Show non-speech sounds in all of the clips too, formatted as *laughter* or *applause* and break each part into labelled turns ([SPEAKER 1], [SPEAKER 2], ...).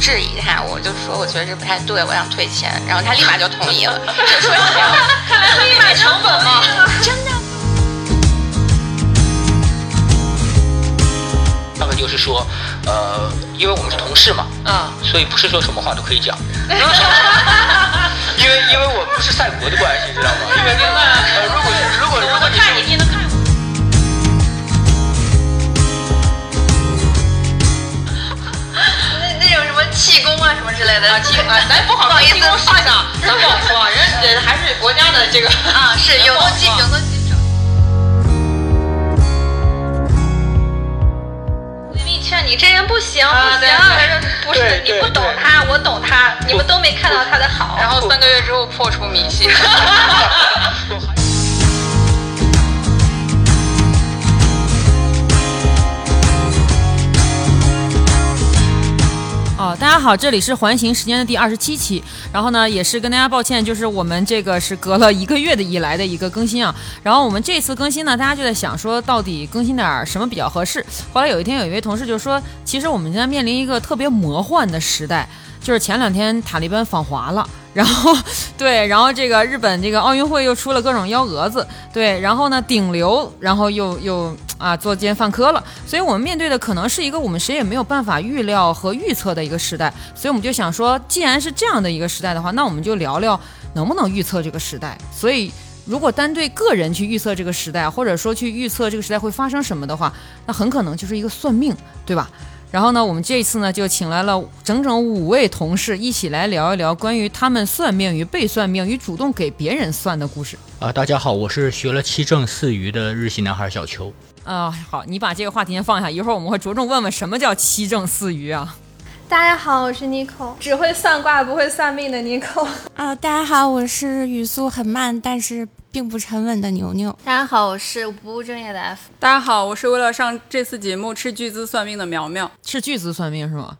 [SPEAKER 1] 质疑他，我就说我觉得这不太对，我想退钱，然后他立马就同意了，就说
[SPEAKER 2] *laughs*
[SPEAKER 3] 看来可以买成本嘛。
[SPEAKER 1] 真的。
[SPEAKER 4] 那么就是说，呃，因为我们是同事嘛，
[SPEAKER 3] 嗯，
[SPEAKER 4] 所以不是说什么话都可以讲，因为因为我不是赛博的关系，知道吗？因为呃，如果如果如
[SPEAKER 3] 我都
[SPEAKER 4] 果你
[SPEAKER 3] 看你
[SPEAKER 4] 说
[SPEAKER 3] 天天都看。
[SPEAKER 5] 那那种什么气功啊什么之类的
[SPEAKER 3] 啊，提啊，
[SPEAKER 2] 哎
[SPEAKER 3] 咱不好说提供市场，咱不好说啊，人人还是国家的这个
[SPEAKER 5] 啊，是有
[SPEAKER 3] 光
[SPEAKER 5] 东西
[SPEAKER 3] 光
[SPEAKER 5] 有东西整。闺蜜劝你这人不行
[SPEAKER 3] 啊
[SPEAKER 5] 不
[SPEAKER 3] 对
[SPEAKER 5] 行，
[SPEAKER 3] 对
[SPEAKER 5] 不是
[SPEAKER 4] 对
[SPEAKER 5] 你
[SPEAKER 4] 对
[SPEAKER 5] 不懂
[SPEAKER 4] 对
[SPEAKER 5] 他，我懂他，你们都没看到他的
[SPEAKER 2] 啊
[SPEAKER 5] 好。
[SPEAKER 3] 然后三个月之后破除迷
[SPEAKER 2] *laughs*
[SPEAKER 3] 信。
[SPEAKER 6] 哦，大家好，这里是环形时间的第二十七期。然后呢，也是跟大家抱歉，就是我们这个是隔了一个月的以来的一个更新啊。然后我们这次更新呢，大家就在想说，到底更新点儿什么比较合适？后来有一天，有一位同事就说，其实我们现在面临一个特别魔幻的时代，就是前两天塔利班访华了。然后，对，然后这个日本这个奥运会又出了各种幺蛾子，对，然后呢，顶流，然后又又啊作奸犯科了，所以我们面对的可能是一个我们谁也没有办法预料和预测的一个时代，所以我们就想说，既然是这样的一个时代的话，那我们就聊聊能不能预测这个时代。所以，如果单对个人去预测这个时代，或者说去预测这个时代会发生什么的话，那很可能就是一个算命，对吧？然后呢，我们这一次呢就请来了整整五位同事一起来聊一聊关于他们算命与被算命与主动给别人算的故事。
[SPEAKER 7] 啊、大家好，我是学了七正四余的日系男孩小邱。
[SPEAKER 6] 啊、好，你把这个话题先放下，一会儿我们会着重问问什么叫七正四余啊。
[SPEAKER 8] 大家好，我是 Nico，只会算卦不会算命的 Nico。
[SPEAKER 2] 啊、大家好，我是语速很慢，但是并不沉稳的牛牛。
[SPEAKER 5] 大家好，我是不务正业的 F。
[SPEAKER 9] 大家好，我是为了上这次节目斥巨资算命的苗苗，
[SPEAKER 6] 是巨资算命是吗？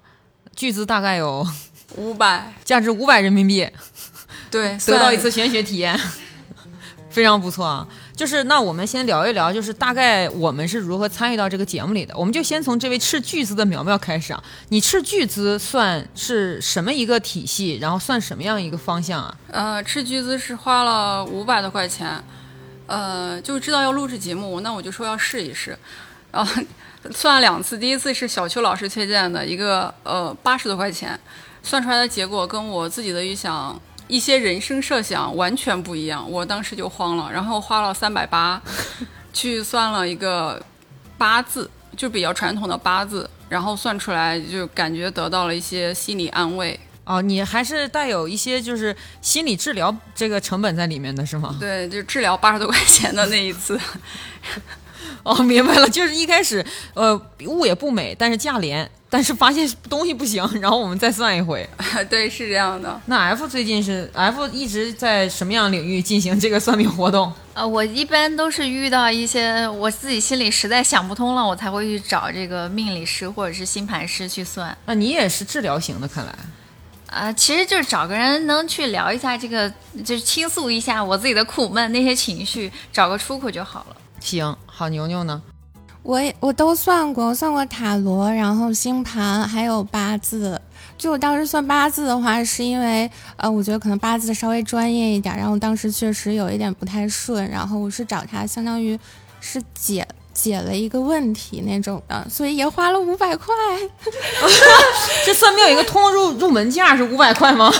[SPEAKER 6] 巨资大概有 *laughs*
[SPEAKER 9] 五百，
[SPEAKER 6] 价值五百人民币，
[SPEAKER 9] 对，
[SPEAKER 6] 得
[SPEAKER 9] 算
[SPEAKER 6] 到一次玄学体验， *laughs* 非常不错啊。就是那我们先聊一聊，就是大概我们是如何参与到这个节目里的。我们就先从这位斥巨资的苗苗开始啊，你斥巨资算是什么一个体系，然后算什么样一个方向啊？
[SPEAKER 9] 呃，斥巨资是花了五百多块钱，呃，就知道要录制节目，那我就说要试一试，然后算了两次，第一次是小邱老师推荐的一个呃八十多块钱，算出来的结果跟我自己的预想。一些人生设想完全不一样，我当时就慌了，然后花了三百八，去算了一个八字，就比较传统的八字，然后算出来就感觉得到了一些心理安慰，
[SPEAKER 6] 哦，你还是带有一些就是心理治疗这个成本在里面的是吗？
[SPEAKER 9] 对，就治疗八十多块钱的那一次，
[SPEAKER 6] 哦， *laughs* 明白了，就是一开始呃物也不美，但是价廉，但是发现东西不行，然后我们再算一回。
[SPEAKER 9] *laughs* 对，是这样的。
[SPEAKER 6] 那 F 最近是 F 一直在什么样领域进行这个算命活动？
[SPEAKER 5] 呃，我一般都是遇到一些我自己心里实在想不通了，我才会去找这个命理师或者是星盘师去算。
[SPEAKER 6] *laughs* 那你也是治疗型的，看来
[SPEAKER 5] 啊、其实就是找个人能去聊一下这个，就是倾诉一下我自己的苦闷那些情绪，找个出口就好了。
[SPEAKER 6] 行。好，牛牛呢？
[SPEAKER 2] 我也我都算过，我算过塔罗，然后星盘，还有八字。就我当时算八字的话，是因为呃，我觉得可能八字稍微专业一点，然后我当时确实有一点不太顺，然后我是找他，相当于是解解了一个问题那种的，所以也花了五百块。
[SPEAKER 6] 这算命有一个通入入门价是五百块吗？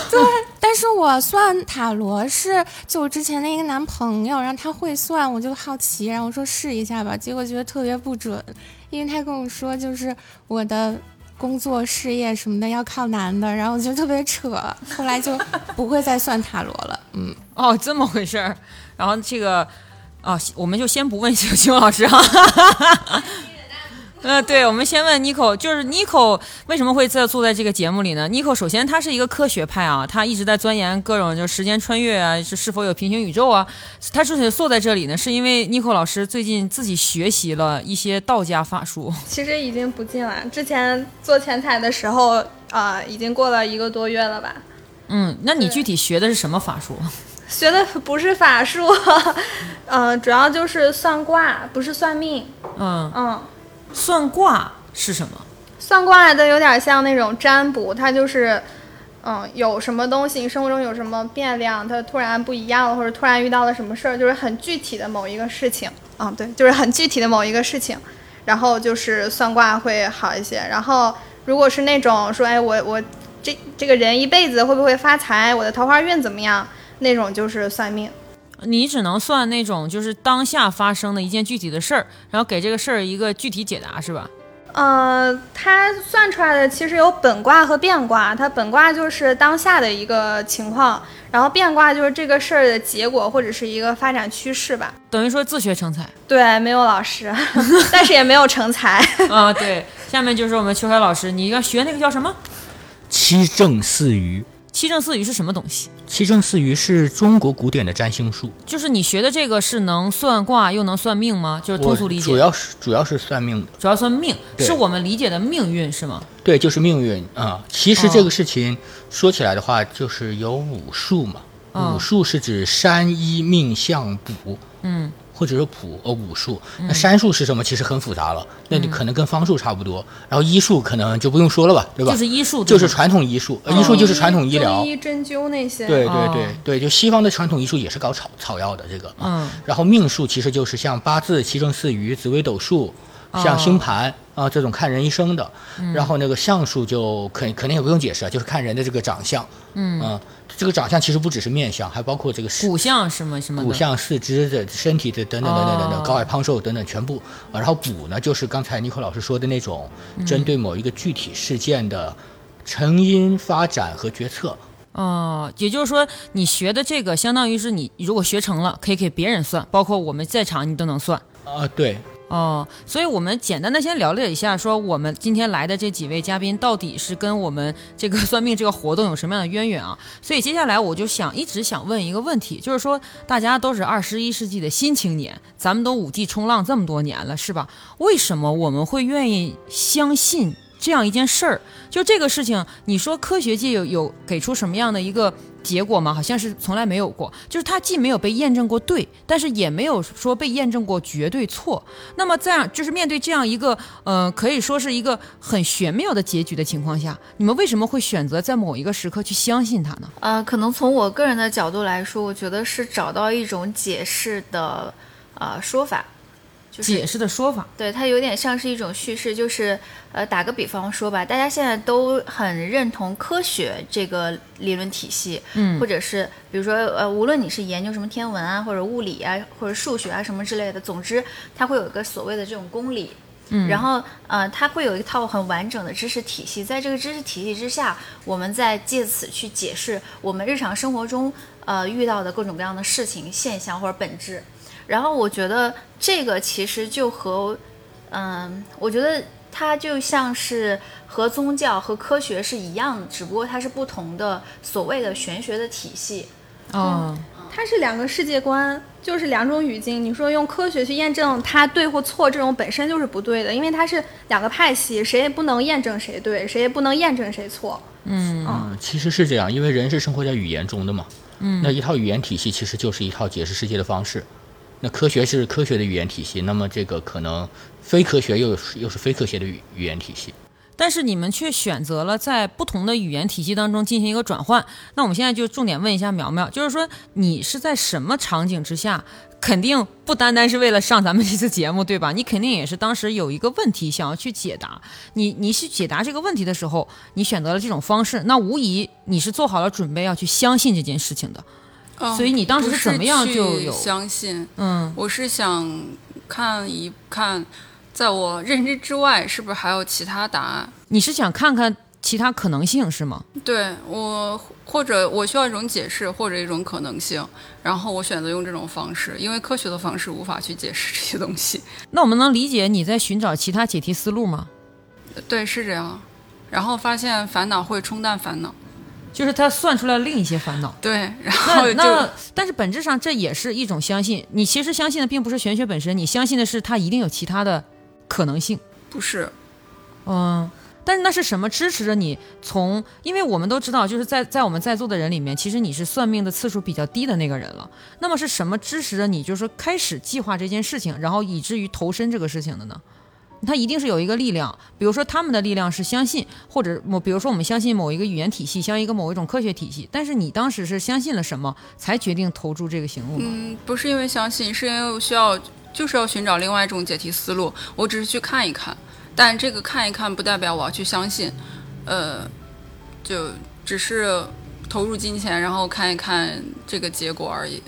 [SPEAKER 2] 但是我算塔罗是就我之前的一个男朋友，然后他会算，我就好奇，然后我说试一下吧，结果觉得特别不准，因为他跟我说就是我的工作、事业什么的要靠男的，然后我觉得特别扯， *laughs* 后来就不会再算塔罗了。嗯，
[SPEAKER 6] 哦，这么回事儿。然后这个，哦，我们就先不问小邱老师哈。呃，对，我们先问 Nico，就是 Nico 为什么会在坐在这个节目里呢？Nico 首先他是一个科学派啊，他一直在钻研各种就是时间穿越啊，是是否有平行宇宙啊。他之所以坐在这里呢，是因为 Nico 老师最近自己学习了一些道家法术。
[SPEAKER 8] 其实已经不近了，之前做前台的时候，啊，已经过了一个多月了吧。
[SPEAKER 6] 嗯，那你具体学的是什么法术？
[SPEAKER 8] 学的不是法术，
[SPEAKER 3] 呃
[SPEAKER 8] 嗯、主要就是算卦，不是算命。
[SPEAKER 6] 嗯，
[SPEAKER 8] 嗯，
[SPEAKER 6] 算卦是什么？
[SPEAKER 8] 算卦的有点像那种占卜，它就是，嗯，有什么东西，你生活中有什么变量，它突然不一样了，或者突然遇到了什么事儿，就是很具体的某一个事情。啊，对，就是很具体的某一个事情，然后就是算卦会好一些。然后如果是那种说，哎，我我这这个人一辈子会不会发财，我的桃花运怎么样，那种就是算命。
[SPEAKER 6] 你只能算那种就是当下发生的一件具体的事儿，然后给这个事儿一个具体解答，是吧？
[SPEAKER 8] 呃，它算出来的其实有本卦和变卦，它本卦就是当下的一个情况，然后变卦就是这个事儿的结果或者是一个发展趋势吧。
[SPEAKER 6] 等于说自学成才
[SPEAKER 8] 对，没有老师， *laughs* 但是也没有成
[SPEAKER 7] *laughs*
[SPEAKER 8] 才。
[SPEAKER 6] 啊、对，下面就是我们秋海老师，你要学那个叫什么
[SPEAKER 7] 七正四余。
[SPEAKER 6] 七正四余是什么东西？
[SPEAKER 7] 七正四余是中国古典的占星术，
[SPEAKER 6] 就是你学的这个是能算卦又能算命吗？就是啊通俗理
[SPEAKER 7] 我
[SPEAKER 6] 解，
[SPEAKER 7] 主要是主要是算命的，
[SPEAKER 6] 主要算命，
[SPEAKER 7] 对
[SPEAKER 6] 是我们理解的命运是吗？
[SPEAKER 7] 对，就是命运啊、其实
[SPEAKER 6] 哦
[SPEAKER 7] 这个事情说起来的话，就是有五术嘛，
[SPEAKER 6] 哦
[SPEAKER 7] 五术是指山医命相卜，
[SPEAKER 6] 嗯，
[SPEAKER 7] 或者说卜呃五术。那山术是什么？其实很复杂了，那
[SPEAKER 6] 嗯
[SPEAKER 7] 你可能跟方术差不多，然后医术可能就不用说了吧，对吧？
[SPEAKER 6] 就是医术，
[SPEAKER 7] 就
[SPEAKER 6] 对
[SPEAKER 7] 是
[SPEAKER 6] 吗
[SPEAKER 7] 传统医术，呃医术就是传统医疗
[SPEAKER 8] 中，医针灸那些。
[SPEAKER 7] 对对
[SPEAKER 6] 哦
[SPEAKER 7] 对对，就西方的传统医术也是搞草草药的这个，
[SPEAKER 6] 嗯，
[SPEAKER 7] 然后命数其实就是像八字、七正四余、紫微斗数，
[SPEAKER 6] 哦
[SPEAKER 7] 像星盘啊、这种看人一生的，
[SPEAKER 6] 嗯
[SPEAKER 7] 然后那个相术就肯肯定也不用解释啊，就是看人的这个长相，嗯、这个长相其实不只是面相，还包括这个
[SPEAKER 6] 骨相什么什么的。
[SPEAKER 7] 骨相、四肢的、身体的等等等等等等，
[SPEAKER 6] 哦
[SPEAKER 7] 高矮胖瘦等等全部。啊然后补呢，就是刚才尼克老师说的那种，
[SPEAKER 6] 嗯
[SPEAKER 7] 针对某一个具体事件的成因、发展和决策。
[SPEAKER 6] 哦，也就是说，你学的这个相当于是你如果学成了，可以给别人算，包括我们在场你都能算。
[SPEAKER 7] 啊、对，
[SPEAKER 6] 哦，所以我们简单的先了解一下，说我们今天来的这几位嘉宾到底是跟我们这个算命这个活动有什么样的渊源啊？ *laughs* 所以接下来我就想一直想问一个问题，就是说大家都是二十一世纪的新青年，咱们都五 G 冲浪这么多年了，是吧？为什么我们会愿意相信这样一件事儿？就这个事情，你说科学界有有给出什么样的一个结果吗？好像是从来没有过，就是它既没有被验证过对，但是也没有说被验证过绝对错。那么这样就是面对这样一个呃，可以说是一个很玄妙的结局的情况下，你们为什么会选择在某一个时刻去相信它呢？
[SPEAKER 5] 呃，可能从我个人的角度来说，我觉得是找到一种解释的呃说法，就是
[SPEAKER 6] 解释的说法，
[SPEAKER 5] 对，它有点像是一种叙事，就是呃，打个比方说吧，大家现在都很认同科学这个理论体系，
[SPEAKER 6] 嗯
[SPEAKER 5] 或者是比如说呃，无论你是研究什么天文啊，或者物理啊，或者数学啊什么之类的，总之它会有一个所谓的这种公理。嗯，然后呃，它会有一套很完整的知识体系，在这个知识体系之下，我们再借此去解释我们日常生活中呃遇到的各种各样的事情、现象或者本质。然后我觉得这个其实就和，嗯，我觉得它就像是和宗教和科学是一样的，只不过它是不同的所谓的玄学的体系。
[SPEAKER 6] 哦，
[SPEAKER 8] 它是两个世界观，就是两种语境。你说用科学去验证它对或错，这种本身就是不对的，因为它是两个派系，谁也不能验证谁对，谁也不能验证谁错。
[SPEAKER 7] 嗯，其实是这样，因为人是生活在语言中的嘛。嗯，那一套语言体系其实就是一套解释世界的方式。那科学是科学的语言体系，那么这个可能非科学又是又是非科学的语语言体系。
[SPEAKER 6] 但是你们却选择了在不同的语言体系当中进行一个转换。那我们现在就重点问一下苗苗，就是说你是在什么场景之下？肯定不单单是为了上咱们这次节目，对吧？ *laughs* 你肯定也是当时有一个问题想要去解答，你你去解答这个问题的时候，你选择了这种方式，那无疑你是做好了准备要去相信这件事情的。
[SPEAKER 9] *laughs* 嗯
[SPEAKER 6] 所以你当时
[SPEAKER 9] 不
[SPEAKER 6] 是怎么样
[SPEAKER 9] 去
[SPEAKER 6] 就有
[SPEAKER 9] 相信？
[SPEAKER 6] 嗯
[SPEAKER 9] 我是想看一看，在我认知之外，是不是还有其他答案？
[SPEAKER 6] 你是想看看其他可能性是吗？
[SPEAKER 9] 对我，或者我需要一种解释，或者一种可能性，然后我选择用这种方式，因为科学的方式无法去解释这些东西。 *laughs*
[SPEAKER 6] 那我们能理解你在寻找其他解题思路吗？
[SPEAKER 9] 对，是这样。然后发现烦恼会冲淡烦恼，
[SPEAKER 6] 就是他算出来另一些烦恼。
[SPEAKER 9] 对，然
[SPEAKER 6] 那
[SPEAKER 9] 后就
[SPEAKER 6] 那，但是本质上这也是一种相信。你其实相信的并不是玄学本身，你相信的是它一定有其他的可能性。
[SPEAKER 9] 不是
[SPEAKER 6] 嗯，但是那是什么支持着你从？因为我们都知道，就是在在我们在座的人里面，其实你是算命的次数比较低的那个人了。那么是什么支持着你，就是说开始计划这件事情，然后以至于投身这个事情的呢？它一定是有一个力量。比如说他们的力量是相信，或者某，比如说我们相信某一个语言体系，像一个某一种科学体系。但是你当时是相信了什么，才决定投注这个行动吗？
[SPEAKER 9] 嗯，不是因为相信，是因为我需要，就是要寻找另外一种解题思路。我只是去看一看，但这个看一看不代表我要去相信，呃，就只是投入金钱，然后看一看这个结果而已。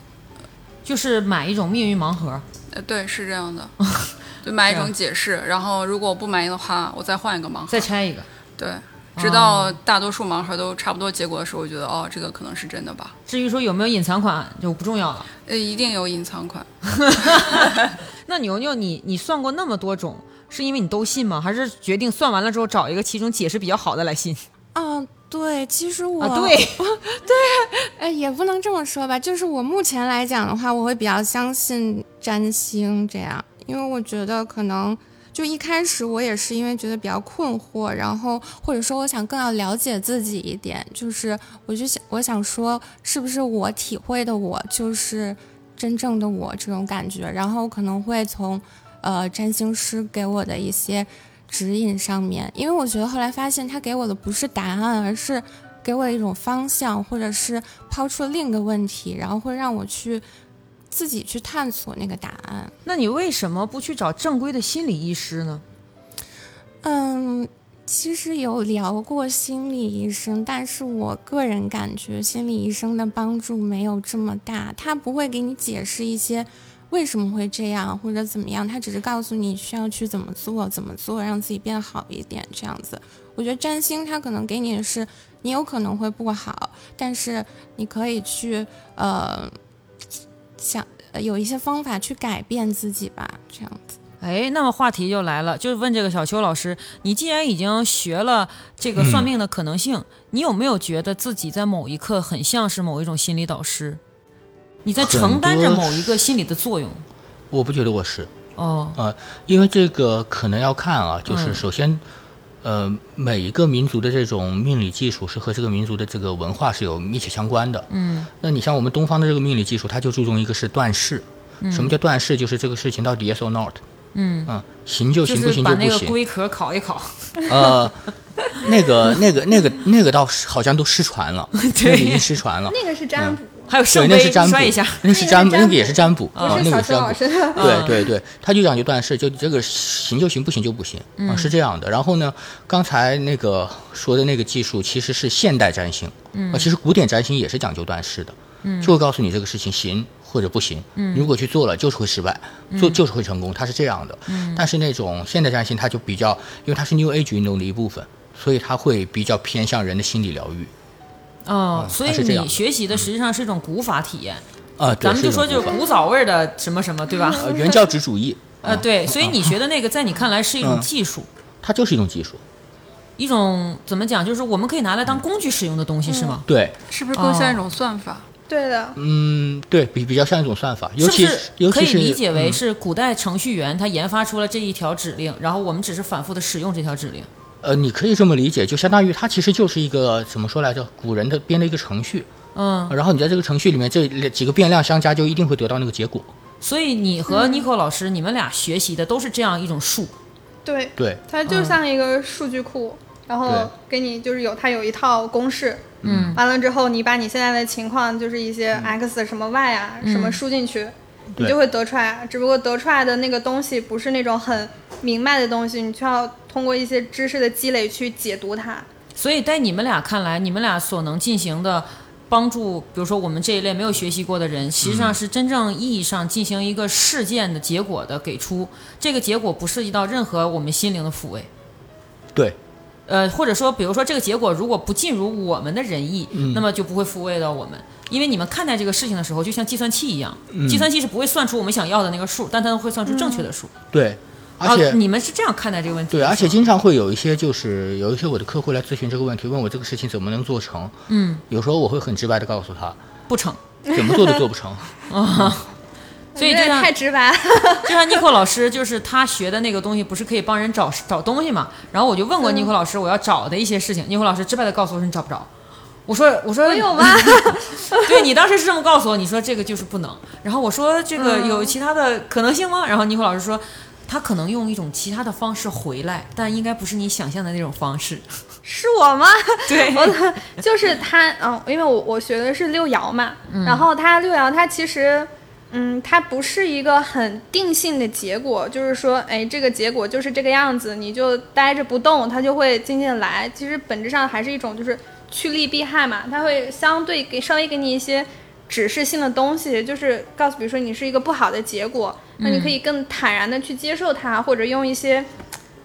[SPEAKER 6] 就是买一种命运盲盒。
[SPEAKER 9] 呃，对，是这样的， *laughs* 就买一种解释，然后如果我不满意的话，我再哦换一个盲盒，
[SPEAKER 6] 再拆一个。
[SPEAKER 9] 对，直到大多数盲盒都差不多结果的时候，我觉得哦，这个可能是真的吧。
[SPEAKER 6] 至于说有没有隐藏款就不重要了。
[SPEAKER 9] 呃，一定有隐藏款。
[SPEAKER 6] 那牛牛，你你算过那么多种，是因为你都信吗？还是决定算完了之后找一个其中解释比较好的来信？
[SPEAKER 2] 嗯，对，其实我、
[SPEAKER 6] 啊，对， *laughs*
[SPEAKER 2] 呃，也不能这么说吧，就是我目前来讲的话，我会比较相信占星这样，因为我觉得可能就一开始我也是因为觉得比较困惑，然后或者说我想更要了解自己一点，就是我就想我想说，是不是我体会的我就是真正的我这种感觉，然后可能会从呃占星师给我的一些指引上面，因为我觉得后来发现他给我的不是答案，而是给我一种方向，或者是抛出另一个问题，然后会让我去自己去探索那个答案。
[SPEAKER 6] 那你为什么不去找正规的心理医师呢？
[SPEAKER 2] 嗯，其实有聊过心理医生，但是我个人感觉心理医生的帮助没有这么大，他不会给你解释一些为什么会这样或者怎么样，他只是告诉你需要去怎么做，怎么做让自己变好一点这样子。我觉得占星它可能给你的是，你有可能会不好，但是你可以去呃想呃有一些方法去改变自己吧，这样子。
[SPEAKER 6] 哎，那么话题就来了，就是问这个小邱老师，你既然已经学了这个
[SPEAKER 7] 嗯
[SPEAKER 6] 算命的可能性，你有没有觉得自己在某一刻很像是某一种心理导师？你在承担着
[SPEAKER 7] 很多
[SPEAKER 6] 某一个心理的作用？
[SPEAKER 7] 我不觉得我是，
[SPEAKER 6] 哦，
[SPEAKER 7] 呃，因为这个可能要看啊，就是
[SPEAKER 6] 嗯
[SPEAKER 7] 首先，呃，每一个民族的这种命理技术是和这个民族的这个文化是有密切相关的。嗯，那你像我们东方的这个命理技术，它就注重一个是断事。
[SPEAKER 6] 嗯
[SPEAKER 7] 什么叫断事？就是这个事情到底 yes or not。嗯行就
[SPEAKER 6] 就
[SPEAKER 7] 行，不
[SPEAKER 6] 是
[SPEAKER 7] 行
[SPEAKER 6] 把
[SPEAKER 7] 就
[SPEAKER 6] 那
[SPEAKER 7] 不
[SPEAKER 6] 个
[SPEAKER 7] 行。
[SPEAKER 6] 龟壳烤一烤。
[SPEAKER 7] 呃，那个、那个、那个、那个倒是好像都失传了，那个已经失传了。
[SPEAKER 8] 那个是占卜，
[SPEAKER 6] 还有
[SPEAKER 7] 对，
[SPEAKER 6] 圣
[SPEAKER 7] 那
[SPEAKER 6] 杯
[SPEAKER 7] 是占卜
[SPEAKER 6] 摔一
[SPEAKER 7] *laughs*
[SPEAKER 6] 下，，
[SPEAKER 7] 那是占卜，那个也是占卜
[SPEAKER 8] 不
[SPEAKER 7] 啊，
[SPEAKER 8] 是
[SPEAKER 7] 那
[SPEAKER 8] 小
[SPEAKER 7] 个是
[SPEAKER 8] 邱
[SPEAKER 7] 占卜
[SPEAKER 8] 老。师的。
[SPEAKER 6] 啊
[SPEAKER 7] 对对对，他就讲究断事，就这个行就行，不行就不行啊，
[SPEAKER 6] 嗯
[SPEAKER 7] 是这样的。然后呢，刚才那个说的那个技术其实是现代占星，
[SPEAKER 6] 嗯
[SPEAKER 7] 啊，其实古典占星也是讲究断事的，就会告诉你这个事情行或者不行，
[SPEAKER 6] 嗯
[SPEAKER 7] 如果去做了就是会失败，做就是会成功，它是这样的。
[SPEAKER 6] 嗯
[SPEAKER 7] 但是那种现代占星，它就比较，因为它是 New Age 运动的一部分，所以它会比较偏向人的心理疗愈。
[SPEAKER 6] 哦，所以
[SPEAKER 7] 啊它是这样
[SPEAKER 6] 你学习的实际上是一种古法体验。
[SPEAKER 7] 啊，对
[SPEAKER 6] 咱们就说
[SPEAKER 7] 是一
[SPEAKER 6] 就
[SPEAKER 7] 种
[SPEAKER 6] 是
[SPEAKER 7] 方法
[SPEAKER 6] 古早味儿的什么什么，对吧？
[SPEAKER 7] 呃原教旨
[SPEAKER 6] *laughs*
[SPEAKER 7] 主义，
[SPEAKER 6] 呃，对，所以你学的那个，在你看来是一种
[SPEAKER 7] 嗯
[SPEAKER 6] 技术，
[SPEAKER 7] 它就是一种技术。
[SPEAKER 6] 一种怎么讲，就是我们可以拿来
[SPEAKER 7] 嗯
[SPEAKER 6] 当工具使用的东西，是吗？
[SPEAKER 7] 对，
[SPEAKER 9] 是不是更像一种算法？
[SPEAKER 8] 对的，
[SPEAKER 7] 嗯，对比比较像一种算嗯法，尤
[SPEAKER 6] 是不
[SPEAKER 7] 其尤
[SPEAKER 6] 可
[SPEAKER 7] 其
[SPEAKER 6] 以
[SPEAKER 7] 是嗯
[SPEAKER 6] 理解为是古代程序员他研发出了这一条指令，然后我们只是反复的使用这条指令。
[SPEAKER 7] 呃，你可以这么理解，就相当于它其实就是一个怎么说来着，古人的编的一个程序，呃
[SPEAKER 6] 嗯，
[SPEAKER 7] 然后你在这个程序里面这几个变量相加，就一定会得到那个结果。
[SPEAKER 6] 所以你和
[SPEAKER 7] 嗯
[SPEAKER 6] Nico 老师，你们俩学习的都是这样一种术。
[SPEAKER 8] 对，
[SPEAKER 7] 对，
[SPEAKER 8] 它就像一个数据库，然
[SPEAKER 7] 嗯对
[SPEAKER 8] 后给你就是有它有一套公式，嗯，完了之后你把你现在的情况就是一些 x 什么 y 啊、什
[SPEAKER 6] 嗯
[SPEAKER 8] 么输进去，你
[SPEAKER 7] 嗯对
[SPEAKER 8] 就会得出来。啊只不过得出来的那个东西不是那种很明白的东西，你需要通过一些知识的积累去解读它。
[SPEAKER 6] 所以在你们俩看来，你们俩所能进行的帮助，比如说我们这一类没有学习过的
[SPEAKER 7] 嗯
[SPEAKER 6] 人，实际上是真正意义上进行一个事件的结果的给出。这个结果不涉及到任何我们心灵的抚慰。
[SPEAKER 7] 对，
[SPEAKER 6] 呃，或者说，比如说这个结果如果不尽如我们的人意，
[SPEAKER 7] 嗯
[SPEAKER 6] 那么就不会抚慰到我们，因为你们看待这个事情的时候，就像计算器一样，
[SPEAKER 7] 嗯
[SPEAKER 6] 计算器是不会算出我们想要的那个数，但它会算出正确的数。
[SPEAKER 7] 对，嗯而且、
[SPEAKER 6] 啊、你们是这样看待这个问题的？
[SPEAKER 7] 对，而且
[SPEAKER 6] 是吗
[SPEAKER 7] 经常会有一些就是有一些我的客户来咨询这个问题，问我这个事情怎么能做成。嗯，有时候我会很直白的告诉他，
[SPEAKER 6] 不成。
[SPEAKER 7] 怎么做都做
[SPEAKER 6] *laughs*
[SPEAKER 7] 不成。
[SPEAKER 6] 所以
[SPEAKER 8] 有
[SPEAKER 6] 就
[SPEAKER 8] 点
[SPEAKER 6] 像
[SPEAKER 8] 太直白了， *laughs*
[SPEAKER 6] 就像 Nico 老师，就是他学的那个东西，不是可以帮人找找东西嘛？然后我就问过 Nico 老师，我要找的一些事情，Nico 老师直白的告诉我说你找不着。我说我说我有吗？ *laughs* 对你当时是这么嗯告诉我，你说这个就是不能。然后我说这个有其他的可能性吗？然后 Nico 老师说。他可能用一种其他的方式回来，但应该不是你想象的那种方式。 *laughs*
[SPEAKER 8] 是我吗？
[SPEAKER 6] 对
[SPEAKER 8] 我的就是他，嗯，因为我我学的是六爻嘛，然后他六爻，他其实，嗯，它不是一个很定性的结果，就是说，哎，这个结果就是这个样子，你就待着不动，它就会静静地来。其实本质上还是一种就是趋利避害嘛，它会相对给稍微给你一些指示性的东西，就是告诉，比如说你是一个不好的结果，那你可以更坦然的去接受它，或者用一些。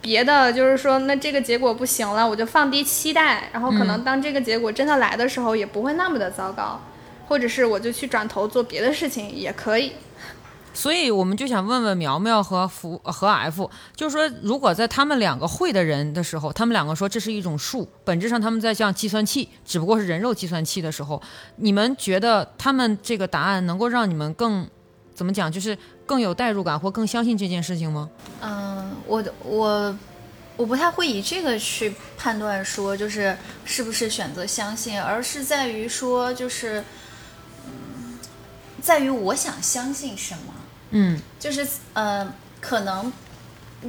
[SPEAKER 8] 别的就是说，那这个结果不行了，我就放低期待，然后可
[SPEAKER 7] 嗯
[SPEAKER 8] 能当这个结果真的来的时候，也不会那么的糟糕，或者是我就去转头做别的事情也可以。
[SPEAKER 6] 所以我们就想问问苗苗和福和 F，就是说，如果在他们两个会的人的时候，他们两个说这是一种数，本质上他们在像计算器，只不过是人肉计算器的时候，你们觉得他们这个答案能够让你们更怎么讲，就是更有代入感或更相信这件事情吗？
[SPEAKER 5] 嗯，我的我我不太会以这个去判断说就是是不是选择相信，而是在于说就是，嗯，在于我想相信什么，
[SPEAKER 6] 嗯
[SPEAKER 5] 就是呃，可能。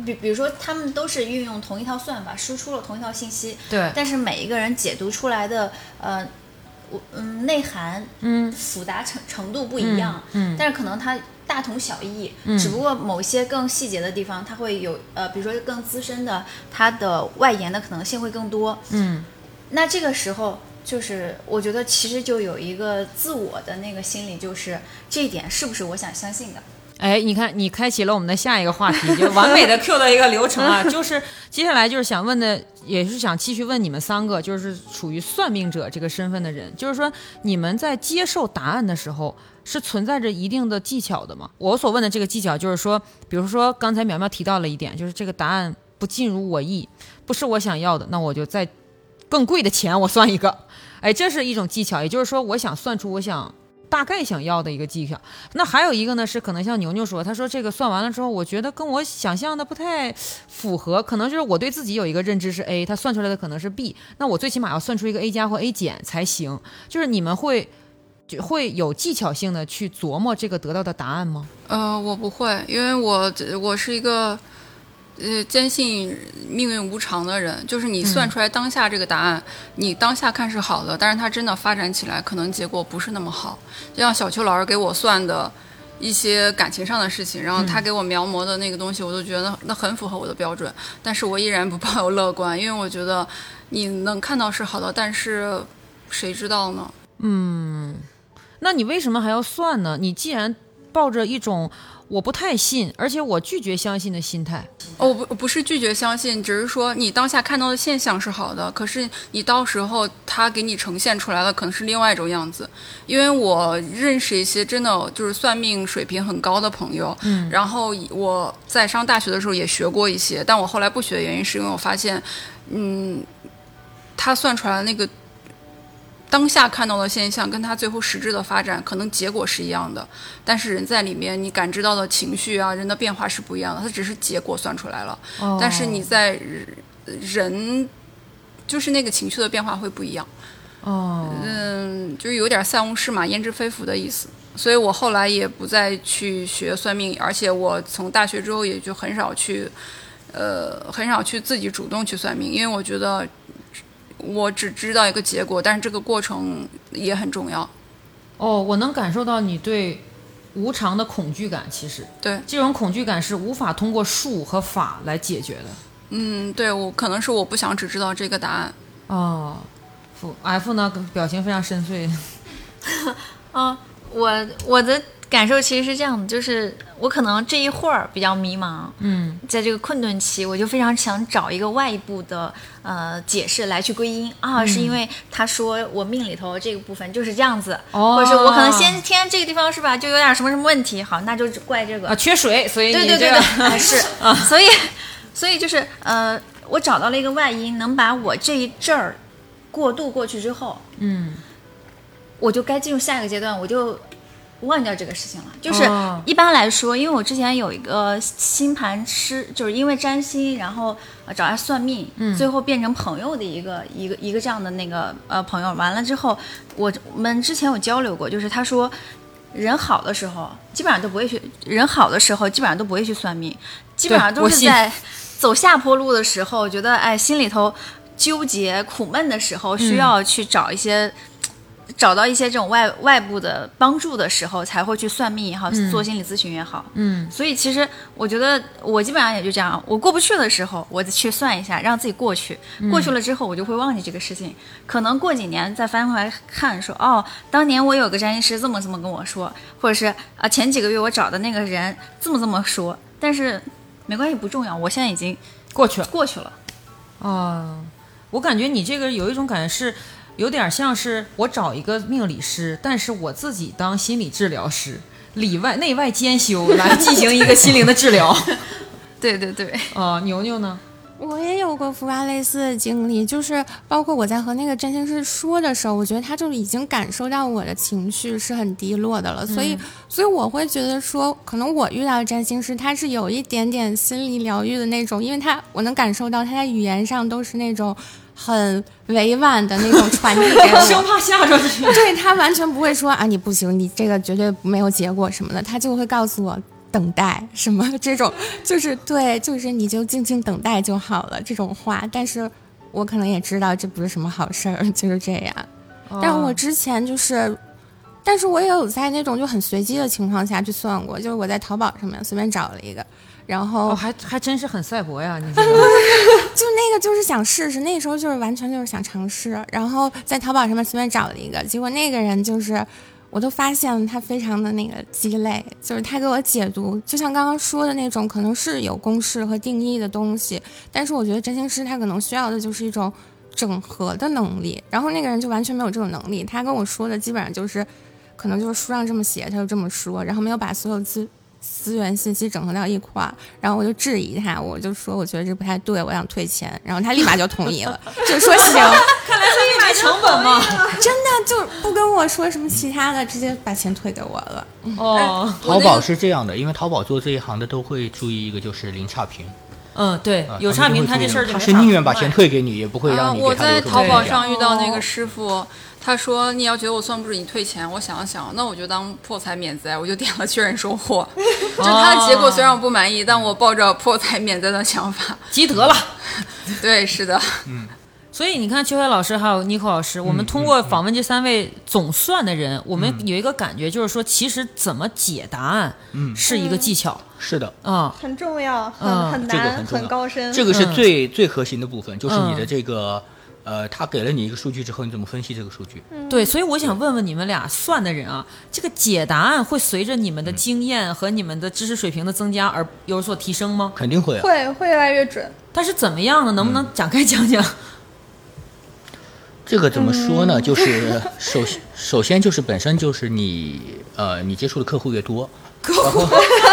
[SPEAKER 5] 比比如说，他们都是运用同一套算法，输出了同一套信息，
[SPEAKER 6] 对
[SPEAKER 5] 但是每一个人解读出来的呃，我嗯内涵
[SPEAKER 6] 嗯
[SPEAKER 5] 复杂程程度不一样，
[SPEAKER 6] 嗯嗯嗯
[SPEAKER 5] 但是可能它大同小异，只不过某些更细节的地方，它会有呃，比如说更资深的，它的外延的可能性会更多。
[SPEAKER 6] 嗯，
[SPEAKER 5] 那这个时候就是我觉得其实就有一个自我的那个心理，就是这一点是不是我想相信的？
[SPEAKER 6] 哎，你看，你开启了我们的下一个话题，就完美的 Q 的一个流程啊，就是接下来就是想问的，也是想继续问你们三个，就是处于算命者这个身份的人，就是说你们在接受答案的时候是存在着一定的技巧的吗？我所问的这个技巧就是说，比如说刚才苗苗提到了一点，就是这个答案不尽如我意，不是我想要的，那我就再更贵的钱我算一个，哎，这是一种技巧，也就是说我想算出我想大概想要的一个技巧。那还有一个呢，是可能像牛牛说，他说这个算完了之后，我觉得跟我想象的不太符合，可能就是我对自己有一个认知是 A，他算出来的可能是 B，那我最起码要算出一个 A 加或 A 减才行。就是你们会就会有技巧性的去琢磨这个得到的答案吗？
[SPEAKER 9] 呃，我不会，因为我我是一个呃坚信命运无常的人，就是你算出来当下这个答案，你当下看是好的，但是它真的发展起来可能结果不是那么好。就像小邱老师给我算的一些感情上的事情，然后他给我描摹的那个东西，我都觉得那很符合我的标准，但是我依然不抱有乐观，因为我觉得你能看到是好的，但是谁知道呢？
[SPEAKER 6] 那你为什么还要算呢？你既然抱着一种我不太信，而且我拒绝相信的心态，
[SPEAKER 9] 哦，不不是拒绝相信，只是说你当下看到的现象是好的，可是你到时候它给你呈现出来的可能是另外一种样子。因为我认识一些真的就是算命水平很高的朋友，嗯，然后我在上大学的时候也学过一些，但我后来不学的原因是因为我发现，嗯，他算出来的那个当下看到的现象，跟他最后实质的发展可能结果是一样的，但是人在里面，你感知到的情绪啊，人的变化是不一样的，它只是结果算出来了，但是你在人人就是那个情绪的变化会不一样，
[SPEAKER 6] 哦，
[SPEAKER 9] 嗯，就是有点塞翁失马焉知非福的意思。所以我后来也不再去学算命，而且我从大学之后也就很少去，呃，很少去自己主动去算命，因为我觉得我只知道一个结果，但是这个过程也很重要。
[SPEAKER 6] 哦，我能感受到你对无常的恐惧感，其实。
[SPEAKER 9] 对，
[SPEAKER 6] 这种恐惧感是无法通过术和法来解决的。
[SPEAKER 9] 嗯，对我可能是我不想只知道这个答案。
[SPEAKER 6] 哦，F F 呢，表情非常深邃。
[SPEAKER 5] 啊，我我的感受其实是这样的，就是我可能这一会儿比较迷茫，
[SPEAKER 6] 嗯，
[SPEAKER 5] 在这个困顿期，我就非常想找一个外部的呃解释来去归因啊，是
[SPEAKER 6] 嗯
[SPEAKER 5] 因为他说我命里头这个部分就是这样子，
[SPEAKER 6] 哦
[SPEAKER 5] 或者是我可能先天这个地方是吧，就有点什么什么问题，好，那就怪这个，
[SPEAKER 6] 啊，缺水，所以
[SPEAKER 5] 对
[SPEAKER 6] 你
[SPEAKER 5] 对
[SPEAKER 6] 这啊
[SPEAKER 5] 对
[SPEAKER 6] 个
[SPEAKER 5] 对，哎是，所以所以就是呃，我找到了一个外因，能把我这一阵儿过渡过去之后，
[SPEAKER 6] 嗯，
[SPEAKER 5] 我就该进入下一个阶段，我就忘掉这个事情了。就是
[SPEAKER 6] 哦
[SPEAKER 5] 一般来说，因为我之前有一个星盘师，就是因为占星，然后呃找他算命，
[SPEAKER 6] 嗯
[SPEAKER 5] 最后变成朋友的一个一个一个这样的那个呃朋友。完了之后，我们之前有交流过，就是他说。人好的时候，基本上都不会去；人好的时候，基本上都不会去算命，基本上
[SPEAKER 6] 我
[SPEAKER 5] 都是
[SPEAKER 6] 信
[SPEAKER 5] 在走下坡路的时候，觉得哎心里头纠结、苦闷的时
[SPEAKER 6] 嗯
[SPEAKER 5] 候，需要去找一些。找到一些这种外外部的帮助的时候，才会去算命也好，做心理咨询也好。
[SPEAKER 6] 嗯，
[SPEAKER 5] 所以其实我觉得我基本上也就这样，我过不去的时候，我去算一下，让自己过去。过去了之后，我就会忘记这个事情。可能过几年再翻回来看说，哦，当年我有个占星师这么这么跟我说，或者是啊前几个月我找的那个人这么这么说，但是没关系，不重要，我现在已经
[SPEAKER 6] *laughs* 过去了。
[SPEAKER 5] 过去了。
[SPEAKER 6] 哦，我感觉你这个有一种感觉是，有点像是我找一个命理师，但是我自己当心理治疗师，里外内外兼修来进行一个心灵的治疗。
[SPEAKER 5] 对对 *laughs* 对，
[SPEAKER 6] 啊、牛牛呢？
[SPEAKER 2] 我也有过伏法类似的经历，就是包括我在和那个占星师说的时候，我觉得他就已经感受到我的情绪是很低落的了，所以，所以我会觉得说，可能我遇到的占星师他是有一点点心理疗愈的那种，因为他我能感受到他在语言上都是那种很委婉的那种传递给我
[SPEAKER 6] *laughs* 生。怕吓着你。
[SPEAKER 2] *laughs* 对他完全不会说啊，你不行，你这个绝对没有结果什么的，他就会告诉我等待什么这种，就是对，就是你就静静等待就好了这种话。但是我可能也知道这不是什么好事儿， *laughs* 就是这样。但我之前就是，但是我也有在那种就很随机的情况下去算过，就是我在淘宝上面随便找了一个，然后、
[SPEAKER 6] 哦，还还真是很赛博呀！你这个 *laughs*
[SPEAKER 2] 就那个就是想试试，那时候就是完全就是想尝试，然后在淘宝上面随便找了一个，结果那个人就是。我都发现他非常的那个鸡肋，就是他给我解读，就像刚刚说的那种，可能是有公式和定义的东西，但是我觉得占星师他可能需要的就是一种整合的能力，然后那个人就完全没有这种能力，他跟我说的基本上就是，可能就是书上这么写，他就这么说，然后没有把所有资资源信息整合到一块儿，然后我就质疑他，我就说我觉得这不太对，我想退钱，然后他立马就同意了，就说 *laughs* 行，
[SPEAKER 6] 你买成本 *laughs* 嘛。
[SPEAKER 2] 真的就不跟我说什么其他的，直接把钱退给我了。
[SPEAKER 6] 哦，
[SPEAKER 7] 淘宝是这样的，因为淘宝做这一行的都会注意一个，就是零差评。
[SPEAKER 6] 嗯，对
[SPEAKER 7] 啊，
[SPEAKER 6] 有差评，他
[SPEAKER 7] 们
[SPEAKER 6] 这
[SPEAKER 7] 就会
[SPEAKER 6] 事儿就没
[SPEAKER 7] 注意他是
[SPEAKER 6] 法
[SPEAKER 7] 宁愿把
[SPEAKER 6] 卖
[SPEAKER 7] 钱退给你，也不会
[SPEAKER 9] 啊，
[SPEAKER 7] 让你
[SPEAKER 9] 我
[SPEAKER 7] 给他
[SPEAKER 9] 在
[SPEAKER 7] 留什么
[SPEAKER 9] 淘宝
[SPEAKER 7] 印象
[SPEAKER 9] 上遇到那个师傅，他说你要觉得我算不准，你退钱。我想了想，那我就当破财免灾，我就点了确认收货。 *laughs* 就他的结果虽然我不满意，但我抱着破财免灾的想法。 *laughs*
[SPEAKER 6] 积德
[SPEAKER 7] *laughs*
[SPEAKER 6] 了。
[SPEAKER 9] 对，是的，
[SPEAKER 6] 所以你看，秋海老师还有妮蔻老师，我
[SPEAKER 7] 嗯
[SPEAKER 6] 们通过访问这三位总算的人，我们有一个感觉，就是说，其实怎么解答案，
[SPEAKER 7] 嗯
[SPEAKER 6] 是一个技巧
[SPEAKER 7] 是的，
[SPEAKER 6] 啊。
[SPEAKER 8] 很重要，很、
[SPEAKER 6] 嗯
[SPEAKER 8] 很
[SPEAKER 7] 这个
[SPEAKER 8] 难，
[SPEAKER 7] 很重要
[SPEAKER 8] 高深。
[SPEAKER 7] 这个是最最核心的部分，就是你
[SPEAKER 6] 嗯
[SPEAKER 7] 的这个，呃，他给了你一个数据之后，你怎么分析这个数据？
[SPEAKER 6] 对，所以我想问问你们俩算的人啊，这个解答案会随着你们的
[SPEAKER 7] 嗯
[SPEAKER 6] 经验和你们的知识水平的增加而有所提升吗？
[SPEAKER 7] 肯定会啊。
[SPEAKER 8] 会会越来越准，
[SPEAKER 6] 但是怎么样呢？能不
[SPEAKER 7] 嗯
[SPEAKER 6] 能展开讲 *laughs* 讲？
[SPEAKER 7] 这个怎么说呢？就是首 *laughs* 首先就是本身就是你呃，你接触的客户越多，客户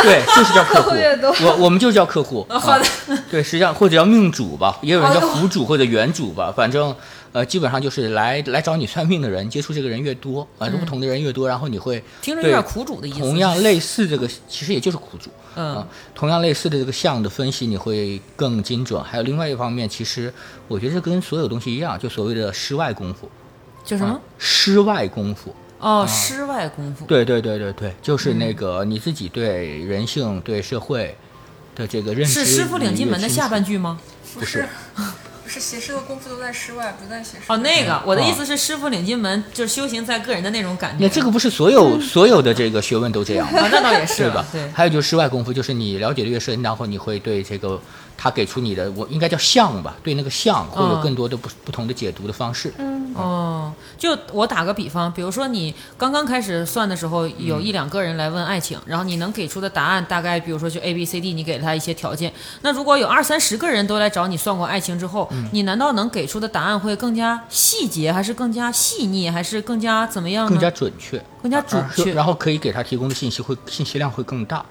[SPEAKER 7] 对，就是叫客户
[SPEAKER 8] 越多
[SPEAKER 7] 我我们就叫客户。好的，对，实际上或者叫命主吧，也有人叫福主或者原主吧，反正呃，基本上就是来来找你算命的人，接触这个人越多，啊，不同的人越多，然后你会
[SPEAKER 6] 听着有
[SPEAKER 7] 对
[SPEAKER 6] 点苦主的意思。
[SPEAKER 7] 同样类似这个，其实也就是苦主。
[SPEAKER 6] 嗯
[SPEAKER 7] 啊同样类似的这个项的分析，你会更精准。还有另外一方面，其实我觉得这跟所有东西一样，就所谓的师外功夫。
[SPEAKER 6] 叫什么
[SPEAKER 7] 啊？师外功夫。
[SPEAKER 6] 哦，室外功夫。
[SPEAKER 7] 啊对对对对
[SPEAKER 6] 嗯
[SPEAKER 7] 对，就是那个你自己对人性、对社会的这个认知。
[SPEAKER 6] 是师傅领进门的下半
[SPEAKER 7] 句。
[SPEAKER 6] 句吗？
[SPEAKER 7] 不是，
[SPEAKER 9] 不是写诗的功夫都在室外，不在写诗。
[SPEAKER 6] 哦，那
[SPEAKER 7] 啊
[SPEAKER 6] 个，我的意思是，师傅领进门就是修行在个人的那种感觉。
[SPEAKER 7] 那这个不是所
[SPEAKER 6] 嗯
[SPEAKER 7] 有所有的这个学问都这样吗？
[SPEAKER 6] 啊，那倒也是
[SPEAKER 7] 对
[SPEAKER 6] 了
[SPEAKER 7] 吧？啊
[SPEAKER 6] 对，
[SPEAKER 7] 还有就是室外功夫，就是你了解的越深，然后你会对这个他给出你的，我应该叫像吧，对那个像会有
[SPEAKER 6] 嗯
[SPEAKER 7] 更多的不、不同的解读的方式。
[SPEAKER 6] 哦，就我打个比方，比如说你刚刚开始算的时候，
[SPEAKER 7] 嗯
[SPEAKER 6] 有一两个人来问爱情，然后你能给出的答案大概，比如说就 A B C D，你给了他一些条件。那如果有二三十个人都来找你算过爱情之后，
[SPEAKER 7] 嗯
[SPEAKER 6] 你难道能给出的答案会更加细节，还是更加细腻，还是更加怎么样呢？
[SPEAKER 7] 更加准确，
[SPEAKER 6] 嗯更加准
[SPEAKER 7] 而
[SPEAKER 6] 确
[SPEAKER 7] 然后可以给他提供的信息会信息量会更大。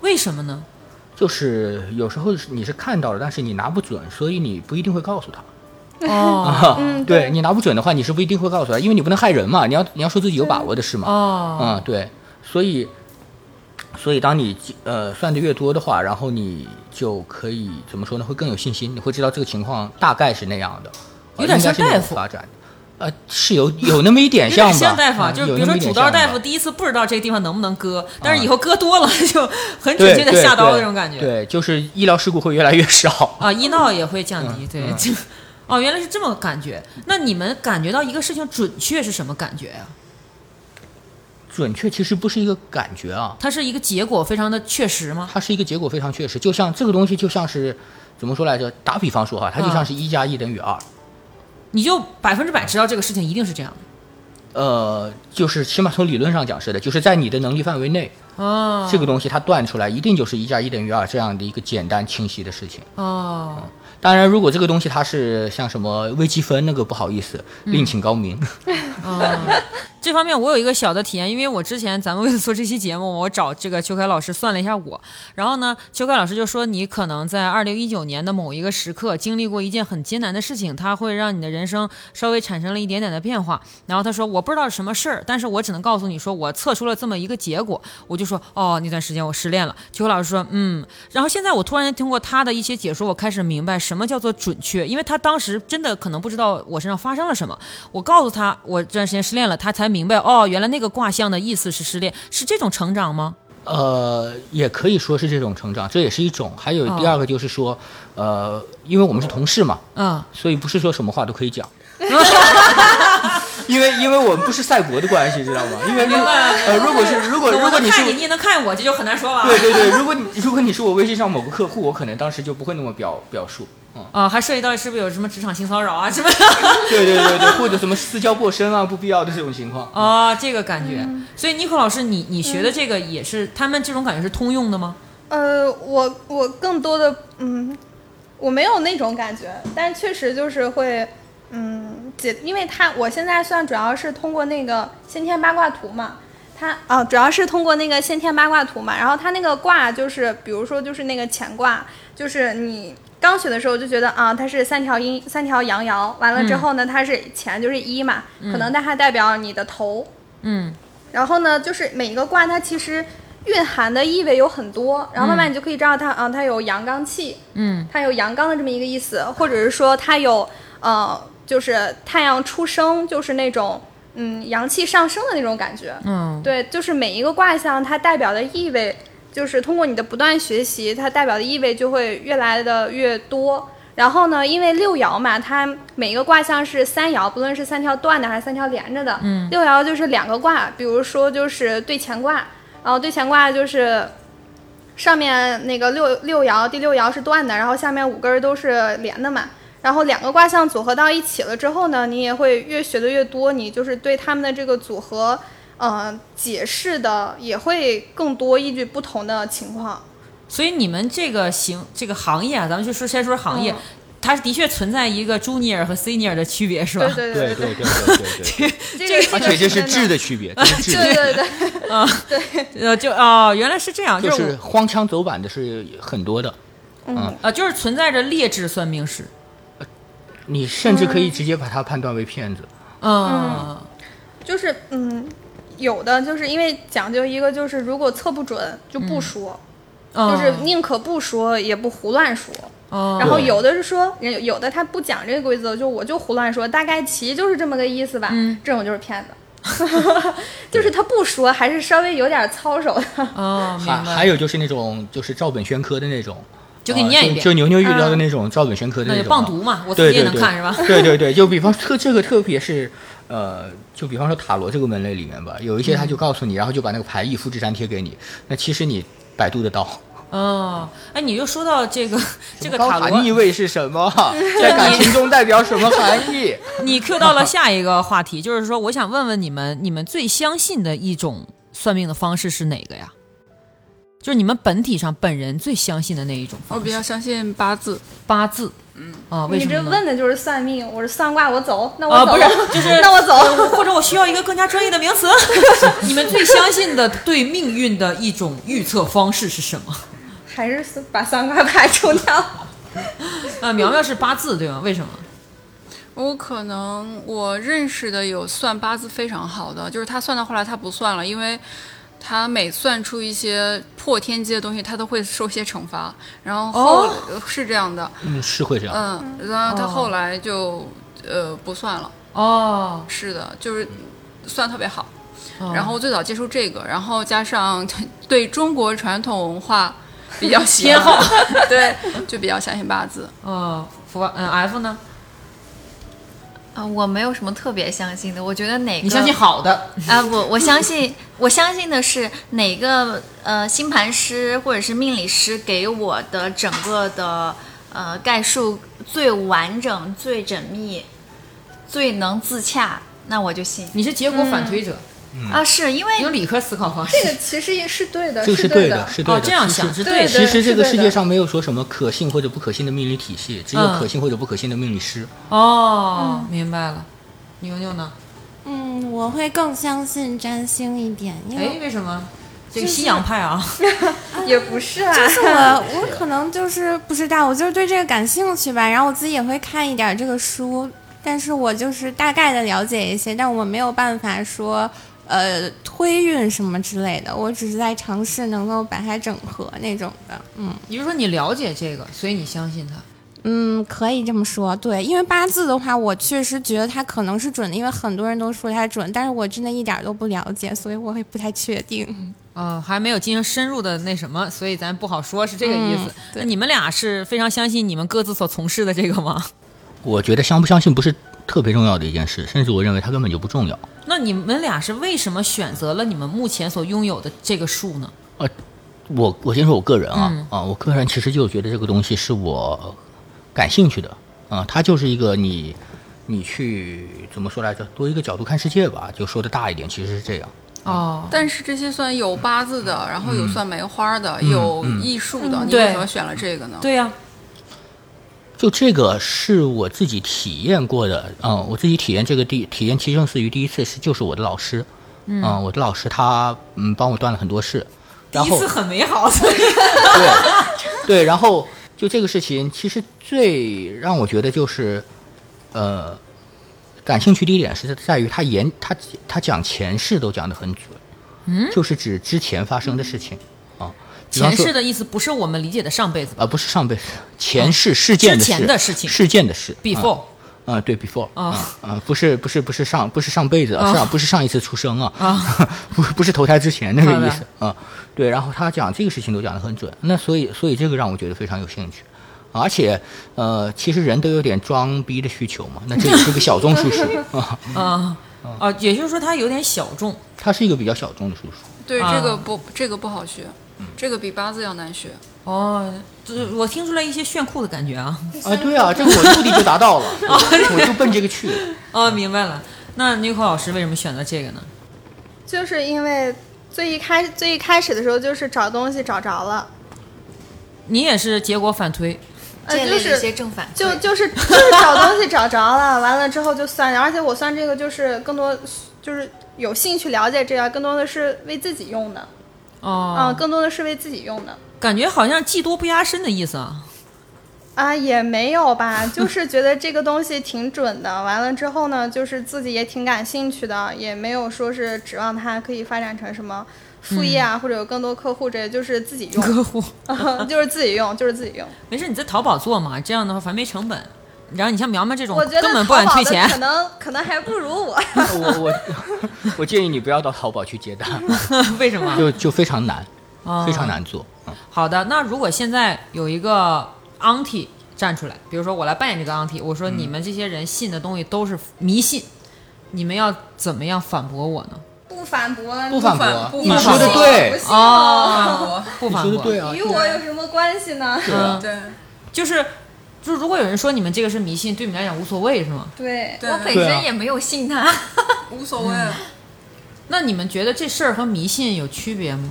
[SPEAKER 6] 为什么
[SPEAKER 7] *laughs*
[SPEAKER 6] 呢？
[SPEAKER 7] 就是有时候你是看到了，但是你拿不准，所以你不一定会告诉他。
[SPEAKER 6] 哦
[SPEAKER 7] 嗯，对你拿不准的话，你是不一定会告诉他，因为你不能害人嘛，你要你要说自己有把握的事嘛。
[SPEAKER 6] 哦，
[SPEAKER 7] 嗯，对，所以，所以当你呃算的越多的话，然后你就可以怎么说呢？会更有信心，你会知道这个情况大概是那样的，呃
[SPEAKER 6] 有点像
[SPEAKER 7] 应该是那
[SPEAKER 6] 大
[SPEAKER 7] 样
[SPEAKER 6] 夫
[SPEAKER 7] 发展的。呃，是有有那么一点
[SPEAKER 6] 哎有
[SPEAKER 7] 像
[SPEAKER 6] 点像
[SPEAKER 7] 吧，
[SPEAKER 6] 大夫，
[SPEAKER 7] 啊
[SPEAKER 6] 就是
[SPEAKER 7] 有
[SPEAKER 6] 比如
[SPEAKER 7] 那
[SPEAKER 6] 说
[SPEAKER 7] 么一点
[SPEAKER 6] 主刀
[SPEAKER 7] 像
[SPEAKER 6] 大
[SPEAKER 7] 吧
[SPEAKER 6] 夫第一次不知道这个地方能不能割，但是
[SPEAKER 7] 啊
[SPEAKER 6] 以后割多了 *laughs* 就很准
[SPEAKER 7] 对
[SPEAKER 6] 确的
[SPEAKER 7] 对
[SPEAKER 6] 下刀的
[SPEAKER 7] 对
[SPEAKER 6] 那种感觉。
[SPEAKER 7] 对，就是医疗事故会越来越少。
[SPEAKER 6] 啊，医闹也会降低，
[SPEAKER 7] 嗯
[SPEAKER 6] 对，*laughs*
[SPEAKER 7] 嗯
[SPEAKER 6] 就哦，原来是这么感觉。那你们感觉到一个事情准确是什么感觉啊呀、
[SPEAKER 7] 准确其实不是一个感觉啊，
[SPEAKER 6] 它是一个结果非常的确实吗？
[SPEAKER 7] 它是一个结果非常确实，就像这个东西就像是怎么说来着？打比方说哈，它
[SPEAKER 6] 嗯
[SPEAKER 7] 就像是一加一等于二。
[SPEAKER 6] 你就百分之百知道这个事情一定是这样的
[SPEAKER 7] 呃，就是起码从理论上讲是的，就是在你的能力范围内，
[SPEAKER 6] 哦
[SPEAKER 7] 这个东西它断出来一定就是一加一等于二这样的一个简单清晰的事情。
[SPEAKER 6] 哦，
[SPEAKER 7] 当然，如果这个东西它是像什么微积分，那个不好意思，另请高明。
[SPEAKER 6] *laughs* 这方面我有一个小的体验，因为我之前咱们为了做这期节目，我找这个邱凯老师算了一下我，然后呢，邱凯老师就说你可能在二零一九年的某一个时刻经历过一件很艰难的事情，它会让你的人生稍微产生了一点点的变化。然后他说我不知道是什么事儿，但是我只能告诉你说我测出了这么一个结果。我就说哦，那段时间我失恋了。邱凯老师说嗯，然后现在我突然间通过他的一些解说，我开始明白什么叫做准确，因为他当时真的可能不知道我身上发生了什么。我告诉他我这段时间失恋了，他才明白哦，原来那个卦象的意思是失恋，是这种成长吗？
[SPEAKER 7] 呃，也可以说是这种成长，这也是一种。还有第二个就是说，呃，因为我们是同事嘛，
[SPEAKER 6] 嗯，
[SPEAKER 7] 所以不是说什么话都可以
[SPEAKER 6] *laughs*
[SPEAKER 7] 讲。因为因为我们不是赛博的关系，知道吗？因为如呃，如果是如果如
[SPEAKER 6] 我
[SPEAKER 7] 果
[SPEAKER 6] 能
[SPEAKER 7] 是
[SPEAKER 6] 看你，你也能看我，这就很难说了。
[SPEAKER 7] *laughs*
[SPEAKER 6] 啊
[SPEAKER 7] 对对对，如果你如果你是我微信上某个客户，我可能当时就不会那么表表述。嗯，
[SPEAKER 6] 啊、还涉及到是不是有什么职场性骚扰啊什么？
[SPEAKER 7] 对对对对，或者什么私交过深啊，不必要的这种情况。
[SPEAKER 6] 啊、这个感觉。所以尼克老师，你你学的这个也是、他们这种感觉是通用的吗？
[SPEAKER 8] 呃，我我更多的嗯，我没有那种感觉，但确实就是会嗯解，因为它我现在算主要是通过那个先天八卦图嘛。它哦，主要是通过那个先天八卦图嘛，然后它那个卦就是，比如说就是那个乾卦，就是你刚学的时候就觉得啊，它是三条阴三条阳爻，完了之后呢，它是乾就是一嘛，可能它还代表你的头，
[SPEAKER 6] 嗯，
[SPEAKER 8] 然后呢，就是每一个卦它其实蕴含的意味有很多，然后慢慢你就可以知道它啊、它有阳刚气，
[SPEAKER 6] 嗯，
[SPEAKER 8] 它有阳刚的这么一个意思，或者是说它有呃，就是太阳出生，就是那种嗯阳气上升的那种感觉，
[SPEAKER 6] 嗯，
[SPEAKER 8] 对，就是每一个卦象它代表的意味，就是通过你的不断学习，它代表的意味就会越来的越多。然后呢，因为六爻嘛，它每一个卦象是三爻，不论是三条断的还是三条连着的，嗯，六爻就是两个卦，比如说就是对乾卦，然后对乾卦就是上面那个六六爻，第六爻是断的，然后下面五根儿都是连的嘛。然后两个卦象组合到一起了之后呢，你也会越学的越多，你就是对他们的这个组合，呃，解释的也会更多，依据不同的情况。
[SPEAKER 6] 所以你们这个行这个行业啊，咱们就说先说行业，它的确存在一个 junior 和 senior 的区别，是吧？
[SPEAKER 8] 对对
[SPEAKER 7] 对对对对对对，
[SPEAKER 8] 对，这个
[SPEAKER 7] 而且这 *laughs* 是质
[SPEAKER 8] 真的。
[SPEAKER 7] 的区别，这是 *laughs* 质的
[SPEAKER 8] 对
[SPEAKER 7] 区别。
[SPEAKER 8] 对对，
[SPEAKER 6] 呃，就哦、原来是这样，
[SPEAKER 7] 就
[SPEAKER 6] 就是
[SPEAKER 7] 是荒腔走板的是很多的，
[SPEAKER 8] 嗯，
[SPEAKER 6] 呃，就是存在着劣质算命师。
[SPEAKER 7] 你甚至可以直接把它判断为骗子。
[SPEAKER 6] 嗯，
[SPEAKER 8] 就是嗯，有的就是因为讲究一个就是，如果测不准就不说，
[SPEAKER 6] 嗯
[SPEAKER 8] 就是宁可不说也不胡乱说。
[SPEAKER 6] 哦，
[SPEAKER 8] 然后有的是说，有有的他不讲这个规则，就我就胡乱说，大概其就是这么个意思吧。
[SPEAKER 6] 嗯
[SPEAKER 8] 这种就是骗子， *laughs* 就是他不说，还是稍微有点操守的。
[SPEAKER 6] 哦，明
[SPEAKER 7] 还
[SPEAKER 6] 白。
[SPEAKER 7] 还有就是那种就是照本宣科的那种，
[SPEAKER 6] 就给你念一
[SPEAKER 7] 啊
[SPEAKER 6] 遍
[SPEAKER 7] 就就牛牛遇到的那种照本宣科的
[SPEAKER 6] 那就
[SPEAKER 7] 那种
[SPEAKER 6] 棒
[SPEAKER 7] 啊，
[SPEAKER 6] 读嘛我自
[SPEAKER 7] 对
[SPEAKER 6] 己也
[SPEAKER 7] 对
[SPEAKER 6] 能
[SPEAKER 7] 对
[SPEAKER 6] 看是吧
[SPEAKER 7] *laughs*
[SPEAKER 6] *laughs*
[SPEAKER 7] 对对对，就比方特这个特别是呃，就比方说塔罗这个门类里面吧，有一些他
[SPEAKER 6] 嗯
[SPEAKER 7] 就告诉你，然后就把那个牌意复制粘贴给你，那其实你百度得到。
[SPEAKER 6] 哦，哎，你就说到这个这个
[SPEAKER 7] 高
[SPEAKER 6] 塔罗
[SPEAKER 7] 含义，位是什么？在感情中代表什么含
[SPEAKER 6] *laughs*
[SPEAKER 7] 义？
[SPEAKER 6] 你 Q 到了下一个话题，就是说，我想问问你们，你们最相信的一种算命的方式是哪个呀？就是你们本体上本人最相信的那一种
[SPEAKER 9] 我
[SPEAKER 6] 方
[SPEAKER 9] 比较
[SPEAKER 6] 式，
[SPEAKER 9] 相信八字，
[SPEAKER 6] 八字。嗯啊，为
[SPEAKER 8] 你
[SPEAKER 6] 什么
[SPEAKER 8] 这
[SPEAKER 6] 呢？
[SPEAKER 8] 问的就是算命，我是算卦，我走，那
[SPEAKER 6] 啊
[SPEAKER 8] 我走，
[SPEAKER 6] 不是就是
[SPEAKER 8] *laughs* 那我走。
[SPEAKER 6] 呃或者我需要一个更加专业的名词。 *laughs* 你们最相信的对命运的一种预测方式是什么？
[SPEAKER 8] 还是把算卦排除掉。 *laughs*
[SPEAKER 6] 呃，苗苗是八字对吗？为什么？
[SPEAKER 9] 我可能我认识的有算八字非常好的，就是他算到后来他不算了，因为他每算出一些破天机的东西，他都会受一些惩罚。然后后、是这样的，
[SPEAKER 7] 嗯，是会这样。
[SPEAKER 9] 嗯，然后他后来就、呃不算了，
[SPEAKER 6] 哦，
[SPEAKER 9] 是的，就是算特别好。然后最早接触这个，然后加上对中国传统
[SPEAKER 6] *laughs*
[SPEAKER 9] 文化比较喜
[SPEAKER 6] 偏好，
[SPEAKER 9] *laughs* 对，就比较相信八字。
[SPEAKER 6] 哦，福嗯 F 呢？
[SPEAKER 5] 啊，我没有什么特别相信的，我觉得哪个
[SPEAKER 6] 你相信好的，
[SPEAKER 5] 啊，我我相信，我相信的是哪个呃星盘师或者是命理师给我的整个的呃概述最完整、最缜密、最能自洽，那我就信
[SPEAKER 6] 你是结果反推者，
[SPEAKER 5] 啊，是因为
[SPEAKER 6] 用理科思考方式。
[SPEAKER 8] 这个其实也是对的，
[SPEAKER 7] 这个是
[SPEAKER 8] 对
[SPEAKER 7] 的，是对
[SPEAKER 6] 哦
[SPEAKER 7] 的。，
[SPEAKER 6] 这样
[SPEAKER 7] 其实
[SPEAKER 6] 想是
[SPEAKER 8] 对
[SPEAKER 6] 的。
[SPEAKER 8] 的
[SPEAKER 7] 其实这个
[SPEAKER 8] 是对
[SPEAKER 7] 世
[SPEAKER 8] 的
[SPEAKER 7] 界上没有说什么可信或者不可信的命理体系，只有
[SPEAKER 6] 嗯
[SPEAKER 7] 可信或者不可信的命理师。
[SPEAKER 6] 哦，明白了。牛牛呢？
[SPEAKER 2] 嗯，我会更相信占星一点，因
[SPEAKER 6] 哎
[SPEAKER 2] 为，
[SPEAKER 6] 为什么？这个
[SPEAKER 2] 就是
[SPEAKER 6] 西洋派啊， *laughs*
[SPEAKER 8] 也不是啊，
[SPEAKER 2] 就是我， *laughs* 我可能就是不知道，我就是对这个感兴趣吧，然后我自己也会看一点这个书，但是我就是大概的了解一些，但我没有办法说。呃，推运什么之类的，我只是在尝试能够把它整合那种的，嗯
[SPEAKER 6] 也就是说你了解这个，所以你相信他。
[SPEAKER 2] 嗯，可以这么说，对，因为八字的话，我确实觉得它可能是准的，因为很多人都说它准，但是我真的一点儿都不了解，所以我也不太确定。
[SPEAKER 6] 呃，还没有进行深入的那什么，所以咱不好说，是这个意思。
[SPEAKER 2] 嗯
[SPEAKER 6] 那你们俩是非常相信你们各自所从事的这个吗？
[SPEAKER 7] 我觉得相不相信不是特别重要的一件事，甚至我认为它根本就不重要。
[SPEAKER 6] *laughs* 那你们俩是为什么选择了你们目前所拥有的这个数呢？
[SPEAKER 7] 我我先说我个人啊、
[SPEAKER 6] 嗯
[SPEAKER 7] 啊，我个人其实就觉得这个东西是我感兴趣的啊，它就是一个你你去怎么说来着，多一个角度看世界吧，就说的大一点，其实是这样。
[SPEAKER 6] 哦，
[SPEAKER 9] 但是这些算有八字的，然
[SPEAKER 6] 嗯
[SPEAKER 9] 后有算梅花的，有艺术的，你
[SPEAKER 6] 对
[SPEAKER 9] 为什么选了这个呢？
[SPEAKER 6] 对呀、
[SPEAKER 7] 就这个是我自己体验过的，嗯，我自己体验这个第体验七正四余第一次是就是我的老师，嗯，我的老师他嗯帮我断了很多事，然
[SPEAKER 6] 第一
[SPEAKER 7] 后
[SPEAKER 6] 次很美好，所以
[SPEAKER 7] 对对，然后就这个事情，其实最让我觉得就是，呃，感兴趣的一点是在于他言他他讲前世都讲得很准，嗯，就是指之前发生的事情啊，比方
[SPEAKER 6] 嗯前
[SPEAKER 7] 说
[SPEAKER 6] 世的意思不是我们理解的上辈子吧？
[SPEAKER 7] 啊不是上辈子前世事件的
[SPEAKER 6] 之前
[SPEAKER 7] 事
[SPEAKER 6] 的事情
[SPEAKER 7] 事件的事
[SPEAKER 6] before
[SPEAKER 7] 嗯啊、对，before
[SPEAKER 6] 哦
[SPEAKER 7] 啊、啊不是不是不是上不是上辈子啊，
[SPEAKER 6] 哦
[SPEAKER 7] 是啊，不是上一次出生啊， *laughs* 不不是投胎之前那个
[SPEAKER 6] 好的
[SPEAKER 7] 意思啊。对，然后他讲这个事情都讲得很准，那所以所以这个让我觉得非常有兴趣，而且呃，其实人都有点装逼的需求嘛，那这也是个小众
[SPEAKER 6] *laughs*
[SPEAKER 7] 输出啊，
[SPEAKER 6] 啊啊，也就是说它有点小众。
[SPEAKER 7] 它是一个比较小众的输出，
[SPEAKER 9] 对，
[SPEAKER 6] 啊
[SPEAKER 9] 这个不，这个不好学，这个比八字要难学。
[SPEAKER 6] 哦，这我听出来一些炫酷的感觉啊！ *laughs*
[SPEAKER 7] 啊，对啊，这个我的目的就达到了，对我就奔这
[SPEAKER 6] *laughs*
[SPEAKER 7] 个去了。
[SPEAKER 6] 哦，明白了。那妮蔻老师为什么选择这个呢？
[SPEAKER 8] 就是因为最一开最一开始的时候就是找东西找着了，
[SPEAKER 6] 你也是结果反推，
[SPEAKER 8] 呃，
[SPEAKER 5] 建
[SPEAKER 8] 就
[SPEAKER 5] 立了一
[SPEAKER 8] 是
[SPEAKER 5] 些正反
[SPEAKER 8] 就
[SPEAKER 5] 馈
[SPEAKER 8] 就是就是找东西找着了，完了之后就算，而且我算这个就是更多就是有兴趣了解这个，更多的是为自己用的，
[SPEAKER 6] 哦，
[SPEAKER 8] 啊，更多的是为自己用的。
[SPEAKER 6] 感觉好像技多不压身的意思啊。 *laughs*
[SPEAKER 8] 啊，也没有吧，就是觉得这个东西挺准的。完了之后呢，就是自己也挺感兴趣的，也没有说是指望它可以发展成什么副业
[SPEAKER 6] 嗯
[SPEAKER 8] 啊，或者有更多客户这些，就是自
[SPEAKER 6] *laughs*
[SPEAKER 8] 己用， *laughs*
[SPEAKER 6] 客户，
[SPEAKER 8] 就是自己用，就是自己用。
[SPEAKER 6] 没事，你在淘宝做嘛，这样的话反正没成本。然后你像苗苗这种
[SPEAKER 8] 我觉得
[SPEAKER 6] 哦根本不
[SPEAKER 8] 淘
[SPEAKER 6] 敢
[SPEAKER 8] 宝
[SPEAKER 6] 退
[SPEAKER 8] 的
[SPEAKER 6] 钱
[SPEAKER 8] 可，能可能还不如我。
[SPEAKER 7] 我我我建议你不要到淘宝
[SPEAKER 6] *laughs*
[SPEAKER 7] 去接单，
[SPEAKER 6] 为什么？
[SPEAKER 7] 就就非常难，
[SPEAKER 6] 哦
[SPEAKER 7] 非常难做。嗯
[SPEAKER 6] 好的，那如果现在有一个 auntie 站出来，比如说我来扮演这个 auntie，我说
[SPEAKER 7] 嗯
[SPEAKER 6] 你们这些人信的东西都是迷信，你们要怎么样反驳我呢？
[SPEAKER 8] 不反驳，
[SPEAKER 7] 不反驳
[SPEAKER 8] 反
[SPEAKER 7] 你说的对
[SPEAKER 8] 不
[SPEAKER 6] 哦，不
[SPEAKER 7] 你
[SPEAKER 6] 反
[SPEAKER 7] 说的
[SPEAKER 6] 驳，
[SPEAKER 7] 对啊，
[SPEAKER 8] 与我有什么关系呢？
[SPEAKER 6] 嗯，
[SPEAKER 9] 对，
[SPEAKER 6] 就是。就如果有人说你们这个是迷信，对你们来讲无所谓是吗？
[SPEAKER 8] 对，
[SPEAKER 9] 对
[SPEAKER 5] 我本
[SPEAKER 7] 对啊
[SPEAKER 5] 身也没有信他，
[SPEAKER 9] 无所谓。
[SPEAKER 6] 那你们觉得这事儿和迷信有区别吗？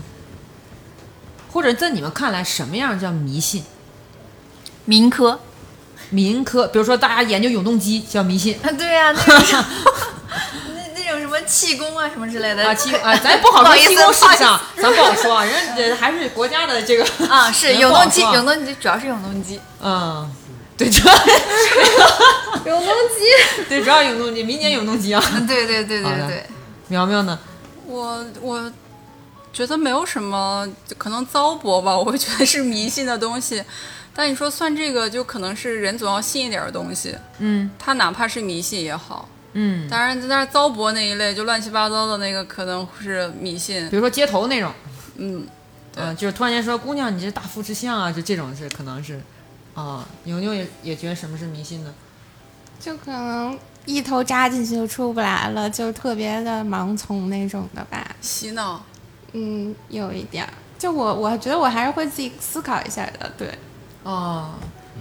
[SPEAKER 6] 或者在你们看来，什么样叫迷信？
[SPEAKER 5] *laughs* 民科。
[SPEAKER 6] 民科，比如说大家研究永动机叫迷信
[SPEAKER 5] 啊，对呀、那 *laughs* 种那那种什么气功啊什么之类的
[SPEAKER 6] 啊，气啊，咱不好
[SPEAKER 5] 不好
[SPEAKER 6] 说
[SPEAKER 5] 意思
[SPEAKER 6] 气功是不是啊？咱不好说啊，人家还是国家的这个
[SPEAKER 5] 啊，是
[SPEAKER 6] 人
[SPEAKER 5] 永
[SPEAKER 6] 不好
[SPEAKER 5] 动机，
[SPEAKER 6] 说啊
[SPEAKER 5] 永动机主要是永动机。
[SPEAKER 6] 嗯，对，主
[SPEAKER 8] 永动机
[SPEAKER 6] *laughs* 对主要永动机，民间永动机啊。 *laughs*
[SPEAKER 5] 嗯，对对对
[SPEAKER 6] 好
[SPEAKER 5] 对
[SPEAKER 6] 的
[SPEAKER 5] 对，
[SPEAKER 6] 苗苗呢？
[SPEAKER 9] 我我觉得没有什么可能糟粕吧， *laughs* 我觉得是迷信的东西。但你说算这个，就可能是人总要信一点儿东西，
[SPEAKER 6] 嗯，
[SPEAKER 9] 他哪怕是迷信也好，
[SPEAKER 6] 嗯，
[SPEAKER 9] 当然，在那儿糟粕那一类就乱七八糟的那个可能是迷信
[SPEAKER 6] 比，如说街头那种，
[SPEAKER 9] 嗯，对
[SPEAKER 6] 嗯，就是突然间说姑娘你这大腹之相啊，就这种是可能是，啊，牛牛也也觉得什么是迷信呢？
[SPEAKER 2] 就可能一头扎进去就出不来了，就特别的盲从那种的吧。
[SPEAKER 9] 洗脑。
[SPEAKER 2] 嗯，有一点儿。就我，我觉得我还是会自己思考一下的。对，
[SPEAKER 6] 哦，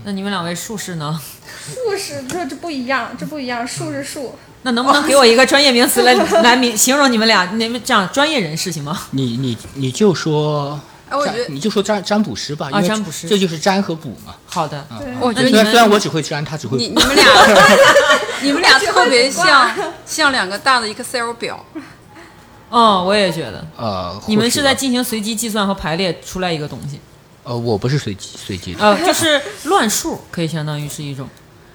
[SPEAKER 6] 那你们两位术士呢？ *laughs*
[SPEAKER 8] 术士这这不一样，这不一样，术是术，
[SPEAKER 6] 那能不能给我一个专业名词来来明 *laughs* 形容你们俩？你们这样专业人士行吗？
[SPEAKER 7] 你你你就说
[SPEAKER 9] 哎我
[SPEAKER 7] 占，
[SPEAKER 9] 觉得
[SPEAKER 7] 你就说占占卜师吧，因
[SPEAKER 6] 啊
[SPEAKER 7] 为
[SPEAKER 6] 占卜师
[SPEAKER 7] 这就是占和卜嘛。啊
[SPEAKER 6] 好的，
[SPEAKER 9] 我觉得
[SPEAKER 7] 虽
[SPEAKER 9] 你
[SPEAKER 7] 然
[SPEAKER 9] 们
[SPEAKER 7] 虽然我只会占，他只会
[SPEAKER 9] 你
[SPEAKER 7] 卜。
[SPEAKER 9] 你们俩，你们俩特别像像两个大的 Excel 表，
[SPEAKER 6] 嗯，我也觉得。
[SPEAKER 7] 呃，
[SPEAKER 6] 你
[SPEAKER 7] 或
[SPEAKER 6] 们
[SPEAKER 7] 许
[SPEAKER 6] 是在
[SPEAKER 7] 吧
[SPEAKER 6] 进行随机计算和排列出来一个东西，
[SPEAKER 7] 呃，我不是随机随机的。
[SPEAKER 6] 呃，就是乱数，可以相当于是一种。